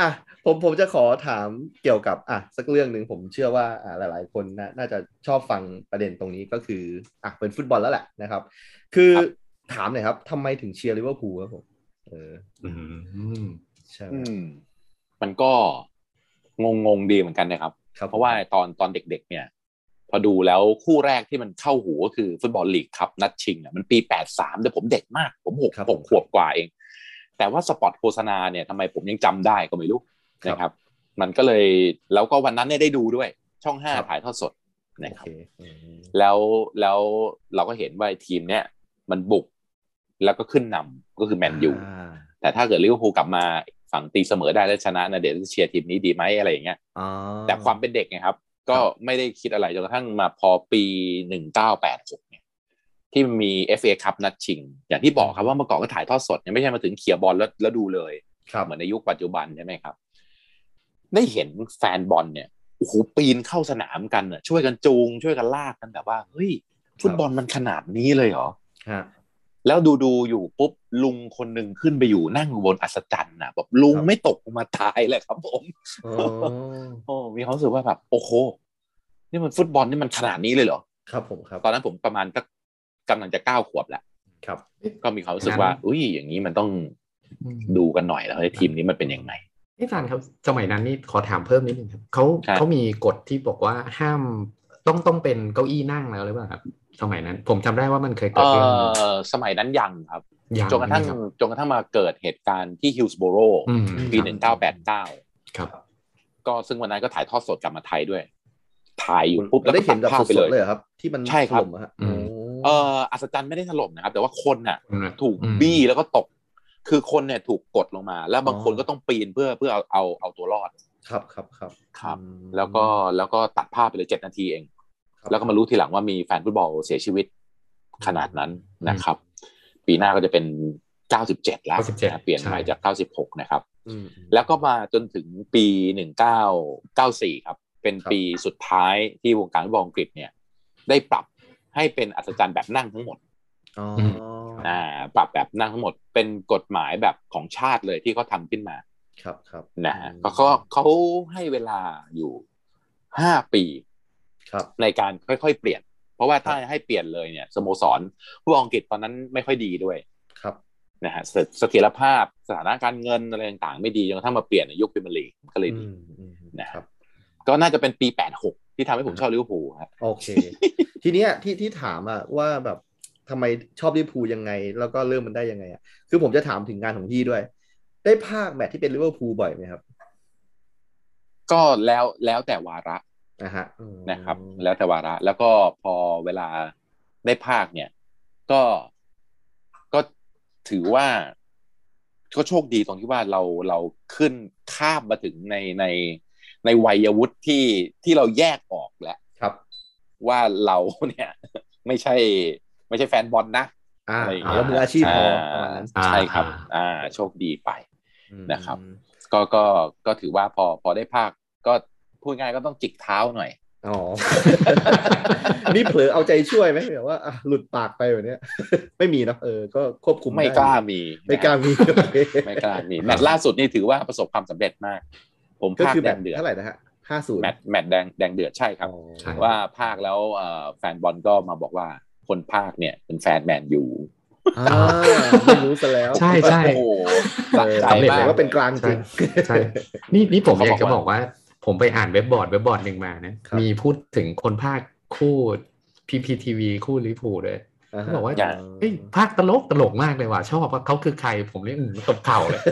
อ่ะผมผมจะขอถามเกี่ยวกับอ่ะสักเรื่องหนึ่งผมเชื่อว่าอ่ะหลาย ๆ คนน่ะน่าจะชอบฟังประเด็นตรงนี้ก็คืออ่ะเป็นฟุตบอลแล้วแหละนะครับ คือ
ครับ
ถามหน่อยครับทำไมถึงเชียร์ลิเวอร์พูลครับผมเออ
อืม
ใช่ไหม
อืมมันก็งงงๆดีเหมือนกันนะครับ
ครับ
เพราะว่าตอนตอนเด็ก ๆ เนี่ย พอดูแล้วคู่แรกที่มันเข้าหูก็คือฟุตบอลลีกครับนัดชิงอ่ะมันปี 83 แต่ผมเด็กมาก ผมหกหกขวบกว่าเอง แต่ว่าสปอตโฆษณาเนี่ยทำไมผมยังจำได้ก็ไม่รู้นะครับ มันก็เลยแล้วก็วันนั้นเนี่ยได้ดูด้วย ช่อง 5 ถ่ายทอดสดนะ
โอ
ครับ
เคอืม
แล้วแล้วเราก็เห็นว่าไอ้ทีมเนี่ยมันบุกแล้วก็ขึ้นนำก็คือแมนยู
อ่า
แต่ถ้าเกิดลิเวอร์พูลกลับมาฝั่งตีเสมอได้และชนะนะเดี๋ยวจะเชียร์ทีมนี้ดีไหมอะไรอย่างเงี้ย
อ๋อ
แต่ความเป็นเด็กไงครับ ก็ไม่ได้คิดอะไรจนกระทั่งมาพอปีหนึ่งเก้าแปดหกเนี่ยที่มี FA คัพนัดชิง อย่างที่บอกครับว่าเมื่อก่อนก็ถ่ายทอดสดเนี่ยไม่ใช่มาถึงเขี่ยบอลแล้วแล้วดูเลย
ครับ
เหมือนในยุคปัจจุบันใช่ไหมครับ ได้เห็นแฟนบอลเนี่ยโอ้โหปีนเข้าสนามกันน่ะช่วยกันจูง ช่วยกันลากกันแบบว่าเฮ้ยฟุตบอลมันขนาดนี้เลยเหรอ
ฮะ
แล้วดูดูอยู่ปุ๊บลุงคนหนึ่งขึ้นไปอยู่นั่งอยู่บนอัศจรรย์นะแบบลุง
ครับ
ไม่ตกลงมาตายเลยครับผม
อ๋อ
โอ้มีความรู้สึกว่าแบบโอ้โหนี่มันฟุตบอลนี่มันขนาดนี้เลยเหรอ
ครับผมครับ
ตอนนั้นผมประมาณก็กำลังจะเก้าขวบแหละ
ครับ
ก็มีความรู้สึกว่า
งั้น
อุ้ยอย่างนี้มันต้องดูกันหน่อยแล้วไอ้ทีมนี้มันเป็นยังไง
นี่อาจารย์ครับ สมัยนั้นนี่ขอถามเพิ่มนิดนึงครับเขา
ครับ
เขามีกฎที่บอกว่าห้ามต้องต้องเป็นเก้าอี้นั่งแล้วหรือเปล่าครับ สมัยนั้น ผมจำได้ว่ามันเคย
เอ
เกิดเรื่อง
อสมัยนั้นยังครับ
อย่าง
จนกระทั่ง
ใช่ไหมคบ
จนกระทั่งมาเกิดเหตุการณ์ที่ฮิลส์โบโร
อืม
ปี
ครับ
หนึ่งเก้าแปดเก้า
ครับ
ก็ซึ่งวันนั้นก็ถ่ายทอดสดกลับมาไทยด้วย ถ่ายอยู่ปุ๊บแล้ว
ได้
ก็
เห็นแบบ
ตัภาพ
ส
ไป
ดๆเล
เลย ย
เหรอครับ ที่มัน
ใช่ครั
ถ
บ
ล่มอะฮะ
อืม
โ
เอออัศจรรย์ไม่ได้ถล่มนะครับ แต่ว่าคนน่ะ
คนน่ะ
ถูก
อืม
บี้แล้วก็ตก คือคนเนี่ยถูกกดลงมา แล้วบางคน
อ๋อ
ก็ต้องปีนเพื่อเพื่อเอาเอาเอาตัวรอด
ครับครับครับ
ครับ
อืม
แล้วก็แล้วก็ตัดภาพไปเลยเจ็ดนาทีเอง
ครับ
แล้วก็มารู้ทีหลังว่ามีแฟนฟุตบอลเสียชีวิตขนาดนั้นนะครับ ปีหน้าก็จะเป็น 97 แล้ว
97
นะเปลี่ยนใหม่
ใช่
จาก 96 นะครับ
อืม
แล้วก็มาจนถึงปี 1994 ครับ เป็น
ครับ
ปีสุดท้ายที่วงการฟุตบอลอังกฤษเนี่ย ได้ปรับให้เป็นอัศจรรย์แบบนั่งทั้งหมด
อ๋ออ
อ่าปรับแบบนั่งทั้งหมดเป็นกฎหมายแบบของชาติเลยที่เขาทำขึ้นมา
ครับครับ
นะฮะ
อืม
ก็เขาเขาให้เวลาอยู่ห้าปี
ครับ
ในการค่อยๆ เปลี่ยน เพราะว่าถ้า
ครับ
ให้เปลี่ยนเลยเนี่ยสโมสรผู้อังกฤษตอนนั้นไม่ค่อยดีด้วย
ครับ
นะฮะเสเสถียรภาพสถานการณ์เงินอะไรต่างๆ ไม่ดีจนกระทั่งมาเปลี่ยนในยุคพรีเมียร์ลีกก็เลยดี
อืมอืม
นะ
ค
ครั
รับ
บ ก็น่าจะเป็นปี 86 ที่ทำให้ผมชอบลิเวอร์พูลฮะ
โอเค ทีเนี้ยที่ที่ถามอะว่าแบบทำไมชอบลิเวอร์พูลยังไง แล้วก็เริ่มมันได้ยังไงอะคือผมจะถามถึงงานของพี่ด้วย ได้ภาคแมตช์ที่เป็นลิเวอร์พูลบ่อยไหมครับ
ก็แล้วแล้วแต่วาระ
นะฮะอืม
นะครับแล้วแต่วาระแล้วก็พอเวลาได้ภาคเนี่ย ก็ ถือว่าก็โชคดีตรงที่ว่าเราเราขึ้นข้ามมาถึงในในในวัยวุฒิที่ที่เราแยกออกแล้ว
ครับ
ว่าเราเนี่ย ไม่ใช่ ไม่ใช่แฟนบอลนะ
อ่า
อะไรอย่าง
า
เงี้ย
แล้วมืออาชีพพอประมาณ
า
นั้น
ใช่ครับ อ่า โชคดีไป นะครับ ก็ก็ก็ถือว่าพอพอได้ภาค ก็พูดง่ายก็ต้องจิกเท้าหน่อย
อ๋อ นี่เผลอเอาใจช่วยไหมแบบว่าอ่ะหลุดปากไปแบบเนี้ย ไม่มีนะเออ ก็ควบคุม
ไม่
ด้
กล้ามี
ไม่กล้ามี โอเค
ไม่กล้ามีแมตช์ล่าสุดนี่ถือว่าประสบความสำเร็จมาก ผม
ก็
ภาค
คือ
แด
แบบ
งเดือด
เท่าไหร่นะฮะห้าศูนย์
แมตช์แมตช์แดงแดงเดือดใช่ครับ
ใช่
ว่าภาคแล้วเอ่อแฟนบอลก็มาบอกว่าคนภาคเนี่ยเป็นแฟนแมนยู
อ่าไม่รู้ซะแล้ว
ใช่ใช่
โอ้โหสะใจ
สำเร็จล
มา
แต่
ก
ย
ว่าเป็นกลางจริง
ใช่ นี่นี่ผม
เขา
อบ ยา
อก
กจะ
ว่า
บอกว่า ผมไปอ่านเว็บบอร์ดเว็บบอร์ดหนึ่งมานะครับ มีพูดถึงคนภาคคู่ PPTV คู่ลิเวอร์พูลด้วย เขาบอกว่า
อย่าง
เฮ้ยภาคตลกตลกมากเลยว่ะชอบว่าเขาคือใครผมเนี่ยอืมตบเข่าเลย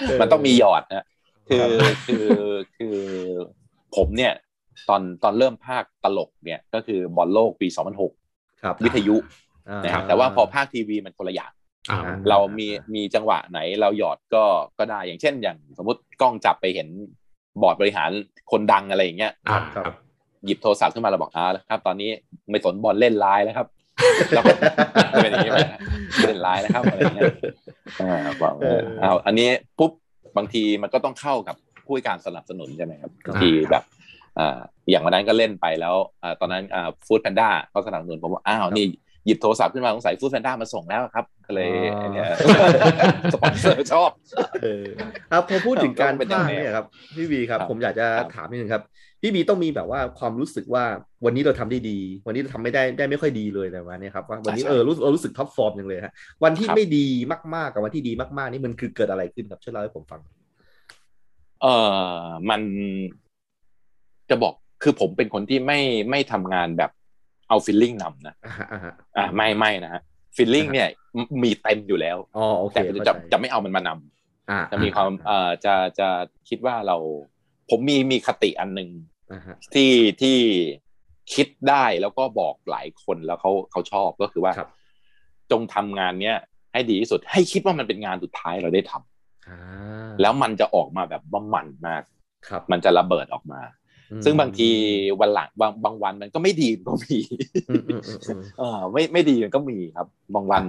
เออ
มันต้องมีหยอดนะคือคือคือผมเนี่ย ตอนตอนเริ่มภาคตลกเนี่ย ก็คือบอลโลกปี 2006
ครับ
วิทยุ
อ่า
นะครับแต่ว่าพอภาคทีวีมันคนละอย่าง
อ้าว
อ่า
เรามีมีจังหวะไหนเราหยอดก็ก็ได้อย่างเช่น อย่างสมมติกล้องจับไปเห็นบอร์ดบริหารคนดังอะไรอย่างเงี้ย
อ่า
ครับ
ครับ
หยิบโทรศัพท์ขึ้นมาเราบอกอ่าแล้วครับ ตอนนี้ไม่สนบอลเล่นไลน์แล้วครับ แล้วก็เป็นอย่างนี้ไปนะเล่นไลน์นะครับอะไรอย่างเงี้ยอ่าบอกเออเอาอันนี้ปุ๊บบางทีมันก็ต้องเข้ากับผู้ให้การสนับสนุนใช่ไหมครับ
ครับ
บางทีแบบอ่าอย่างวันนั้นก็เล่นไปแล้วอ่าตอนนั้นอ่าฟู้ดแพนด้าเขาสนับสนุนผมว่าอ้าวนี่หยิบโทรศัพท์ขึ้นมาสงสัยฟู้ดแพนด้ามาส่งแล้วครับก็เลยไอ้เนี่ย สปอนเซอร์ชอบ
เออครับพอพูดถึงการ
ก็เป็น
ภาค
แนวๆ
เนี่ยครับพี่บีครับ
ครับ
ผมอยากจะ
ครับ
ถามนิดนึงครับพี่บีต้องมีแบบว่าความรู้สึกว่าวันนี้เราทำได้ดี วันนี้เราทำไม่ได้ได้ไม่ค่อยดีเลยแต่วันนี้ครับว่าวันนี้เออรู้เรารู้สึกท็อปฟอร์มอย่างเลยฮะวันที่ไม่ดีมากๆกับวันที่ดีมากๆนี่มันคือเกิดอะไรขึ้นครับช่วยเล่าให้ผมฟัง
เออมันจะบอกคือผมเป็นคนที่ไม่ไม่ทำงานแบบเอาฟิลลิ่งนำนะ
อ่าฮะอ่าฮะ
อ่าไม่ไม่นะฮะฟิลลิ่งเนี่ยมมีเต็มอยู่แล้ว
อ๋อโอเค
แต่
เข้า
จะ
ใจ
จะไม่เอามันมาน
อ่า
ำจะมีความเอ่อจะจะคิดว่าเรา ผมมีมีคติอันหนึ่ง
อ่าฮะ
ที่ที่คิดได้แล้วก็บอกหลายคนแล้วเขาเขาชอบก็คือว่า
ครับ
จงทำงานเนี้ยให้ดีที่สุด ให้คิดว่ามันเป็นงานสุดท้ายเราได้ทำ
อ่า
แล้วมันจะออกมาแบบว่ามันมาก
ครับ
มันจะระเบิดออกมา
อืม
ซึ่งบางทีวันหลังบางบางวันมันก็ไม่ดี มันก็มี
อืมอืมอืมอืม
เออไม่ไม่ดีมันก็มีครับ บางวัน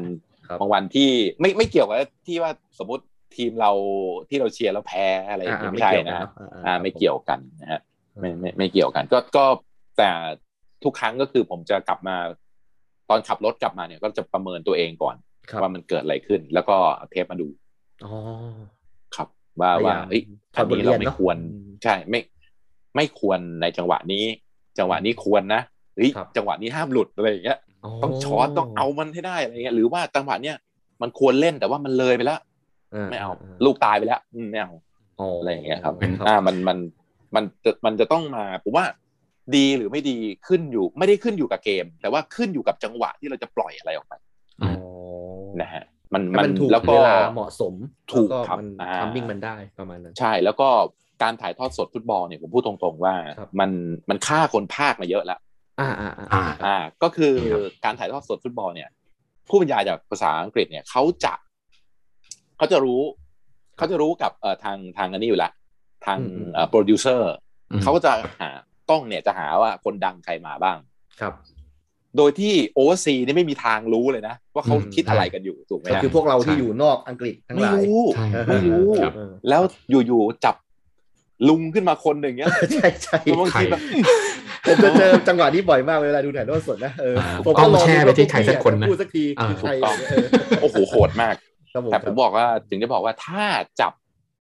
ครับ
บางวันที่ไม่ไม่เกี่ยวกับที่ว่าสมมติทีมเราที่เราเชียร์แล้วแพ้อะไรอย่าง
อ่า
เงี้
อ่าย ไม่
ไม่ใช่
เกี่ยวกัน
นะ
เนอะครั
อ่า
บผม
ไม่เกี่ยวกันนะฮะไม่ไม่ไม่เกี่ยวกัน ก็ก็แต่ทุกครั้งก็คือผมจะกลับมาตอนขับรถกลับมาเนี่ย ก็จะประเมินตัวเองก่อน
ครับ
ว่ามันเกิดอะไรขึ้น แล้วก็เอาเทปมาดู
อ๋อ
ครับ ว่า
พยายาม
ว่าเอ้ย
ถ
อั
อด
น
บท
นี้
เรียน
เราไม่
เนอะ
ควร
อืม
ใช่ไม่ไม่ควรในจังหวะนี้ จังหวะนี้ควรนะเฮ้ย
ครับ
จังหวะนี้ห้ามหลุดอะไรอย่างเงี้ยต้องช็อตต้องเอามันให้ได้อะไรเงี้ยหรือว่าจังหวะเนี้ยมันควรเล่นแต่ว่ามันเลยไปแล้วไม่เอา ลูกตายไปแล้วอืมไม่เอาอะไรอย่างเงี้ยครับ
เป็น
อ่ามันมันมันจะมันจะต้องมาผมว่าดีหรือไม่ดีขึ้นอยู่ไม่ได้ขึ้นอยู่กับเกม แต่ว่าขึ้นอยู่กับจังหวะที่เราจะปล่อยอะไรออกไป
อืม
นะฮะมัน
ให้มันถูก
แล้ว
เว
ก็
ลาเหมาะสม
ถูก
แล้ว
ครับ
มัน
อ่า
ทัมมิ่งมันได้ประมาณนั้น
ใช่แล้วก็การถ่ายทอดสดฟุตบอลเนี่ยผมพูดตรงๆว่า
ครับ
มันมันฆ่าคนภาคมาเยอะแล้ว
อ่าอ่าอ่า
อ่า
อ่าก็คือ
ครับ
การถ่ายทอดสดฟุตบอลเนี่ย ผู้บรรยายจากภาษาอังกฤษเนี่ยเขาจะเขาจะรู้เขาจะรู้กับเอ่อทางทางอันนี้อยู่ละทางโปรดิวเซอร์
อืม
เขาก็จะหากล้องเนี่ยจะหาว่าคนดังใครมาบ้าง
ครับ
โดยที่โอเวอร์ซีนี่ไม่มีทางรู้เลยนะ ว่าเขา
อืม
คิดอะไรกันอยู่ถูกไหม
ก็
ฮะ
คือพวกเราที่อยู่นอกอังกฤษทั้งห
ไม่
ลาย
รู้
ใช่
เออ
ไม่รู้
ครับ
แล้วอยู่ๆจับลุงขึ้นมาคนหนึ่งเงี้ย
ใช่ใช่
แล้วบางทีแบบ
ผมจะเจอจังหวะนี้บ่อยมากเวลาดูถ่ายทอดสดนะเออ
อ่า
ผม
ต้องแช่ไปที่ใครสักคนนะ
พูดสักที
อ่า
คือใคร
ถูกต้อง
เออ
โอ้โหโหดมาก
ครับผม
แต่ผมบอกว่าถึงจะบอกว่าถ้าจับ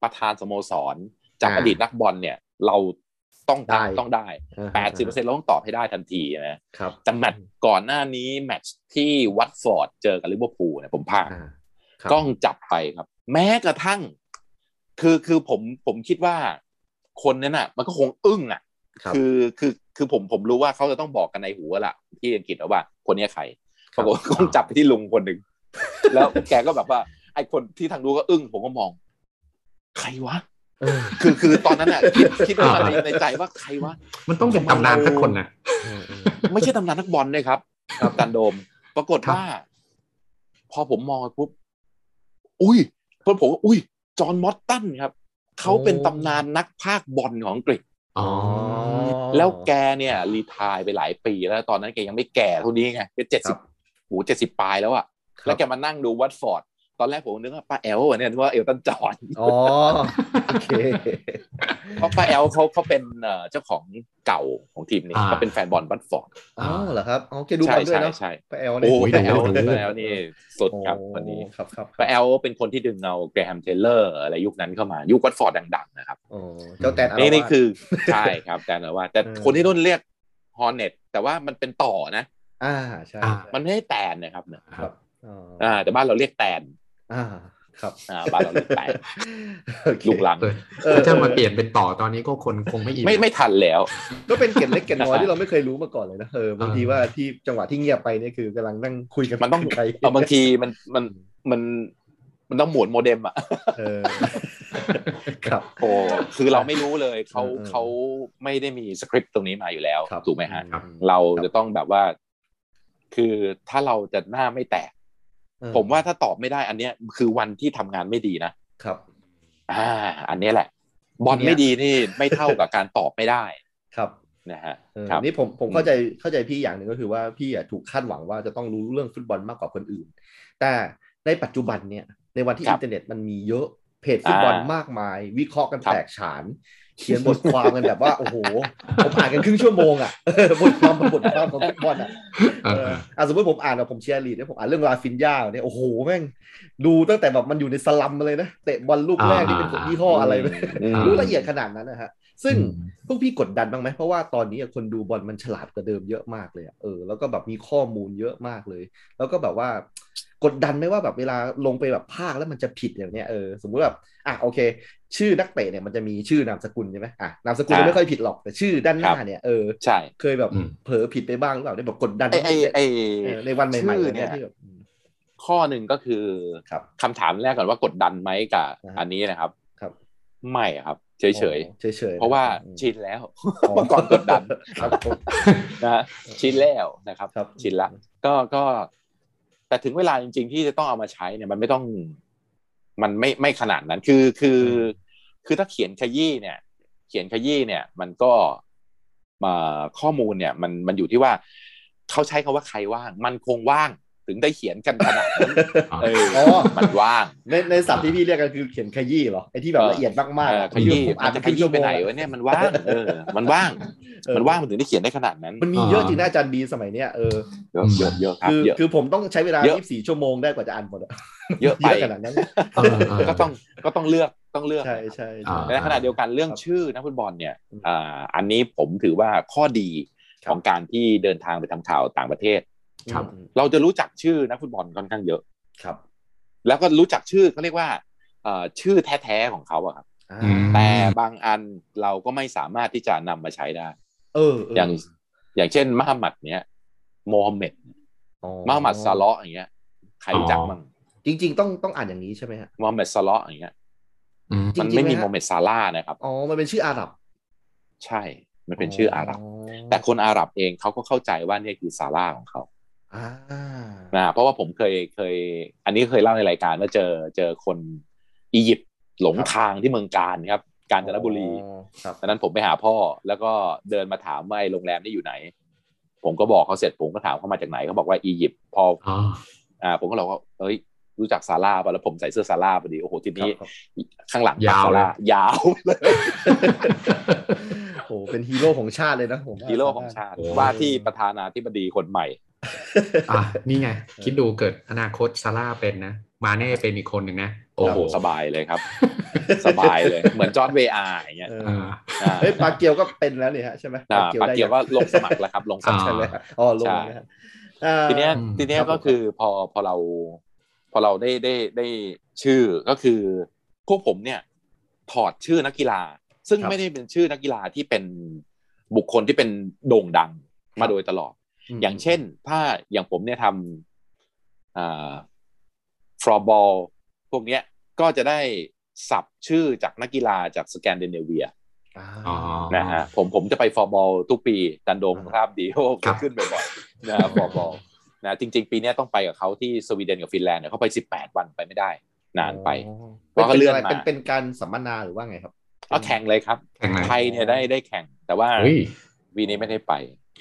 ประธานสโมสร จับ
อ่า
อดีตนักบอลเนี่ย เราต้องได้ต้องได้
อ่า
แปดสิบเปอร์เซ็นต์เราต้องตอบให้ได้ทันทีนะครับ จากแมตช์ก่อนหน้านี้แมตช์ที่วัตฟอร์ดเจอกับลิเวอร์พูลเนี่ยผมพลาด
อ่าครับ
กล้องจับไปครับ แม้กระทั่ง คือคือผมผมคิดว่าคนนั้นน่ะ มันก็คงอึ้งอ่ะ
ครับ
คือคือคือผมผมรู้ว่าเขาจะต้องบอกกันในหัวละที่อังกฤษแล้วว่า คนเนี้ยใคร
ค
ป
รับ
รากฏว่าคนจับไปที่ลุงคนหนึ่ง แล้วแกก็แบบว่า ไอ้คนที่ทางรู้ก็อึ้งผมก็มอง ใครวะ
เออ
คือคือตอนนั้นอ่ะคิดคิดว่าในในใจว่าใครวะ
มันต้องเป็นตำนานสักคนนะ
เออเออ
ไม่ใช่ตำนานนักบอลเลยครับ ครับตันโดม ปรากฏว่า อผมมองไปปุ๊บอุ้ยเพื่อนผมก็อุ้ย จอห์นมอตตันครับ เขาเป็นตำนานนักภาคบอลของอังกฤษ
อ๋อ
แล้วแกเนี่ยรีไทายไปหลายปีแล้วตอนนั้นแกยังไม่แก่เท่านี้ไงแกเจ็ด
ค
สิ
รั
บบ โอ้เจ็ดสิบปลายแล้วอะ
ครับ
แล้วแกมานั่งดูวัตฟอร์ด ตอนแรกผมนึกว่าป้าแอลวะเนี่ยนึกว่าเอลตันจอห์น
อ๋อโอเค
เพราะป้าแอลเขาเขาเป็นเอ่อเจ้าของเก่าของทีมนี้
อ่า
เขาเป็นแฟนบอลวัตฟอร์ด
อ๋อเหรอครับอ๋อแกดูบ
ใช่
อลด้วย
ใช่
เนาะ
ใช่
ป้าแอลเนี่ย
โอ้
ย
ป้าแอล
ดูดู
ป้าแอลนี่สุดครับคนนี้
โอ้ครับครับ
ป้าแอลเป็นคนที่ดึงเอาแกรแฮมเทเลอร์อะไรยุคนั้นเข้ามายุควัตฟอร์ดดังๆนะครับ
โอ้เจ้าแตนาร
นี่
วาส
นี่คือ ใช่ครับแต่ว่าแต่
เออ
คนที่รุ่นเรียกฮอร์เน็ตแต่ว่ามันเป็นต่อนะ
อ่าใช่
อ่า
ใช่
มันไม่ได้แตนนะครับเนี่ย
ครับ
อ๋อ
อ่า แต่บ้านเราเรียกแตน
อ่าครับ
อ่าบ้านเราเรียกแตน
โอเค
ลูกหลัง
เออ
ถ้าจะมาเปลี่ยนเป็นต่อตอนนี้ก็คนคงไม่อิน
ไม่ไม่ทันแล้ว
ก็เป็นเกร็ดเล็กเกร็ดน้อยที่เราไม่เคยรู้มาก่อนเลยนะเออบางทีว่าที่จังหวะที่เงียบไปเนี่ยคือกำลังนั่งคุยกัน
มันต้อง
ใคร
เอาบางทีมันมันมันมันต้องหมุนโมเด็มอ่ะ
เออ ครับ
โอ้ คือเราไม่รู้เลยเขา
เออเออ
เขาไม่ได้มีสคริปต์ตรงนี้มาอยู่แล้ว
ครับ
ถูกไหมฮะ
ครับ
เราจะต้องแบบว่า คือถ้าเราจะหน้าไม่แตก
เออ
ผมว่าถ้าตอบไม่ได้อันเนี้ย คือวันที่ทำงานไม่ดีนะ
ครับ
อ่า อันเนี้ยแหละ บอลไม่ดีนี่ไม่เท่ากับการตอบไม่ได้
ครับ
นะฮะ
เออ
ครับ
นี่ผมผมเข้าใจเข้าใจพี่อย่างหนึ่งก็คือว่าพี่อะถูกคาดหวังว่าจะต้องรู้เรื่องฟุตบอลมากกว่าคนอื่น แต่ในปัจจุบันเนี่ยในวันที่
ครับ
อินเทอร์เน็ตมันมีเยอะเพจฟุตบอล
อ่าม
มากมาย วิเคราะห์กัน
ครับ
แตกฉาน เขียนบทความกันแบบว่า โอ้โห ผมอ่านกันครึ่งชั่วโมงอ่ะเออบทความบทความของฟุตบอลอ่ะ
เออ
เอออ่ะสมมติผมอ่านแบบผมเชียร์ลีดเนี่ยผมอ่านเรื่องราฟินยาเนี่ยโอ้โหแม่งดูตั้งแต่แบบมันอยู่ในสลัมมาเลยนะเตะบอลลูกแรกนี่เป็นของยี่ห้ออะไรไป
อืม
รู้ละเอียดขนาดนั้นนะฮะซึ่ง
อืม
พวกพี่กดดันบ้างไหมเพราะว่าตอนนี้คนดูบอลมันฉลาดกว่าเดิมเยอะมากเลยอะเออแล้วก็แบบมีข้อมูลเยอะมากเลย แล้วก็แบบว่ากดดันไหมว่าแบบเวลาลงไปแบบภาคแล้วมันจะผิดอย่างเนี้ยเออสมมุติแบบอ่ะโอเค ชื่อนักเตะเนี่ยมันจะมีชื่อนามสกุลใช่ไหมอ่ะนามสกุล
อ่า
ไม่ค่อยผิดหรอกแต่ชื่อด้านหน้า
ครับ
เนี่ยเออ
ใช่
เคยแบบ
อืม
เผลอผิดไปบ้างหรือเปล่าได้แบบกดดัน
ไอไอไอ
เออในวันใหม่ๆ
ชื่อเนี่
เนี่ย ยที่แบบอืม
ข้อหนึ่งก็คือ
ครับ
คำถามแรกก่อนว่ากดดันไหมกับ
อ่าฮะ
อันนี้นะครับ
ครับ
ไม่อะครับเฉยเฉย
เฉยเฉย
ๆเพราะว่าชินแล้วเมื่อก่อนกดดัน
ครับผม
นะฮะชินแล้วนะครับ
ครับ
ชินละ ก็ก็ แต่ถึงเวลาจริง ๆ ที่จะต้องเอามาใช้เนี่ยมันไม่ต้อง มันไม่ไม่ขนาดนั้น คือคือ คือถ้าเขียนขยี้เนี่ย เขียนขยี้เนี่ย มันก็มาข้อมูลเนี่ย มันมันอยู่ที่ว่าเขาใช้คำว่าใครว่าง มันคงว่างถึงได้เขียนกันขนาด นั้นเอออ
อ๋อ
มันว่าง
ในในศัพท์ที่พี่เรียกกันคือเขียนขยี้เหรอไอ้ที่แบบ
เออ
ละเอียดมาก
เอ
ๆ
อ
อะ
ขยี้
ผม
อา
อ่า
จ
น
จะ
จะ
ขยี้ไปไหนวะเนี่ยมันว่างเออ มันว่างมันว่างมันถึงได้เขียนได้ขนาดนั้น
มันมีเยอะจริงนะอาจารย์บีสมัยเนี้ยเออ
เยอะเยอะเยอะครับ
คือ
เยอะ
คือผมต้องใช้เวลา
เยอะ
24 ชั่วโมงได้กว่าจะอ่านหมดอะ
เยอะไป
ขนาดนั้น
เออเออ
ก็ต้องก็ต้องเลือกต้องเลือก
ใช่ใช่
อ่า
ใช่
และในขณะเดียวกันเรื่อง
ครับ
ชื่อนักฟุตบอลเนี่ย
อืม
อ่าอันนี้ผมถือว่าข้อดี
ครั
ข
บ
องการที่เดินทางไปทำข่าวต่างประเทศ
ครับ
อืม
เราจะรู้จักชื่อนักฟุตบอลค่อนข้างเยอะ
ครับ
แล้วก็รู้จักชื่อเขาเรียกว่าเอ่อชื่อแท้ๆของเขาอะครับ
อ่า
อืม
แต่บางอันเราก็ไม่สามารถที่จะนำมาใช้ได้
เออเออ
อ
อย่าง
อย่างเช่นมหมัดเนี้ยโมฮัมเหม็ด
อ๋อ
มหมัดซาเลาะอย่างเงี้ยใครรู้จักมั่ง
จริง ๆ ต้องต้องอ่านอย่างนี้ใช่ไหมฮะ
โมฮัมเหม็ดซาเลาะอย่างเงี้ย
อืม
มันไม่
จ
มี
ริงๆไหมฮะ
โมฮัมเหม็ดซาลาห์นะครับ
อ๋อมันเป็นชื่ออาหรับ
ใช่มันเป็นชื่ออาหรับ แต่
แต่
คนอาหรับเองเขาก็เข้าใจว่าเนี่ยคือซาลาห์ของเขา
อ่า
นะเพราะว่าผมเคยเคย อันนี้เคยเล่าในรายการว่าเจอเจอคนอียิปต์หลงทางที่เมืองการครับ กาญจนบุรี
อ๋อครับ
ตอนนั้นผมไปหาพ่อ แล้วก็เดินมาถามว่าไอ้โรงแรมนี่อยู่ไหน ผมก็บอกเขาเสร็จผมก็ถามเขามาจากไหนเขาบอกว่าอียิปต์พอ
อ๋อ
อ่าผมก็เราก็เอ้ย รู้จักซาร่าป่ะแล้วผมใส่เสื้อซาร่าพอดีโอ้โหที
ครับ
นี้
ครับ
ข้างหลัง
ยาว
ซา
เลย
ร่ายาวเลย
โอ้โหเป็นฮีโร่ของชาติเลยนะผมว่า
ฮีโร่ของชาติ ว่าที่ประธานาธิบดีคนใหม่
อ่ะนี่ไง คิดดูเกิดอนาคตซาร่าเป็นนะ มาเน่เป็นอีกคนหนึ่งนะ โอ้โห
สบายเลยครับ สบายเลยเหมือนจอร์ดเวอาร์อย่างเงี้ย
เอ
อ่า
อ
อ่า
เฮ้ยปลาเกียวก็เป็นแล้วนี่ฮะใช่ไหม
อ่าปาก
ได้
เกียวก็ลงสมัครแล้วครับ ลงสมัคร
ใช่ไหมฮะอ๋อลงแล้วนะฮะอ่า
ทีเนี้ย
อืม
ทีเนี้ย
ครับผม
ก็คือพอพอเรา พอเราได้ได้ได้ชื่อก็คือพวกผมเนี่ยถอดชื่อนักกีฬา ซึ่งไม่ได้เป็นชื่อนักกีฬาที่เป็นบุคคลที่เป็นโด่งดังมาโดยตลอด
ม
อย่างเช่น ถ้าอย่างผมเนี่ยทำอ่าฟลอร์บอลพวกเนี้ยก็จะได้สับชื่อจากนักกีฬาจากสแกนดิเนเวีย
อ่า
อ๋อ
นะฮะผมผมจะไปฟอร์บอลทุกปีจันโดม
อ่า
คราบดีโอ้
ครับ
ขึ้นบ่อยๆนะครับฟอร์บอล นะจริง ๆ ปีเนี้ยต้องไปกับเขาที่สวีเดนกับฟินแลนด์เนี่ยเขาไป 18 วันไปไม่ได้นานไป เพราะเขาเลื่อนมา
ป็ะไรเป็นการสัมมนาหรือว่าไงครับ
ก็แข่งเลยครับ
แข่งไหน
ไทยเนี่ยได้ได้แข่ง แต่ว่า
เฮ้ย
วีนี้ไม่ได้ไป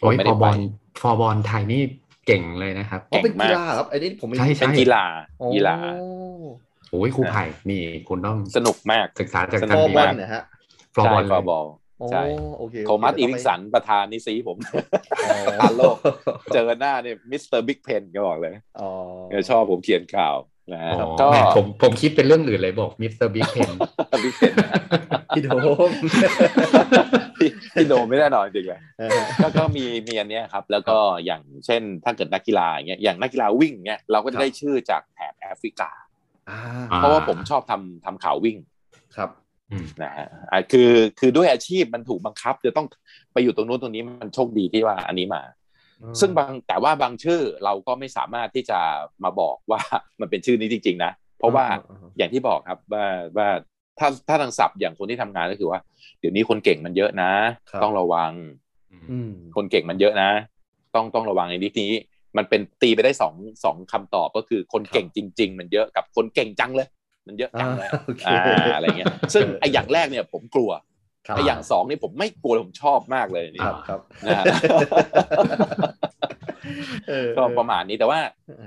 โอ้ย
ไม่
ฟ
ได้
อร์บ
ไป
อลฟอร์บอลไทยนี่เก่งเลยนะครับ
อ๋อเป็น
เก่งมาก
กีฬาเหรอครับไอ้นี่ผมไม่
ใช่
เป็
ใช่
นกีฬา
โอ้
กีฬา
โอ้ยครูไผ่นี่คุณต้อง
สนุกมาก
ศึกษาจาก
สนุ
ทาง
ฟ
ก
อร์บอล
นี้บ้าง
นะฮะ
ฟอร์บอล
ใช่ฟอร์บอล ใช่
โอ้โอเค
โทมัส
โเค
อีริกสันประธานนิซีผม
อ๋อ
ตาโลก เจอหน้าเนี่ยมิสเตอร์บิ๊กเพนก็บอกเลย
อ๋อ
เนี่ยชอบผมเขียนข่าวนะฮะ
อ๋อ
ก็
แหมผมผมคิดเป็นเรื่องอื่นเลยบอกมิสเตอร์บิ๊กเพน
บิ๊กเพน
พี่โดม
พี่โดมไม่แน่นอนจริงเลย
เออ
ก็ก็มีมีอันเนี้ยครับ แล้วก็อย่างเช่นถ้าเกิดนักกีฬาอย่างเงี้ยอย่างนักกีฬาวิ่งเงี้ยเราก็จะได้ชื่อจากแถบแอฟริกา
อ่า
อ่า
เพราะว่าผมชอบทำทำข่าววิ่ง
ครับ
อืม
นะฮะอ่าคือคือด้วยอาชีพมันถูกบังคับ จะต้องไปอยู่ตรงนู้นตรงนี้มันโชคดีที่ว่าอันนี้มา ซึ่งบางแต่ว่าบางชื่อเราก็ไม่สามารถที่จะมาบอกว่า มันเป็นชื่อนี้จริง ๆ นะ เพราะว่าอย่างที่บอกครับว่าว่าถ้าถ้าทางศัพท์อย่างคนที่ทำงานก็คือว่า เดี๋ยวนี้คนเก่งมันเยอะนะ ต้องระวัง
อืม
คนเก่งมันเยอะนะ ต้องต้องระวังในนี้นี้ มันเป็นตีไปได้สองสองคำตอบก็คือคนเก่งจริง ๆ มันเยอะกับคนเก่งจังเลย มันเยอะจังเลย
อ่าโอเค
อ่าอะไรเงี้ย ซึ่งไออย่างแรกเนี่ยผมกลัว
ครับ
ไออย่างสองนี่ผมไม่กลัวผมชอบมากเลยนี่
ครับครับ
นะฮะ
เออ
ก็ประมาณนี้แต่ว่า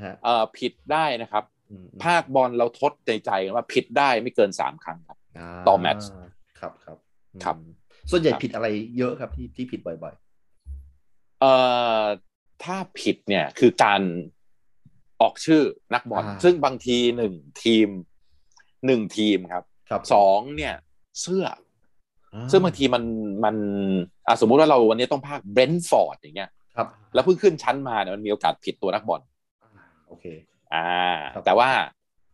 ฮะ
เออผิดได้นะครับ
อืม
ภาคบอลเราทดใจใจกันว่าผิดได้ไม่เกินสามครั้งครับ
า
ต่อแมตช์
ครับครับอืม
ครับ
ส่วนใหญ่
ครับ
ผิดอะไรเยอะครับที่ที่ผิดบ่อย
เอ่อถ้าผิดเนี่ยคือการออกชื่อนักบอล
อ่า
ซึ่งบางทีหนึ่งทีมหนึ่งทีมครับ
ๆ ครับ
สองเนี่ย เสื้อ
อ่
ซึ่งบางทีมันมันอ่ะสมมุติว่าเราวันนี้ต้องภาคเบรนท์ฟอร์ดอย่างเงี้ย
ครับ
แล้วเพิ่งขึ้นชั้นมาเนี่ยมันมีโอกาสผิดตัวนักบอล
โอเค
อ่า
ครับ
แต่ว่า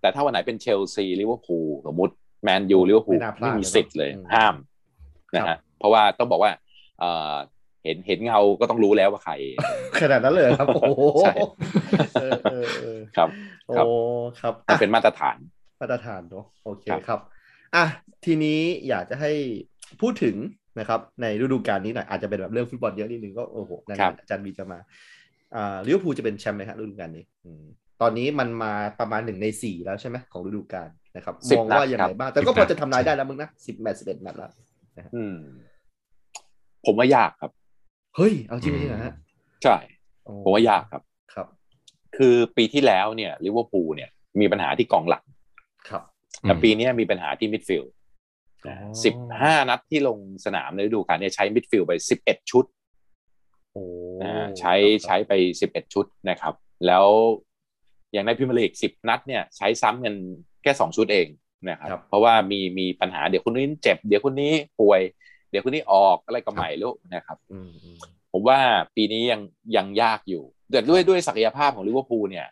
แต่ถ้าวันไหนเป็นเชลซีลิเวอร์พูลสมมติแมนยูลิเวอร์พูล
ไม่น่าพลาด
ไม่มีสิทธิ์เลย
อืม
ห้ามนะฮะเพราะว่าต้องบอกว่าเอ่อเห็นเห็นเงาก็ต้องรู้แล้วว่าใคร
ขนาดนั้นเลยเหรอครับ โอ้โห
ใช่
เออเออเออ
ครับ
โอ้
ครับ
ครับ
มันเป็นมาตรฐาน
มาตรฐานเนาะโอเค
ครับ
ครับอ่ะทีนี้อยากจะให้พูดถึงนะครับ ในฤดูกาลนี้หน่อยอาจจะเป็นแบบเรื่องฟุตบอลเยอะนิดนึงก็โอ้โหนั่นๆอาจารย์วีจะมาอ่าลิเวอร์พูลจะเป็นแชมป์ไหมฮะฤดูกาลนี้อืมตอนนี้มันมาประมาณหนึ่งในสี่แล้วใช่ไหมของฤดูกาลนะครับ
สิ
ม
บ
องว่า
นัด
ยัง
ครั
ไง
บ
บ้างแต่ก็พอจะทำนายได้แล้วมึงนะสิบแมตช์สิบเอ็ดแมตช์แล้ว
อืม ผมว่ายากครับ
เฮ้ยเอาจริงไหมเนี่ยฮะ
ใช่
โอ้
ผมว่ายากครับ
ครับ
คือปีที่แล้วเนี่ยลิเวอร์พูลเนี่ย มีปัญหาที่กองหลัง
ครับ
แต่ปีเนี้ยมีปัญหาที่มิดฟิลด์
อ๋อ
สิบห้านัดที่ลงสนามในฤดูกาลเนี่ยใช้มิดฟิลด์ไปสิบเอ็ดชุด
โอ้
อ่าใช้
ครับ
ใช้ไปสิบเอ็ดชุดนะครับ แล้วอย่างในพรีเมียร์ลีกสิบนัดเนี่ย ใช้ซ้ำกันแค่สองชุดเองนะครับ เพราะว่ามีมีปัญหาเดี๋ยวคนนี้เจ็บ เดี๋ยวคนนี้ป่วย เดี๋ยวคนนี้ออกอะไรก็ใหม่รู้นะครับ
อืมอืม
ผมว่าปีนี้ยังยังยากอยู่แต่ด้วยด้วยศักยภาพของลิเวอร์พูลเนี่ย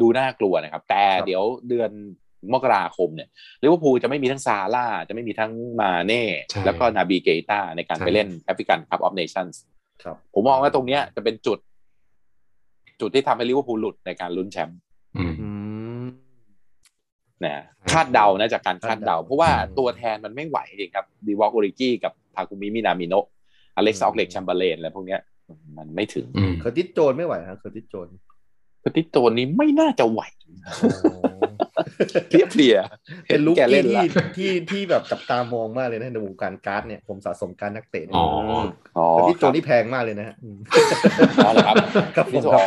ดูน่ากลัวนะครับ แต่เดี๋ยวเดือนมกราคมเนี่ยลิเวอร์พูลจะไม่มีทั้งซาร่าห์จะไม่มีทั้งมาเน่
ใช่
แล้วก็นาบีเกตาในการ
ใช่
ไปเล่นแอฟริกันคัพออฟเนชั่น
ครับ
ผมมองว่าตรงเนี้ยจะเป็นจุด จุดที่ทำให้ลิเวอร์พูลหลุดในการลุ้นแชมป์
อืม
อืม
นะ
ใช่
คาดเดานะจากการคาดเดา
คาดเดา
เพราะว่า
อืม
ตัวแทนมันไม่ไหวจริงครับดีวอกโอริกี้กับทาคุมิมินามิโนะอเล็กซ์
อื
อ
ม
อกเล็กแชมเบอร์เลนอะไรพวกเนี้ยมันไม่ถึง
อืม
เคอร์ติสโจนไม่ไหวฮะเคอร์ติสโจน
ปฏิโตนนี้ไม่น่าจะไหว เรียบเรีย
เป็นลูก
แก
ที่
เล่นละ
ที่ที่ที่แบบจับตามองมากเลยนะในวงการการ์ดเนี่ยผมสะสมการดนักเตะเนี่ย
อ๋อ
อ๋อ
แต่ที่
ค
โจ
รับ
นี่แพงมากเลยนะฮะอืม
อ๋อเหรอครับ
ครับผม
นี่อ๋อ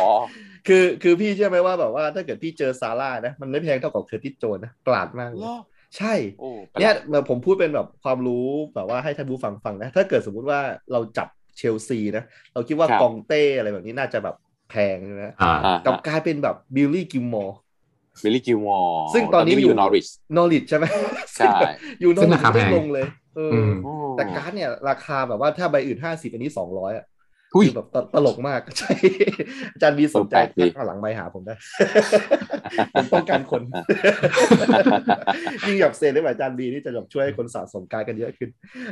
คือคือพี่เชื่อไหมว่าแบบว่าถ้าเกิดพี่เจอซาร่านะ มันไม่แพงเท่ากับเคอร์ติสโจนนะกลาดมากเลย
เหรอ
ใช่
โอ้
เนี่ยผมพูดเป็นแบบความรู้แบบว่าให้ท่านผู้ฟังฟังนะ ถ้าเกิดสมมุติว่าเราจับเชลซีนะ เราคิดว่ากองเต้อะไรแบบนี้น่าจะแบบแพงใช่ไหม
อ่า
อ่าก
ลับกลายเป็นแบบบิลลี่กิมมอร์
บิลลี่กิวมอร์
ซึ่งตอนนี้
ไป
อ
อยู่ ยู่นอริช
นอริดใช่ไหม
ใช่
อยู่นอ
ซึ่ง
ริ
รา
ด
คา
ไม่ได้
แพง
ลงเลยเออ
อืม
อ แต่การ์ดเนี่ยราคาแบบว่าถ้าใบอื่นห้าสิบอันนี้สองร้อยอ่ะ
หุ้ย
คือแบบตตลกมาก ใช่ อาจารย์มีสนใจ
แปลกดี
ทักมาหลังไมค์หาผมได้ ผมต้องการคน ยิ่งหยับเซนได้ไหมอาจารย์บีนี่จะแบบช่วยให้คนสะสมการ์ดกันเยอะขึ้น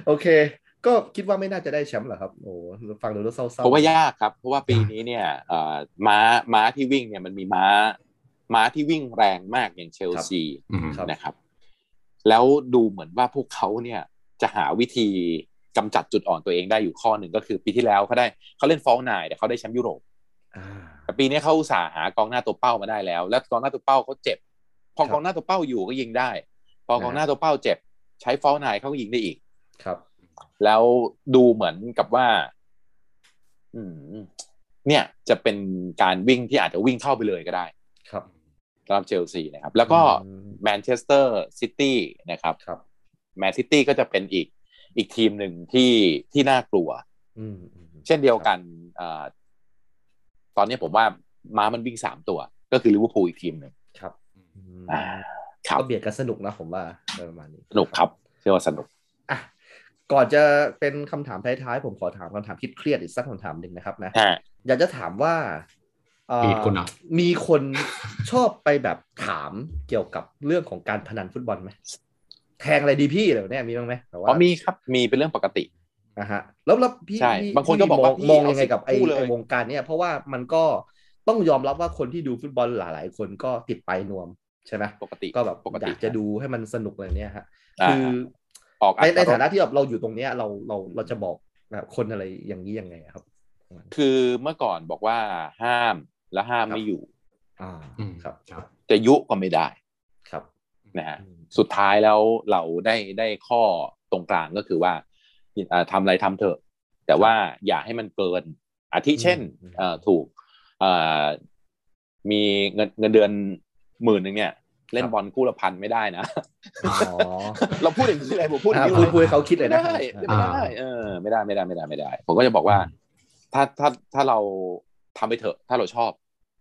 โอเค ก็คิดว่าไม่น่าจะได้แชมป์เหรอครับ โอ้ฟังดูแล้วเศร้าๆ
เพราะว่ายากครับ เพราะว่าปีนี้เนี่ยเอ่อม้าม้าที่วิ่งเนี่ยมันมีม้า ม้าที่วิ่งแรงมากอย่างเชลซี
อืม
ครับ
นะครับ แล้วดูเหมือนว่าพวกเขาเนี่ยจะหาวิธีกำจัดจุดอ่อนตัวเองได้อยู่ข้อหนึ่งก็คือปีที่แล้วเขาได้เขาเล่นฟอลไนแต่เขาได้แชมป์ยุโรป
อ่า
แต่ปีนี้เขาอุตส่าห์หากองหน้าตัวเป้ามาได้แล้ว แล้วกองหน้าตัวเป้าเขาเจ็บ พอ
ครับ
กองหน้าตัวเป้าอยู่ก็ยิงได้ พอกองหน้าตัวเป้าเจ็บ ใช้ฟอลนายเขาก็ยิงได้อีก
ครับ
แล้วดูเหมือนกับว่า อืม เนี่ยจะเป็นการวิ่งที่อาจจะวิ่งเข้าไปเลยก็ได้
ครับ
สำหรับเชลซีนะครับ แล้วก็
อืม
แมนเชสเตอร์ซิตี้นะครับ
ครับ
แมนซิตี้ก็จะเป็นอีกอีกทีมหนึ่งที่ที่น่ากลัว
อืมอืม
เช่นเดียวกันเอ่อตอนนี้ผมว่าม้ามันวิ่งสามตัว ก็คือลิเวอร์พูลอีกทีมหนึ่ง
ครับอืม
อ่าครับ
ก็เบียดกันสนุกนะผมว่าโดยประมาณนี้
สนุกครับเชื่อว่าสนุก
อ่ะก่อนจะเป็นคำถามท้ายๆ ผมขอถามคำถามคิดเครียดๆอีกสักคำถามหนึ่งนะครับนะ
ฮะ
อยากจะถามว่าเอ่อ
มีคนเหรอ
มีคน ชอบไปแบบถามเกี่ยวกับเรื่องของการพนันฟุตบอลไหมแทงอะไรดีพี่อะไรแบบเนี้ยมีบ้างไหมแบบว่า
อ๋อมีครับ มีเป็นเรื่องปกติ
นะฮะแล้วแล้วพี่
ใช่
พี่
บางคนก็บอกว่าพี่
มองยังไงกับไอ้
เอาสิบคู่เลย
ไอ้วงการเนี้ยเพราะว่ามันก็ต้องยอมรับว่าคนที่ดูฟุตบอลหลายๆ คนก็ติดไปนวมใช่ไหม
ปกติ
ก็แบบ
ปก
อ
ติ
ยากจะดูให้มันสนุกอะไรเนี้ยฮะ
า
คือ
ออก
ในใน
อรรถรส
ฐานะที่แบบเราอยู่ตรงเนี้ยเราเราเราจะบอกแบบคนอะไรอย่างนี้ยังไงครับ
คือเมื่อก่อนบอกว่าห้ามแล้วห้าม
ครับ
ไม่อยู่
อ่า
อืม
ครับ
ครับ
จะยุก็ไม่ได้
ครับ
นะฮะ
อืม
สุดท้ายแล้วเราได้ได้ข้อตรงกลางก็คือว่าอ่าทำอะไรทำเถอะ แต่ว่าอย่าให้มันเกินอาทิเช่นเอ่อถูกเอ่อมีเงินเงินเดือนหมื่นหนึ่งเนี่ย เล่นบอลคู่ละพันไม่ได้นะ
อ๋อ
เราพูดอย่างนี้เลยผมพูดอย่าง
อ่า
นี้
พู
เล
ด
ย
พูดให้เขาคิดเลย
ไม่
นะ
ได้
อ่า
ไม่ได้เออไม่ได้ไม่ได้ไม่ได้ไม่ได้ ผมก็จะบอกว่า ถ้าถ้าถ้าเราทำไปเถอะ ถ้าเราชอบ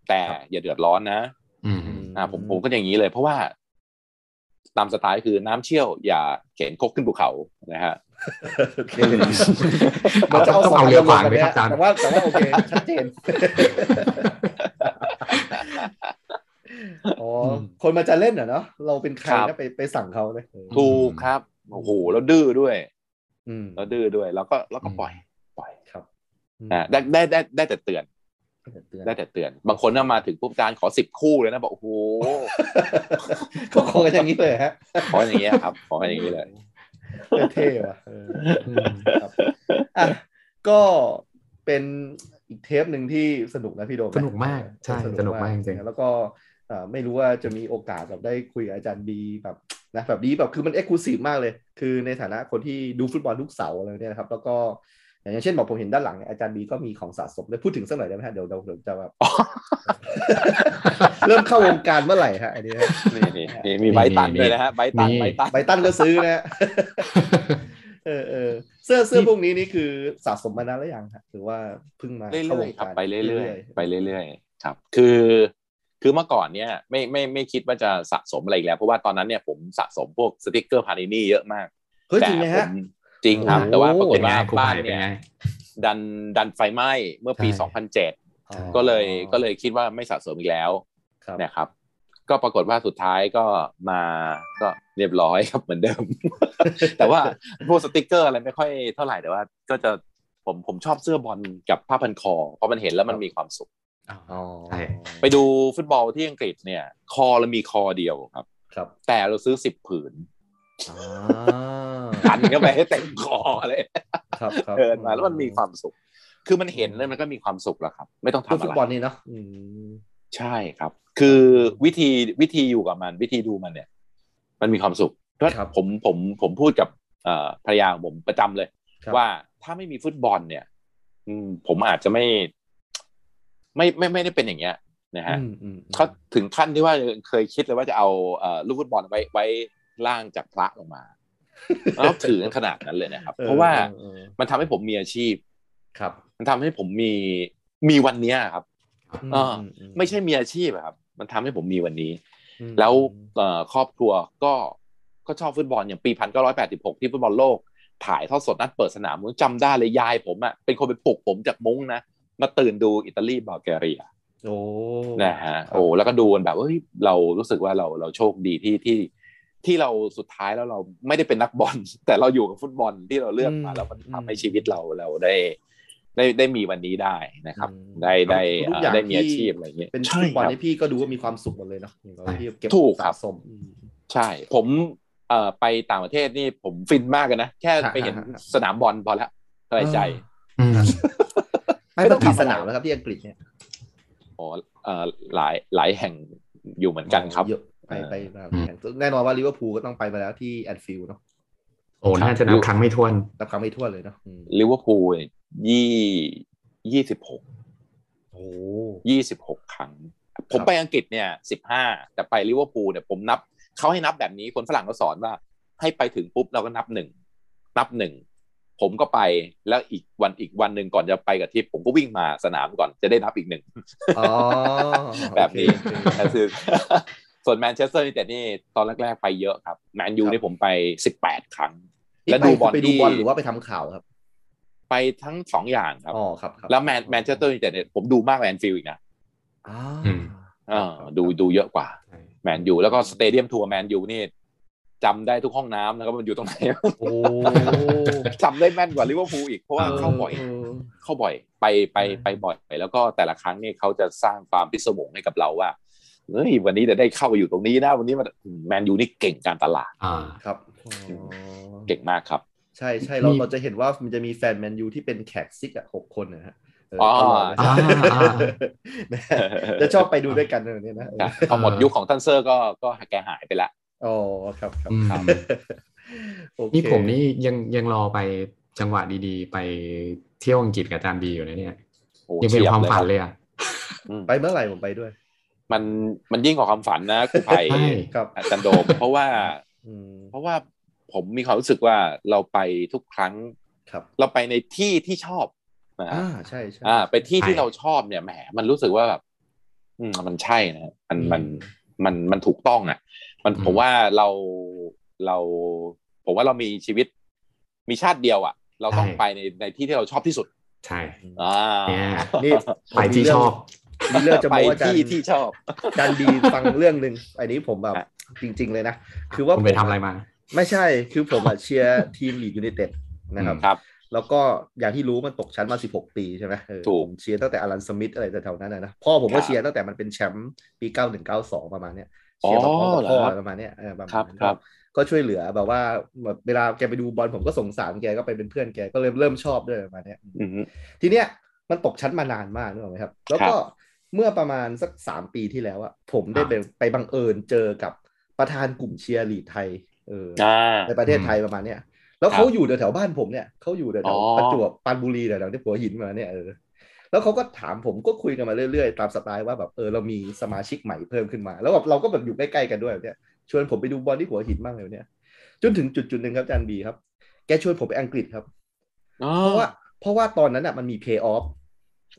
แต่
ครับ
อย่าเดือดร้อนนะ
อืม
อ่าผมผมก็อย่างนี้เลย เพราะว่า ตามสไตล์คือน้ำเชี่ยว อย่าเข็นคกขึ้นภูเขานะฮะ
โอเค
เราจะต้องเอาเรือขวางไหมครับอาจารย์
แต่ว่าแต่ว่าโอเคชัดเจนอ๋อคนมันจะเล่นเหรอเนาะเราเป็นใคร
ครั
นะ
บ
ไปไปสั่งเขาเลย
ถูกครับโอ้โหแล้วดื้อด้วย
อืม
แล้วดื้อด้วย แล้วก็แล้วก็ปล่อยปล่อย
ครับ
อ่าได้ได้ได้ได้แต่เตือน
เตือน
ได้แต่เตือน บางคนน่ะมาถึงปุ๊บจานขอสิบคู่เลยนะบอกโอ้โห
เขาคง กันอย่างนี้เลยฮะ
ขออย่างเงี้ยครับขออย่างนี้เลย
เท่ๆว่ะเออ
อืม
ครับอ่ะก็เป็นอีกเทปหนึ่งที่สนุกนะพี่โดมะ
สนุกมากใช่สนุกมากจริงๆ
แล้วก็เอ่อไม่รู้ว่าจะมีโอกาสแบบได้คุยกับอาจารย์บีแบบนะแบบนี้แบบคือมันเอ็กซ์คลูซีฟมากเลย คือในฐานะคนที่ดูฟุตบอลทุกเสาร์อะไรเนี่ยนะครับแล้วก็อย่างเช่นบอกผมเห็นด้านหลังเนี่ยอาจารย์บีก็มีของสะสมเลยพูดถึงสักหน่อยได้ไหมฮะเดี๋ยวเดี๋ยวเดี๋ยวจะแบบเริ่มเข้าวงการเมื่อไหร่ฮะอันนี้ฮะ
นี่นี่นี่มีใบตันด้วยนะฮะใบตัน
นี่
ใบตัน
ไบตันก็ซื้อนะฮ ะเออเออเสื้อเสื้อพวกนี้นี่คือสะสมมานานแล้วยังฮะหรือว่าเพิ่งมา
เรื่
ข้า
อ
วย ง
ๆครับ
กา
ไปเรื่อยๆไปเรื่อยๆครับ คือ คือเมื่อก่อนเนี่ย ไม่ไม่ไม่คิดว่าจะสะสมอะไรอีกแล้ว เพราะว่าตอนนั้นเนี่ยผมสะสมพวกสติกเกอร์พานินี่เยอะมาก
เฮ้ย
แต่
จริงไหม
ผ
ฮะ
มจริงครับ
โอ้โห
แต่ว่าปราก
เป็
ฏ
นไง
ว่า
ครู
บ้า
ไผ่
น
เป็น
เนี่ย
ไง
ดันดันไฟไหม้เมื่อปี
ใช่
2007
อ๋อ
ก็เลยก็เลยคิดว่าไม่สะสมอีกแล้ว
ครับ
นะครับ ก็ปรากฏว่าสุดท้ายก็มาก็เรียบร้อยครับเหมือนเดิม แต่ว่าพวกสติกเกอร์อะไรไม่ค่อยเท่าไหร่แต่ว่า ก็จะผมผมชอบเสื้อบอลกับผ้าพันคอ เพราะมันเห็นแล้วมันมีความสุข
อ๋อ
ใช่
ไปดูฟุตบอลที่อังกฤษเนี่ย คอเรามีคอเดียวครับ
ครับ
แต่เราซื้อสิบผืน
อ่า
กันเข้าไปให้เต็มคอเลย
ครับครับ
เดินมาแล้วมันมีความสุข คือมันเห็นแล้วมันก็มีความสุขแล้วครับ ไม่ต้องทำ
เพื่อ
อะ
ฟุต
ไร
บอลนี่เนาะอืม
ใช่ครับ คือวิธีวิธีอยู่กับมันวิธีดูมันเนี่ย มันมีความสุขเพราะผมผมผมพูดกับเอ่อภรรยาของผมประจำเลย
ครับ
ว่าถ้าไม่มีฟุตบอลเนี่ย อืม ผมอาจจะไม่ ไม่ไม่ไม่ได้เป็นอย่างเงี้ยนะฮะ
อืมอืม
เขาถึงขั้นที่ว่าเคยคิดเลยว่าจะเอาเอ่อลูกฟุตบอลไว้ไว้ล่างจากพระลงมาแล้วถือกันขนาดนั้นเลยนะครับ
ออ
เพราะว่า
เออเออ
มันทำให้ผมมีอาชีพ
ครับ
มันทำให้ผมมีมีวันเนี้ยครับ
ม
เออ
มอื
ไม่ใช่มีอาชีพอะครับ มันทำให้ผมมีวันนี้
อืม
แล้วเอ่อครอบครัวก็ก็ชอบฟุตบอลอย่างปีพันเก้าร้อยแปดสิบหกที่ฟุตบอลโลก ถ่ายทอดสดนัดเปิดสนามผมจำได้เลยยายผมอะเป็นคนไปปลุกผมจากมุ้งนะ มาตื่นดูอิตาลีบัลแกเรีย
โอ้
นะฮะ
ครับ
โอ้แล้วก็ดูกันแบบเอ้ยเรารู้สึกว่าเราเราโชคดีที่ที่ที่เราสุดท้ายแล้วเราไม่ได้เป็นนักบอล แต่เราอยู่กับฟุตบอลที่เราเลือกมาแล้วมันทำให้ชีวิตเราเราได้ได้ได้มีวันนี้ได้นะครับ ได้ได้
ทุกอย่าง
อ่าได้มีอาชีพอะไรอย่างเงี้ย
เป็น
ใช่
ฟุตบอล
ครับ
ที่พี่ก็ดูว่ามีความสุขหมดเลยเนาะอย่างเราที่เก็บ
ถูกครับ
สะสมอืม
ใช่ ผมเอ่อไปต่างประเทศนี่ผมฟินมากเลยนะ แค่ไปเห็น
ฮะฮะฮะ
สนามบอลพอละสบายใจ
อืม
ไม่ต้องมีสนามแล้วครับที่อังกฤษเนี่ย
อ๋อเอ่อหลายหลายแห่งอยู่เหมือนกันครับ
เยอะไปไปมา
อืม
แน่นอนว่าลิเวอร์พูลก็ต้องไปมาแล้วที่แอนฟิลด์เนาะ
โอ้
ครับ
น่าจะนับครั้งไม่ถ้วน
นับครั้งไม่ถ้วนเลยเนาะอืม
ลิเวอร์พูลยี่ยี่สิบหก
โอ้
ยี่สิบหกครั้ง ผมไปอังกฤษเนี่ยสิบห้าแต่ไปลิเวอร์พูลเนี่ยผมนับเขาให้นับแบบนี้คนฝรั่งเขาสอนว่า ให้ไปถึงปุ๊บเราก็นับหนึ่งนับหนึ่งผมก็ไปแล้วอีกวันอีกวันหนึ่งก่อนจะไปกับทริปผมก็วิ่งมาสนามก่อนจะได้นับอีกหนึ่ง
อ๋อ
แบบนี้
โอเคโอเค
ก็คือ ส่วนแมนเชสเตอร์ยูไนเต็ดนี่ตอนแรกๆไปเยอะครับแมนยู
ครับ
นี่ผมไป 18 ครั้ง
นี่
แล้ว
ไป
ดูบอล
ไปดู
ที่
บอลหรือว่าไปทำข่าวครับ
ไปทั้งสองอย่างครับ
อ๋อครับครับ
แล้วแมนแมนเชสเตอร์ยูไนเต็ดเนี่ยผมดูมากแมนฟิลอีกนะ
อ่า
อืม
เออดูดูเยอะกว่าแมนยูแล้วก็สเตเดียมทัวร์แมนยูนี่จำได้ทุกห้องน้ำนะครับมันอยู่ตรงไหน
โอ้
จำได้แม่นกว่าลิเวอร์พูลอีกเพราะว่าเข้าบ่อย เข้าบ่อยไปไปไปบ่อยแล้วก็แต่ละครั้งเนี่ยเขาจะสร้างความพิศวงให้กับเราว่าเฮ้ยวันนี้จะได้เข้าไปอยู่ตรงนี้นะวันนี้มันแมนยูนี่เก่งการตลาด
อ่า
ครับอ๋อ
เก่งมากครับ
ใช่ใช่เรา
มี
เราจะเห็นว่ามันจะมีแฟนแมนยูที่เป็นแขกซิกอ่ะหกคนนะฮะเออ
อ๋อ
ตลอด
อ่าอ่า
นะฮะจะ ชอบไปดูด้วยกันเนี่ยนะเออ
ครับพอหมดยุคของทันเซอร์ก็ก็แกหายไปละ
อ๋อครับครับ
อืม
โอเค
นี่ผมนี่ยังยังรอไปจังหวะดีๆ ไปเที่ยวอังกฤษกับอาจารย์บีอยู่นะเนี่ย
โอ้
ยังเป็น
ฉียบ
ความฝัน
เลย
เลยอ่ะ
ไปเมื่อไหร่ผมไปด้วย
มันมันยิ่งกว่าความฝันนะคุณไผ่
ใช่
ครับ
อาจารย์โดม เพราะว่า
อืม
เพราะว่าผมมีความรู้สึกว่าเราไปทุกครั้ง
ครับ
เราไปในที่ที่ชอบนะ
อ่าใช่ใช่
อ่า ไปที่ที่เราชอบเนี่ยแหมมันรู้สึกว่าแบบอืมมันใช่นะมันมัน มันมันถูกต้องอ่ะ มัน
อืม
ผมว่าเราเรา ผมว่าเรามีชีวิตมีชาติเดียวอ่ะ เราต้องไปในในที่ที่เราชอบที่สุด
ใช่
อ่า
เนี่ย
นี่
ไปที่ชอบ
มีเรื่องจะ
ไป
บอกว่าอาจาร
ที่
ย์
ที่ชอบ
จันดีฟังเรื่องหนึ่งอันนี้ผมแบบ
อ่ะ
จริง ๆ เลยนะ คือว่า
คุณไปทำอะไรมา
ไม่ใช่คือผมอะเชียร์ ทีมลีดยูไนเต็ดนะครับ
ครับ
แล้วก็อย่างที่รู้มันตกชั้นมา 16 ปีใช่ไหมเออ
ถูก
ผมเชียร์ตั้งแต่อลันสมิธอะไรแถวๆนั้นนะนะพ่อผมก็
ครับ
เชียร์ตั้งแต่มันเป็นแชมป์ปี 9192 ประมาณเนี้ย
อ๋อ
เชียร์แบบพ่อกับพ่อ
เหรอครับ
ประมาณเนี้ยเออประมาณนั้น
ครับครับ
ก็ช่วยเหลือแบบว่าแบบเวลาแกไปดูบอลผมก็สงสารแกก็ไปเป็นเพื่อนแกก็เริ่มเริ่มชอบด้วยประมาณเนี้ย
อืม
ทีเนี้ยมันตกชั้นมานานมากนึกออกไหมครับ แล้วก็เมื่อประมาณสักสามปีที่แล้วอะผมได้ไปไปบังเอิญเจอกับประธานกลุ่มเชียร์ลีดไทยเออ
อ่า
ในประเทศไทยประมาณเนี้ยแล้วเขาอยู่แถวๆบ้านผมเนี่ยเขาอยู่แถ
อ๋
ว
อ
ๆประจวบปรานบุรีแถวๆที่หัวหินมาเนี่ยเออแล้วเขาก็ถามผมก็คุยกันมาเรื่อยๆ ตามสไตล์ว่าแบบเออเรามีสมาชิกใหม่เพิ่มขึ้นมา แล้วแบบเราก็แบบอยู่ใกล้ๆกันด้วยแบบเนี่ยชวนผมไปดูบอลที่หัวหินบ้างเลยเนี่ยจนถึงจุดจุดๆหนึ่งครับอาจารย์บีครับ แกชวนผมไปอังกฤษครับ
อ๋อ
เพราะว่าเพราะว่าตอนนั้นอ่ะมันมีเพย์ออฟ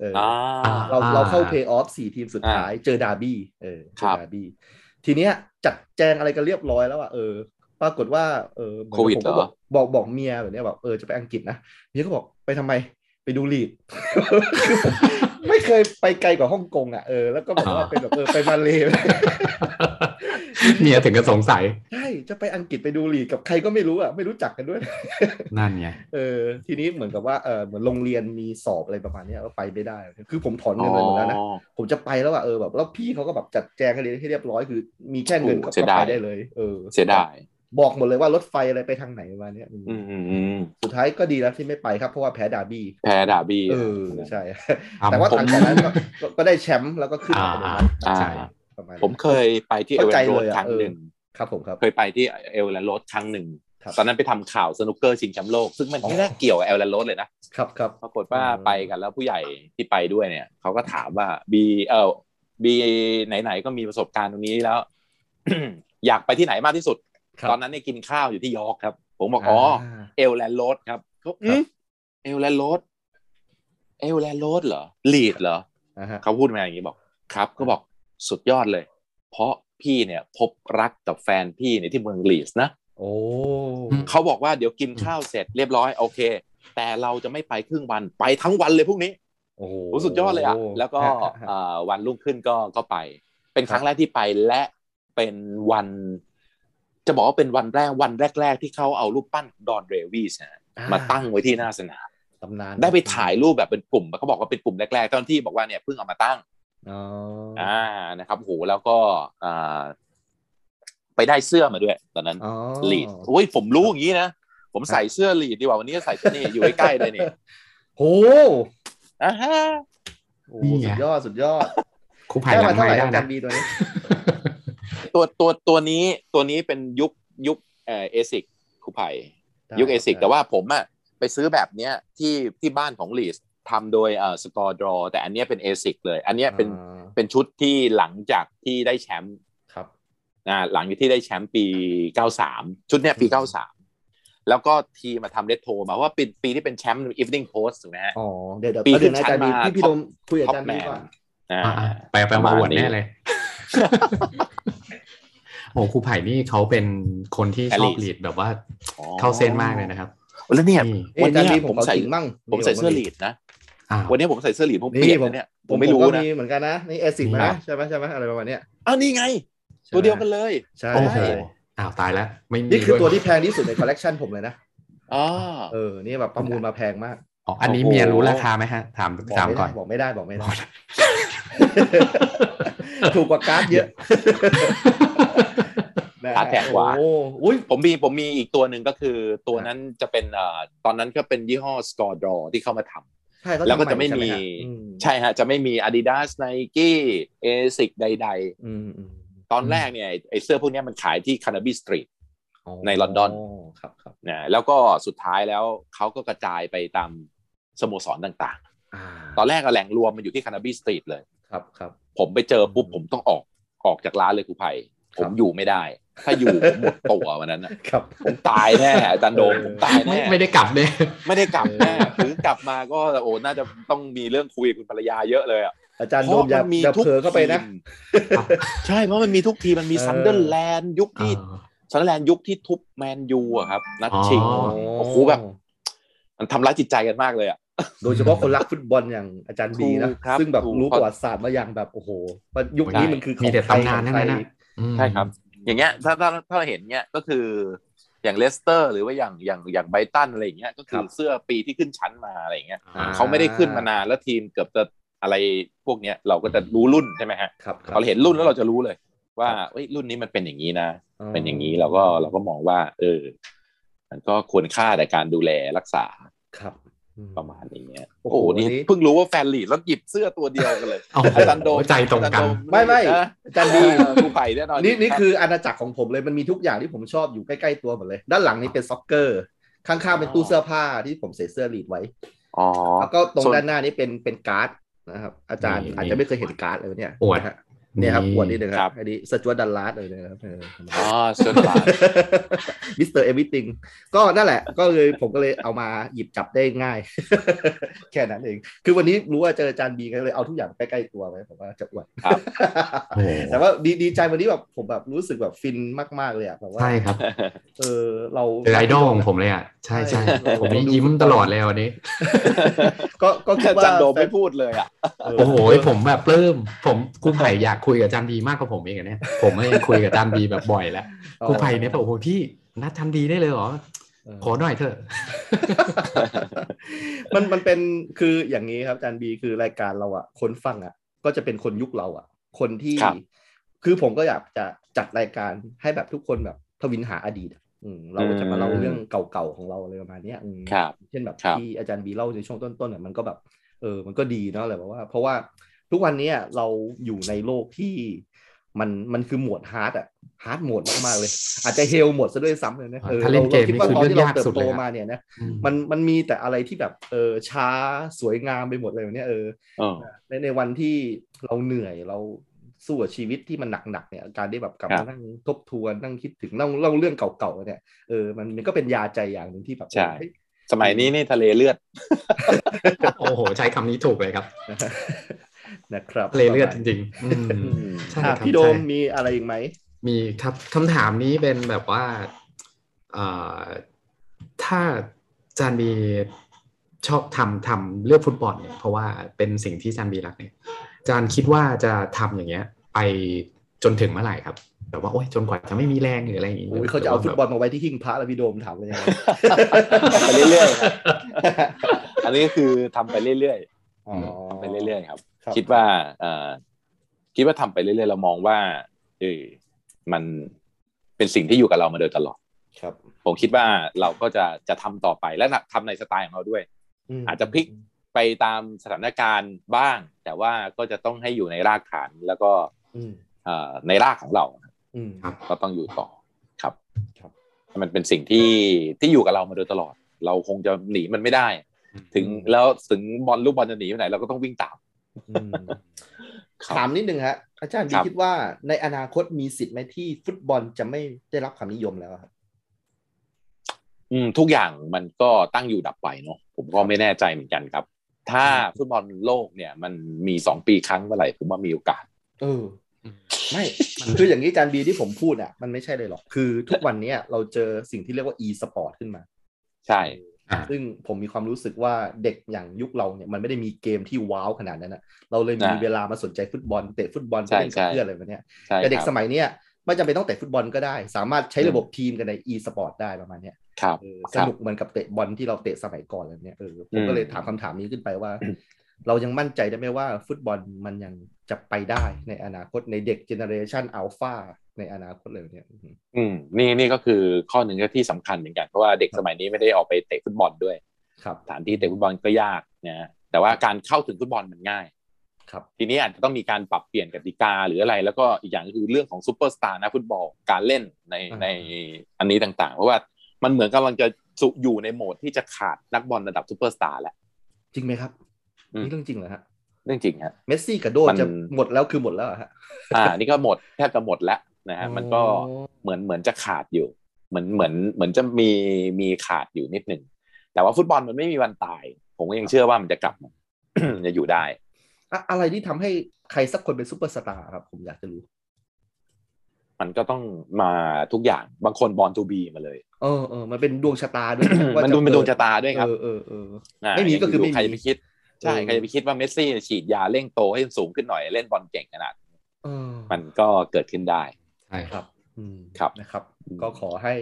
เออ
อ่า
เรา
อ่า
เราเข้าเพย์ออฟสี่ทีมสุดท้ายเจอดาร์บี้เออเจ
ครั
อบ ดาร์บี้ทีเนี้ยจัดแจงอะไรกันเรียบร้อยแล้วอ่ะเออ ปรากฏว่าเออเหมือน
โควิด
ผมก็
เหรอ
บอกบอกบอกเมียแบบเนี้ยบอกเออจะไปอังกฤษนะเมียก็บอกไปทำไมไปดู ลีด คือผมไม่เคยไปไกลกว่าฮ่องกงอ่ะเออแล้วก็แบบว่าเป็นแบบเออไปมาเลย์
เมียถึงก็สงสัย
ใช่จะไปอังกฤษไปดูลีดกับใครก็ไม่รู้อ่ะไม่รู้จักกันด้วย
นั่นไง
เออทีนี้เหมือนกับว่าเออเหมือนโรงเรียนมีสอบอะไรประมาณเนี้ยก็ไปไม่ได้ คือผมถอนเงินไปหมดแล้วนะ
อ๋อ
ผมจะไปแล้วอะเออแบบแล้วพี่เขาก็แบบจัดแจงให้เรียนให้เรียบร้อยคือ มีแค่เงิน
โอ้
ก็
เสีย
ก็
ดาย
ไปได้เลยเออ
เสียดาย
บอกหมดเลยว่ารถไฟอะไรไปทางไหนประมาณเนี้ยอืม
อืมอืม
สุดท้ายก็ดีแล้วที่ไม่ไปครับเพราะว่าแพ้ดาร์บี้
แพ้ดาร์บี้
เออใช่ แต่ว่า
ผม
หลังจากนั้นก็ก็ก็ได้แชมป์แล้วก็ขึ้น
อ่า
มาเลย
อ่า
นะ
อ่า
ใช่
ประมาณนั้น
ผมเคยไปที่เอ
เข้า
เวอ
ใจ
ร์โร
เลย
ด
อะ
ครั้ง
เออ
หนึ่ง
ครับผมครับ
เคยไปที่เอลแลนด์โรดครั้งหนึ่ง
ครับ
ตอนนั้นไปทำข่าวสนุกเกอร์ชิงแชมป์โลก ซึ่งมันไม่ได้เกี่ยวกับเอลแลนด์โรดเลยนะ
ครับครับ
ปรากฏว่า
อืม
ไปกันแล้วผู้ใหญ่ที่ไปด้วยเนี่ยเขาก็ถามว่าบีเออบีไหนๆก็มีประสบการณ์ตรงนี้แล้ว อยากไปที่ไหนมากที่สุด
ครับ
ตอนนั้นเนี่ยกินข้าวอยู่ที่ยอร์กครับ ผมบอกอ๋อ
อา
เอลแลนด์โรดครับเขาอืมเอลแลนด์โรดเอลแลนด์โรดเหรอลีดเหรอ
อ่าฮะ
เขาพูดมาอย่างนี้บอกครับ ก็บอกสุดยอดเลย เพราะพี่เนี่ยพบรักกับแฟนพี่เนี่ยที่เมืองลีสนะ
โอ้
เขาบอกว่าเดี๋ยวกินข้าวเสร็จเรียบร้อยโอเค แต่เราจะไม่ไปครึ่งวันไปทั้งวันเลยพรุ่งนี้
โอ้โห
โอ้สุดยอดเลยอ่ะแล้ว ก็
ฮะฮะฮะ
เอ่อวันรุ่งขึ้นก็ก็ไป เป็นครั้งแรกที่ไปและเป็นวัน จะบอกว่าเป็นวันแรกวันแรก ๆ ที่เขาเอารูปปั้นของดอนเรวีสนะ
อ่
มาตั้งไว้ที่หน้าสนาม
ตำนาน
ได้ไปถ่ายรูปแบบเป็นกลุ่มเขาบอกว่าเป็นกลุ่มแรกๆเจ้าหน้าที่บอกว่าเนี่ยเพิ่งเอามาตั้ง
อ๋ออ
อ่านะครับโหแล้วก็อ่าไปได้เสื้อมาด้วย ตอนนั้น
อ๋อ
ลีดโอ้ยผมรู้อย่างนี้นะ ผมใส่เสื้อลีดดีกว่าวันนี้ใส่ที่นี่อยู่ ใกล้ๆเลยนี่
โอ้
อ่าฮะ
โห
นี่ไง
สุดยอดสุดยอด
ครูไผ่หลังไม่ได้
แค่มาเท่าไหร่กั
นะ
นดีตัวนี้
ตัวตัวตัวนี้ตัวนี้เป็นยุคยุคเอ่อเอซิกครูไผ่ ยุคเอซิกแต่ว่าผมอะไปซื้อแบบเนี้ยที่ที่บ้านของลีสทำโดยเอ่อสกอร์ดรอแต่อันเนี้ยเป็นเอซิกเลย อันเนี้ยเป็น
อ่า
เป็นชุดที่หลังจากที่ได้แชมป์
ครับ
นะหลังจากที่ได้แชมป์ปี 93 ชุดเนี้ยปี 93 แล้วก็ทีมมาทำเลตโทรมาว่าปีปีที่เป็นแชมป์อีฟ n ิ n งโ o สถูกไหมฮะ
อ๋อเดี๋ยวเดี๋ยว
ปี
เอา
ขึ้
เดี๋ยว
น
นะ
ชั้
อานจารย์บี
มา
พี่พี่
ท็อ
ล
ป
มคุยกับอาจารย์บี
top
ก่อน
อ่า
อ่ะๆไปไปมาอวดแน่เลย โอ้ครูไผ่นี่เขาเป็นคนที่ชอบ
Elite
ลีดแบบว่า
อ๋อ
เข้าเส้นมากเลยนะครับ
แล้วเนี่ย
นี่
เอ๊ะอาจารย์บี
วันเนี้ย
ผม
ผมใส่
ใส่มั่ง
ผมใส่เสื้อลี
ด
ดนะ
อ้าว
วันนี้ผมใส่เสื้อลีดผม
นี่
เปลี่ยน
ผม
นะเนี่ย
ผ
ผมม
ไม่
ไม่
รู้
รู้
นะ
นะ
มีเหมือนกันนะ นี่เอซิก
ครั
นะ
บ
ใช่ไหมใช่ไหมอะไรประมาณเนี้ย
อ้าวนี่ไง ตัวเดียวกันเลย
ใช่
โอ้โห
ใช่
อ้าวตายแล้ว ไม่มี
นี่คือ
ด้วย
ตัวที่แพงที่สุดในคอลเลกชันผมเลยนะ
อ๋อ
เออ นี่แบบประมูลมาแพงมาก
อ๋ออันนี้
โอ้โห
เมียรู้ราคาไหมฮะ ถาม
บอก
ถาม
ไม่ได้
ก่อน
บอกไม่ได้บอกไม่ได้
บอกไม่ได้
ถูกกว่าการ์ดเยอะนะฮะ
การ์ดแพงกว่า
โอ้อุ้ย
ผมมีผมมีอีกตัวหนึ่งก็คือตัวนั้นจะเป็นเอ่อตอนนั้นก็เป็นยี่ห้อ Score Draw ที่เข้ามาทำ
ใช่เขาทำ
แล้วก็จะไม่
ให
มี
ใช่หฮะอืม
ใช่ฮะ จะไม่มี Adidas Nike Asics ใด
อืมอืม
ๆ ตอนแรกเนี่ยไอ้ไอเสื้อพวกเนี้ยมันขายที่ Cannabis Street ในลอนดอน
ครับครับ
นะแล้วก็สุดท้ายแล้วเขาก็กระจายไปตามสโมสรต่าง
า
ๆ ตอนแรกอะแหล่งรวมมันอยู่ที่ Cannabis Street เลย
ครับครับ
ผมไปเจอปุ๊บผมต้องออกออกจากร้านเลยครูไผ่ผมอยู่ไม่ได้ ถ้าอยู่ผมหมดตัววันนั้นนะครับ ผมตายแน่อาจารย์โดมผมตาย
ไม่
แน่
ไม่ได้กลับเลย
ไม่ได้กลับแน่หรือกลับมาก็โอ้น่าจะต้องมีเรื่องคุยกับคุณภรรยาเยอะเลยอ่ะ
อาจารย์
เพ
โดม
ราะ
อย่า
มันมี
อย่า
ทุก
เผลอเข้าไปนะ
ทีมใช่เพราะมันมีทุกทีมมันมี
เออ
ซันเดอร์แลนด์ยุคที่ซันเดอร์แลนด์ยุคที่ทุบแมนยูอะครับ นัดชิง
อ๋อ
โอ้โหแบบ มันทำร้ายจิตใจกันมากเลยอ่ะ
โดยเฉพาะคนรักฟุตบอลอย่างอาจารย์บีนะ
ถูกครับ
ซึ่งแบบ
ถูก
รู้ประวัติศาสตร์มาอย่างแบบ โอ้โหว่ายุคนี้มันคือของ
มีแต่
ใคร
ตำนานทั้งนั้น
ขอใคร
นะอืม
ใช่ครับ อย่างเงี้ยถ้าถ้าถ้าเราเห็นเงี้ยก็คืออย่างเลสเตอร์ หรือว่าอย่างอย่างอย่างไบรตันอะไรอย่างเงี้ยก็คือเสื้อปีที่ขึ้นชั้นมาอะไรอย่างเงี้ย
อ่า
เขาไม่ได้ขึ้นมานานแล้วทีมเกือบจะอะไรพวกเนี้ยเราก็จะรู้รุ่นใช่ไหมฮะ
ครับคบ
เราเห็นรุ่นแล้วเราจะรู้เลย ว่า
ครับ
เอ้ยรุ่นนี้มันเป็นอย่างนี้นะ เป็นอย่างนี้เราก็เราก็มองว่า เออ มันก็ควรค่าแต่การดูแลรักษา
ครับอื
ประมาณนี้เนี่ย
โอ้
โอ้
โห
โหนี่
วันนี้
เพิ่งรู้ว่าแฟนลีดแล้วหยิบเสื้อตัวเดียวกัน เลย
โอ้โห
อาจารย์โดม
ใจตรงกัน
ไม่ไม่
นะ
อาจารย์บี
เออครูไผ่แน่นอน
นี่นี่
รับ
คืออาณาจักรของผมเลยมันมีทุกอย่างที่ผมชอบอยู่ใกล้ๆตัวหมดเลย ด้านหลังนี่เป็นซ็อกเกอร์ ข้างๆเป็นตู้เสื้อผ้าที่ผมใส่เสื้อลีดไว้
อ๋อ
แล้วก็ตรง
ส่วน
ด้านหน้านี่เป็นเป็นการ์ดนะครับ อาจารย์
นี่
อาจจะไม่เคยเห็นการ์ดเลยเนี่ย
อวด
นะฮะเนี่ยครับอวดนิดนึงครับอันนี้สจวตดัลลาสเลยนะครับเอ อ
อ๋อส่วนหลัง
มิสเตอร์เอวิติงก็นั่นแหละ ก็เลยผมก็เลยเอามาหยิบจับได้ง่าย แค่นั้นเอง คือวันนี้รู้ว่าเจออาจารย์บีก็เลยเอาทุกอย่างใกล้ๆตัวไว้ผมว่าจะอวด
ครับ
โอ้โห
แต่ว่าดีดีใจวันนี้แบบผมแบบรู้สึกแบบฟินมากๆเลยอะแบบว่า
ใช่ครับ
เออเรา
เป็นไอดอลของผมเลยอ่ะ ใช่ใช่
ใช่
ผมนี่ยิ้มตลอดเลยวันนี้
ก็ก็คิด
อา
ว่า
จารย์โดมไม่พูดเลยอ่ะ
เ
โอ้โหผมแบบปลื้มผมครูไผ่อยากคุยกับอาจารย์บีมากกว่าผมเองอะเนี่ยผมไม่คุยกับอาจารย์บีแบบบ่อยแล้วครูไผ่เนี่ยบอกโอ้โหพี่นัดอาจารย์บีได้เลยเหรอ
เออ
ขอหน่อยเถอะ
มันมันเป็นคืออย่างนี้ครับอาจารย์บีคือรายการเราอะคนฟังอะก็จะเป็นคนยุคเราอะคนที่
ครับ
คือผมก็อยากจะจัดรายการให้แบบทุกคนแบบทวินหาอดีตอะอืมเราก็จะมาเล่า
อืม
เรื่องเก่าๆของเราอะไรประมาณเนี้ยอืม
ครับ
เช่นแบบ
ครับ
ที่อาจารย์บีเล่าในช่วงต้นๆเนี่ยมันก็แบบเออมันก็ดีเนาะอะไรแบบว่า เพราะว่าทุกวันเนี้ยเราอยู่ในโลกที่มันมันคือหมวดฮาร์ดอะฮาร์ดโหมดมากๆเลย อาจจะเฮลโหมดซะด้วยซ้ำเลยนะออ
ถ้าเล่นเกม
คิดว่า
นี่
ตอ
คือ
นที่เรา
เรื่องยาก
เติ
สุ
บ
ด
โต
เลยอะ
มาเนี่ยนะ
อืม
มันมันมีแต่อะไรที่แบบเออช้าสวยงามไปหมดเลยแบบเนี้ยเออ
เออ
ในในวันที่เราเหนื่อยเราสู้กับชีวิตที่มันหนักๆเนี่ยการได้แบบกลับ
ครั
มา
บ
นั่งทบทวนนั่งคิดถึงนั่งเล่าเรื่องเก่าๆเนี่ยเออมันมันก็เป็นยาใจอย่างหนึ่งที่แบบ
ใช่
เฮ้ย
สมัยนี้นี่ทะเลเลือด
โอ้โห ใช้คำนี้ถูกเลยครับ
นะครับ
ทะเลเลือดจริงๆอืมใช่
อ่ะ
ครับ
พี่โดม
ใช่
มีอะไรอีกไหม
มีครับคำถามนี้เป็นแบบว่าเอ่อถ้าจานบีชอบทำทำเลือกฟุตบอลเนี่ยเพราะว่าเป็นสิ่งที่จานบีรักเนี่ยจานคิดว่าจะทำอย่างเงี้ย ไปจนถึงเมื่อไหร่ครับแบบว่าโอ๊ยจนกว่าจะไม่มีแรงหรืออะไรอย่างงี้
โอ้ยเขาจะเอาฟุตบอลมาไว้ที่หิ้งพระแล้วพี่โดมถามเลยยังไง
ไปเรื่อยๆครับ อันนี้ก็คือทำไปเรื่อย
อ๋อ
ๆทำไปเรื่อยๆครับ
รับ
คิดว่าเอ่อคิดว่าทำไปเรื่อยๆเรามองว่าเออมันเป็นสิ่งที่อยู่กับเรามาโดยตลอด
ครับ
ผมคิดว่าเราก็จะจะทำต่อไปและทำในสไตล์ของเราด้วย
ม
อาจจะพลิก ไปตามสถานการณ์บ้าง แต่ว่าก็จะต้องให้อยู่ในรากฐานแล้วก็
อืม
เอ่อในรากของเรา
อืม
ก็ต้องอยู่ต่อครับ
ครับ
มันเป็นสิ่งที่ที่อยู่กับเรามาโดยตลอด เราคงจะหนีมันไม่ได้ ถึงแล้วถึงบอลลูกบอลจะหนีไปไหนเราก็ต้องวิ่งตาม
อืม
ครับ
ถามนิดนึงฮะอาจารย์บี
ครับ
คิดว่าในอนาคตมีสิทธิ์ไหมที่ฟุตบอลจะไม่ได้รับความนิยมแล้วอะครับ
อืมทุกอย่างมันก็ตั้งอยู่ดับไปเนาะผมก็ไม่แน่ใจเหมือนกันครับ ถ้าฟุตบอลโลกเนี่ย มันมีสองปีครั้งเมื่อไหร่ผมว่ามีโอกาส
เออ
อืม
ไม่ คืออย่างนี้อาจารย์บีที่ผมพูดอ่ะมันไม่ใช่เลยหรอก คือทุกวันเนี้ยเราเจอสิ่งที่เรียกว่า e-sport ขึ้นมา
ใช่
อ่า
ซึ่งผมมีความรู้สึกว่าเด็กอย่างยุคเราเนี่ยมันไม่ได้มีเกมที่ว้าวขนาดนั้นนะเราเลยมี
อ่า
เวลามาสนใจฟุตบอลเตะฟุตบอลไป
ใช่
เล่นกับ
ใช่
เพื่อนอะไรแบบเนี้ย
ใช่
แต่เด็ก
ครับ
สมัยเนี้ยไม่จำเป็นต้องเตะฟุตบอลก็ได้ สามารถใช้ระบบทีมกันใน e-sport ได้ประมาณเนี้ย
ครับ
เออสนุกเหมือนกับเตะบอลที่เราเตะสมัยก่อนอะไรแบบเนี้ยเออผ
อื
ม
ม
ก็เลยถามคำถามนี้ขึ้นไปว่า เรายังมั่นใจได้ไหมว่าฟุตบอลมันยังจะไปได้ในอนาคตในเด็กเจเนอเรชันอัลฟาในอนาคตเลยเนี่ยอืม
อืมนี่นี่ก็คือข้อหนึ่งที่สำคัญเหมือนกันเพราะว่าเด็กสมัยนี้ไม่ได้ออกไปเตะฟุตบอลด้วย
ครับ
สถานที่เตะฟุตบอลก็ยากนะฮะแต่ว่าการเข้าถึงฟุตบอลมันง่าย
ครับ
ทีนี้อาจจะต้องมีการปรับเปลี่ยนกติกาหรืออะไร แล้วก็อีกอย่างก็คือเรื่องของซูเปอร์สตาร์นะฟุตบอลการเล่นใน
อ่า
ในอันนี้ต่างๆ เพราะว่ามันเหมือนกำลังจะสุอยู่ในโหมดที่จะขาดนักบอลระดับซูเปอร์สตาร์แล้ว
จริงไหมครับ
อืม
นี่เรื่องจริงเหรอฮะ
เรื่องจริงฮะ
เมสซี่กับโด
มัน
จะหมดแล้วคือหมดแล้วเหรอฮะ
อ่า นี่ก็หมดแทบจะหมดแล้วนะฮะมันก็
อ๋อ
เหมือนเหมือนจะขาดอยู่ เหมือนเหมือนเหมือนจะมีมีขาดอยู่นิดหนึ่งแต่ว่าฟุตบอลมันไม่มีวันตาย ผมก็ยังเชื่อว่ามันจะกลับมา จะอยู่ได้
อะอะไรที่ทำให้ใครสักคนเป็นซูเปอร์สตาร์ครับ ผมอยากจะรู้
มันก็ต้องมาทุกอย่างบางคนบอลทูบีมาเลย
เออเออมันเป็นดวงชะตาด้วยะว่า
มันดู
จะ
เป็นดวงชะตาด้วยครับ
เออเออเออ
นะ
ไม่มีก็คือไม่มี
ใครจะไปคิด ใช่
เออ
ใครจะไปคิดว่าเมสซี่ฉีดยาเร่งโตให้สูงขึ้นหน่อยเล่นบอลเก่งขนาด
เออ
มันก็เกิดขึ้นได้
ใช่
ครับอืม
ครับ
นะครับ
อืม
ก็ขอให้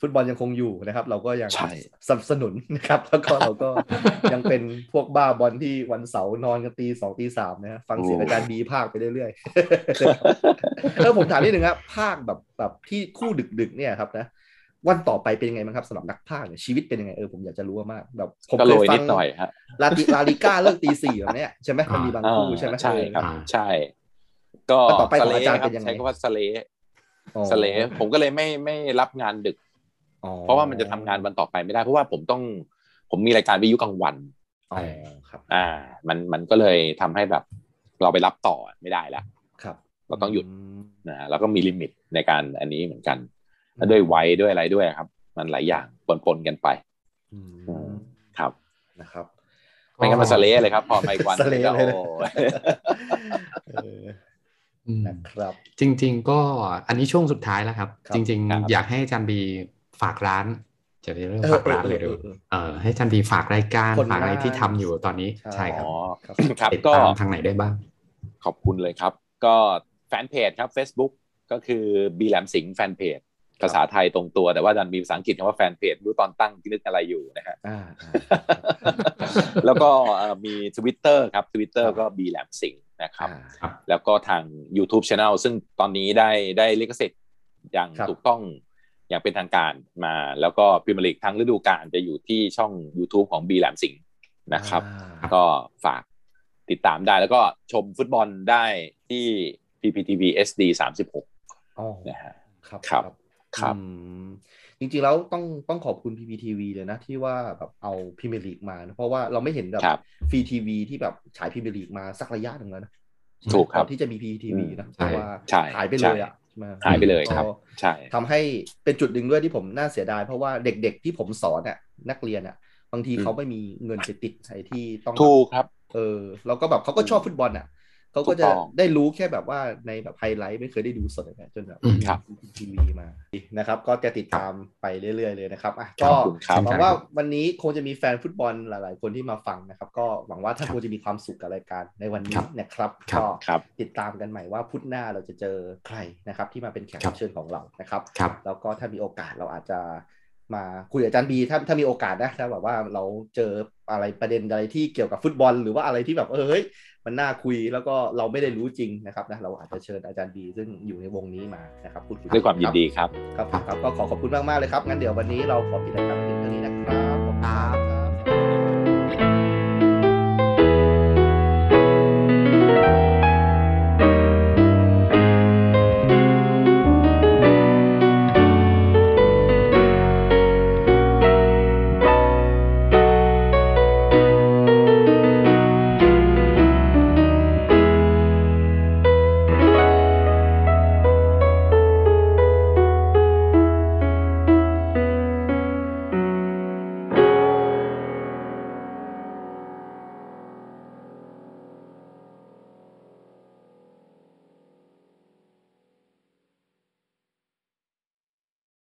ฟุตบอลยังคงอยู่นะครับ เราก็ยัง
ใช่
สนับสนุนนะครับ แล้วก็เราก็ ยังเป็นพวกบ้าบอลที่วันเสาร์นอนกันตีสองตีสามนะฮะฟังเสียงอาจารย์บีภาคไปเรื่อยๆ แล้วผมถามนิดนึงครับภาคแบบแบบที่คู่ดึกๆเนี่ยครับนะ วันต่อไปเป็นยังไงบ้างครับสำหรับนักภาคเนี่ยชีวิตเป็นยังไงเออผมอยากจะรู้มากๆแบบ ผม
ก็
เค
โร
ย
ย
ฟั
นิ
ง
ดหน่อยฮะ
ลาติลาลิก้าเลิกตีสี่แบบเนี้ยใช่ไหมมันมีบางคู่ใช่ไหม
อ่าใช่ครับ ใช่ ก็
แล้วต่อไปของ
สเล
อาจารย์
ครั
เป็นยังไง
ใช้คำว่าสเล
เออ
สเลผมก็เลยไม่ไม่รับงานดึก
อ๋อ
เพราะว่ามันจะทำงานวันต่อไปไม่ได้ เพราะว่าผมต้องผมมีรายการวิทยุกลางวัน
อ๋อครับ
อ่า มันมันก็เลยทำให้แบบ เราไปรับต่อไม่ได้ละ
ครับ
เราต้องหยุด
ม
นะฮะแล้วก็มีลิมิตในการอันนี้เหมือนกันด้วยวัยด้วยอะไรด้วยครับ มันหลายอย่างปนๆกันไป
อืม
อืม ครับ
นะครับ
ไม่งั้นมันสะเละเลยครับ พอไปวัน
สะเละเลยนะ
โอ้โห
เออ
อืม
นะครับ
จริง ๆ ก็อันนี้ช่วงสุดท้ายแล้วครับ
ครับ
จริง
ครับ
ๆ อยากให้อาจารย์บีฝากร้านจะเรียกว่าฝากร้านเลยเดี๋ย
อ
ว
อออออ
เออให้อาจารย์บีฝากรายการ
ผลงาน
ฝากอะไรที่ทำอยู่ตอนนี้
ใช่
ใช่ ครับ
อ๋อ
ครับ
ครับ
ติด
ก็
ตามทางไหนได้บ้าง
ขอบคุณเลยครับ ก็แฟนเพจครับ Facebook ก็คือบีแหลมสิงห์แฟนเพจภาษาไทยตรงตัวแต่ว่าดันมีภาษาอังกฤษคำว่าแฟนเพจรู้ตอนตั้งนึกอะไรอยู่นะ ฮะ
อ่าอ่า
แล้วก็เอ่อมี Twitter ครับ Twitter
ครับ
ก็บีแหลมสิงห์นะครับ
อ่า
แล้วก็ทาง YouTube Channel ซึ่งตอนนี้ได้ได้ลิขสิทธิ์อย่าง
ครับ
ถูกต้องอย่างเป็นทางการมา แล้วก็พิมยร์ลีกทั้งฤดูกาลจะอยู่ที่ช่อง YouTube ของบีแหลมสิงห์นะครับ
อ่า
ก็ฝากติดตามได้แล้วก็ชมฟุตบอลได้ที่ PPTV SD 36
อ๋อ
นะฮะ
ครับ
ครับ ครับ
อืมจริงๆแล้วต้องต้องขอบคุณ PPTV เลยนะ ที่ว่าแบบเอาพิมยร์ลีกมานะเพราะว่าเราไม่เห็นแบบ
ครับ
ฟรีทีวีที่แบบฉายพิมยร์ลีกมาสักระยะหนึ่งแล้วนะ
ถูกครับ
ก่อนที่จะมี PPTV นะเพ
ใช่
ราะว่า
ใช่
หายไปเลยอ่ะใช่ไหม
หายไปเลยครับ
ก็
ใช่
ทำให้เป็นจุดหนึ่งด้วยที่ผมน่าเสียดาย เพราะว่าเด็กๆที่ผมสอนน่ะนักเรียนอ่ะบางทีเขาไม่มีเงินไปติดไอ้ที่ต้อง
ถูกครับ
เออแล้วก็แบบเขาก็ชอบฟุตบอลอ่ะเขาก็จะ
ถูกต้อง
ได้รู้แค่แบบว่าในแบบไฮไลท์ไม่เคยได้ดูสดเลยนะจนแบบ
อืม
ครับ
ทีวีมานะครับ ก็จะติดตามไปเรื่อยๆเลยนะครับอ่ะ
ข
ก็
อบคุณครับ
ห
ค
วั
รับ
งว่าวันนี้คงจะมีแฟนฟุตบอลหลาย ๆ คนที่มาฟังนะครับ ก็หวังว่าท่านคงจะมีความสุขกับรายการในวันนี้นะครับ
ครับ
ก็
ครับ
ติดตามกันใหม่ว่าพุธหน้าเราจะเจอใครนะครับ ที่มาเป็นแขก
ครั
รับบ เชิญของเรานะครับ
ครับ
แล้วก็ถ้ามีโอกาสเราอาจจะมาคุยกับอาจารย์บีถ้าถ้ามีโอกาสนะถ้าแบบว่าเราเจออะไรประเด็นอะไรที่เกี่ยวกับฟุตบอล หรือว่าอะไรที่แบบเออเฮ้ยมันน่าคุยแล้วก็เราไม่ได้รู้จริงนะครับนะเราอาจจะเชิญอาจารย์บีซึ่งอยู่ในวงนี้มานะครับพูดคุย
ด้วยความยินดีครับ
ครับครับก็ขอขอบคุณมากๆเลยครับงั้นเดี๋ยววันนี้เราขอปิดรายการเพียงเท่านี้นะครับขอบคุณครับ
ครับ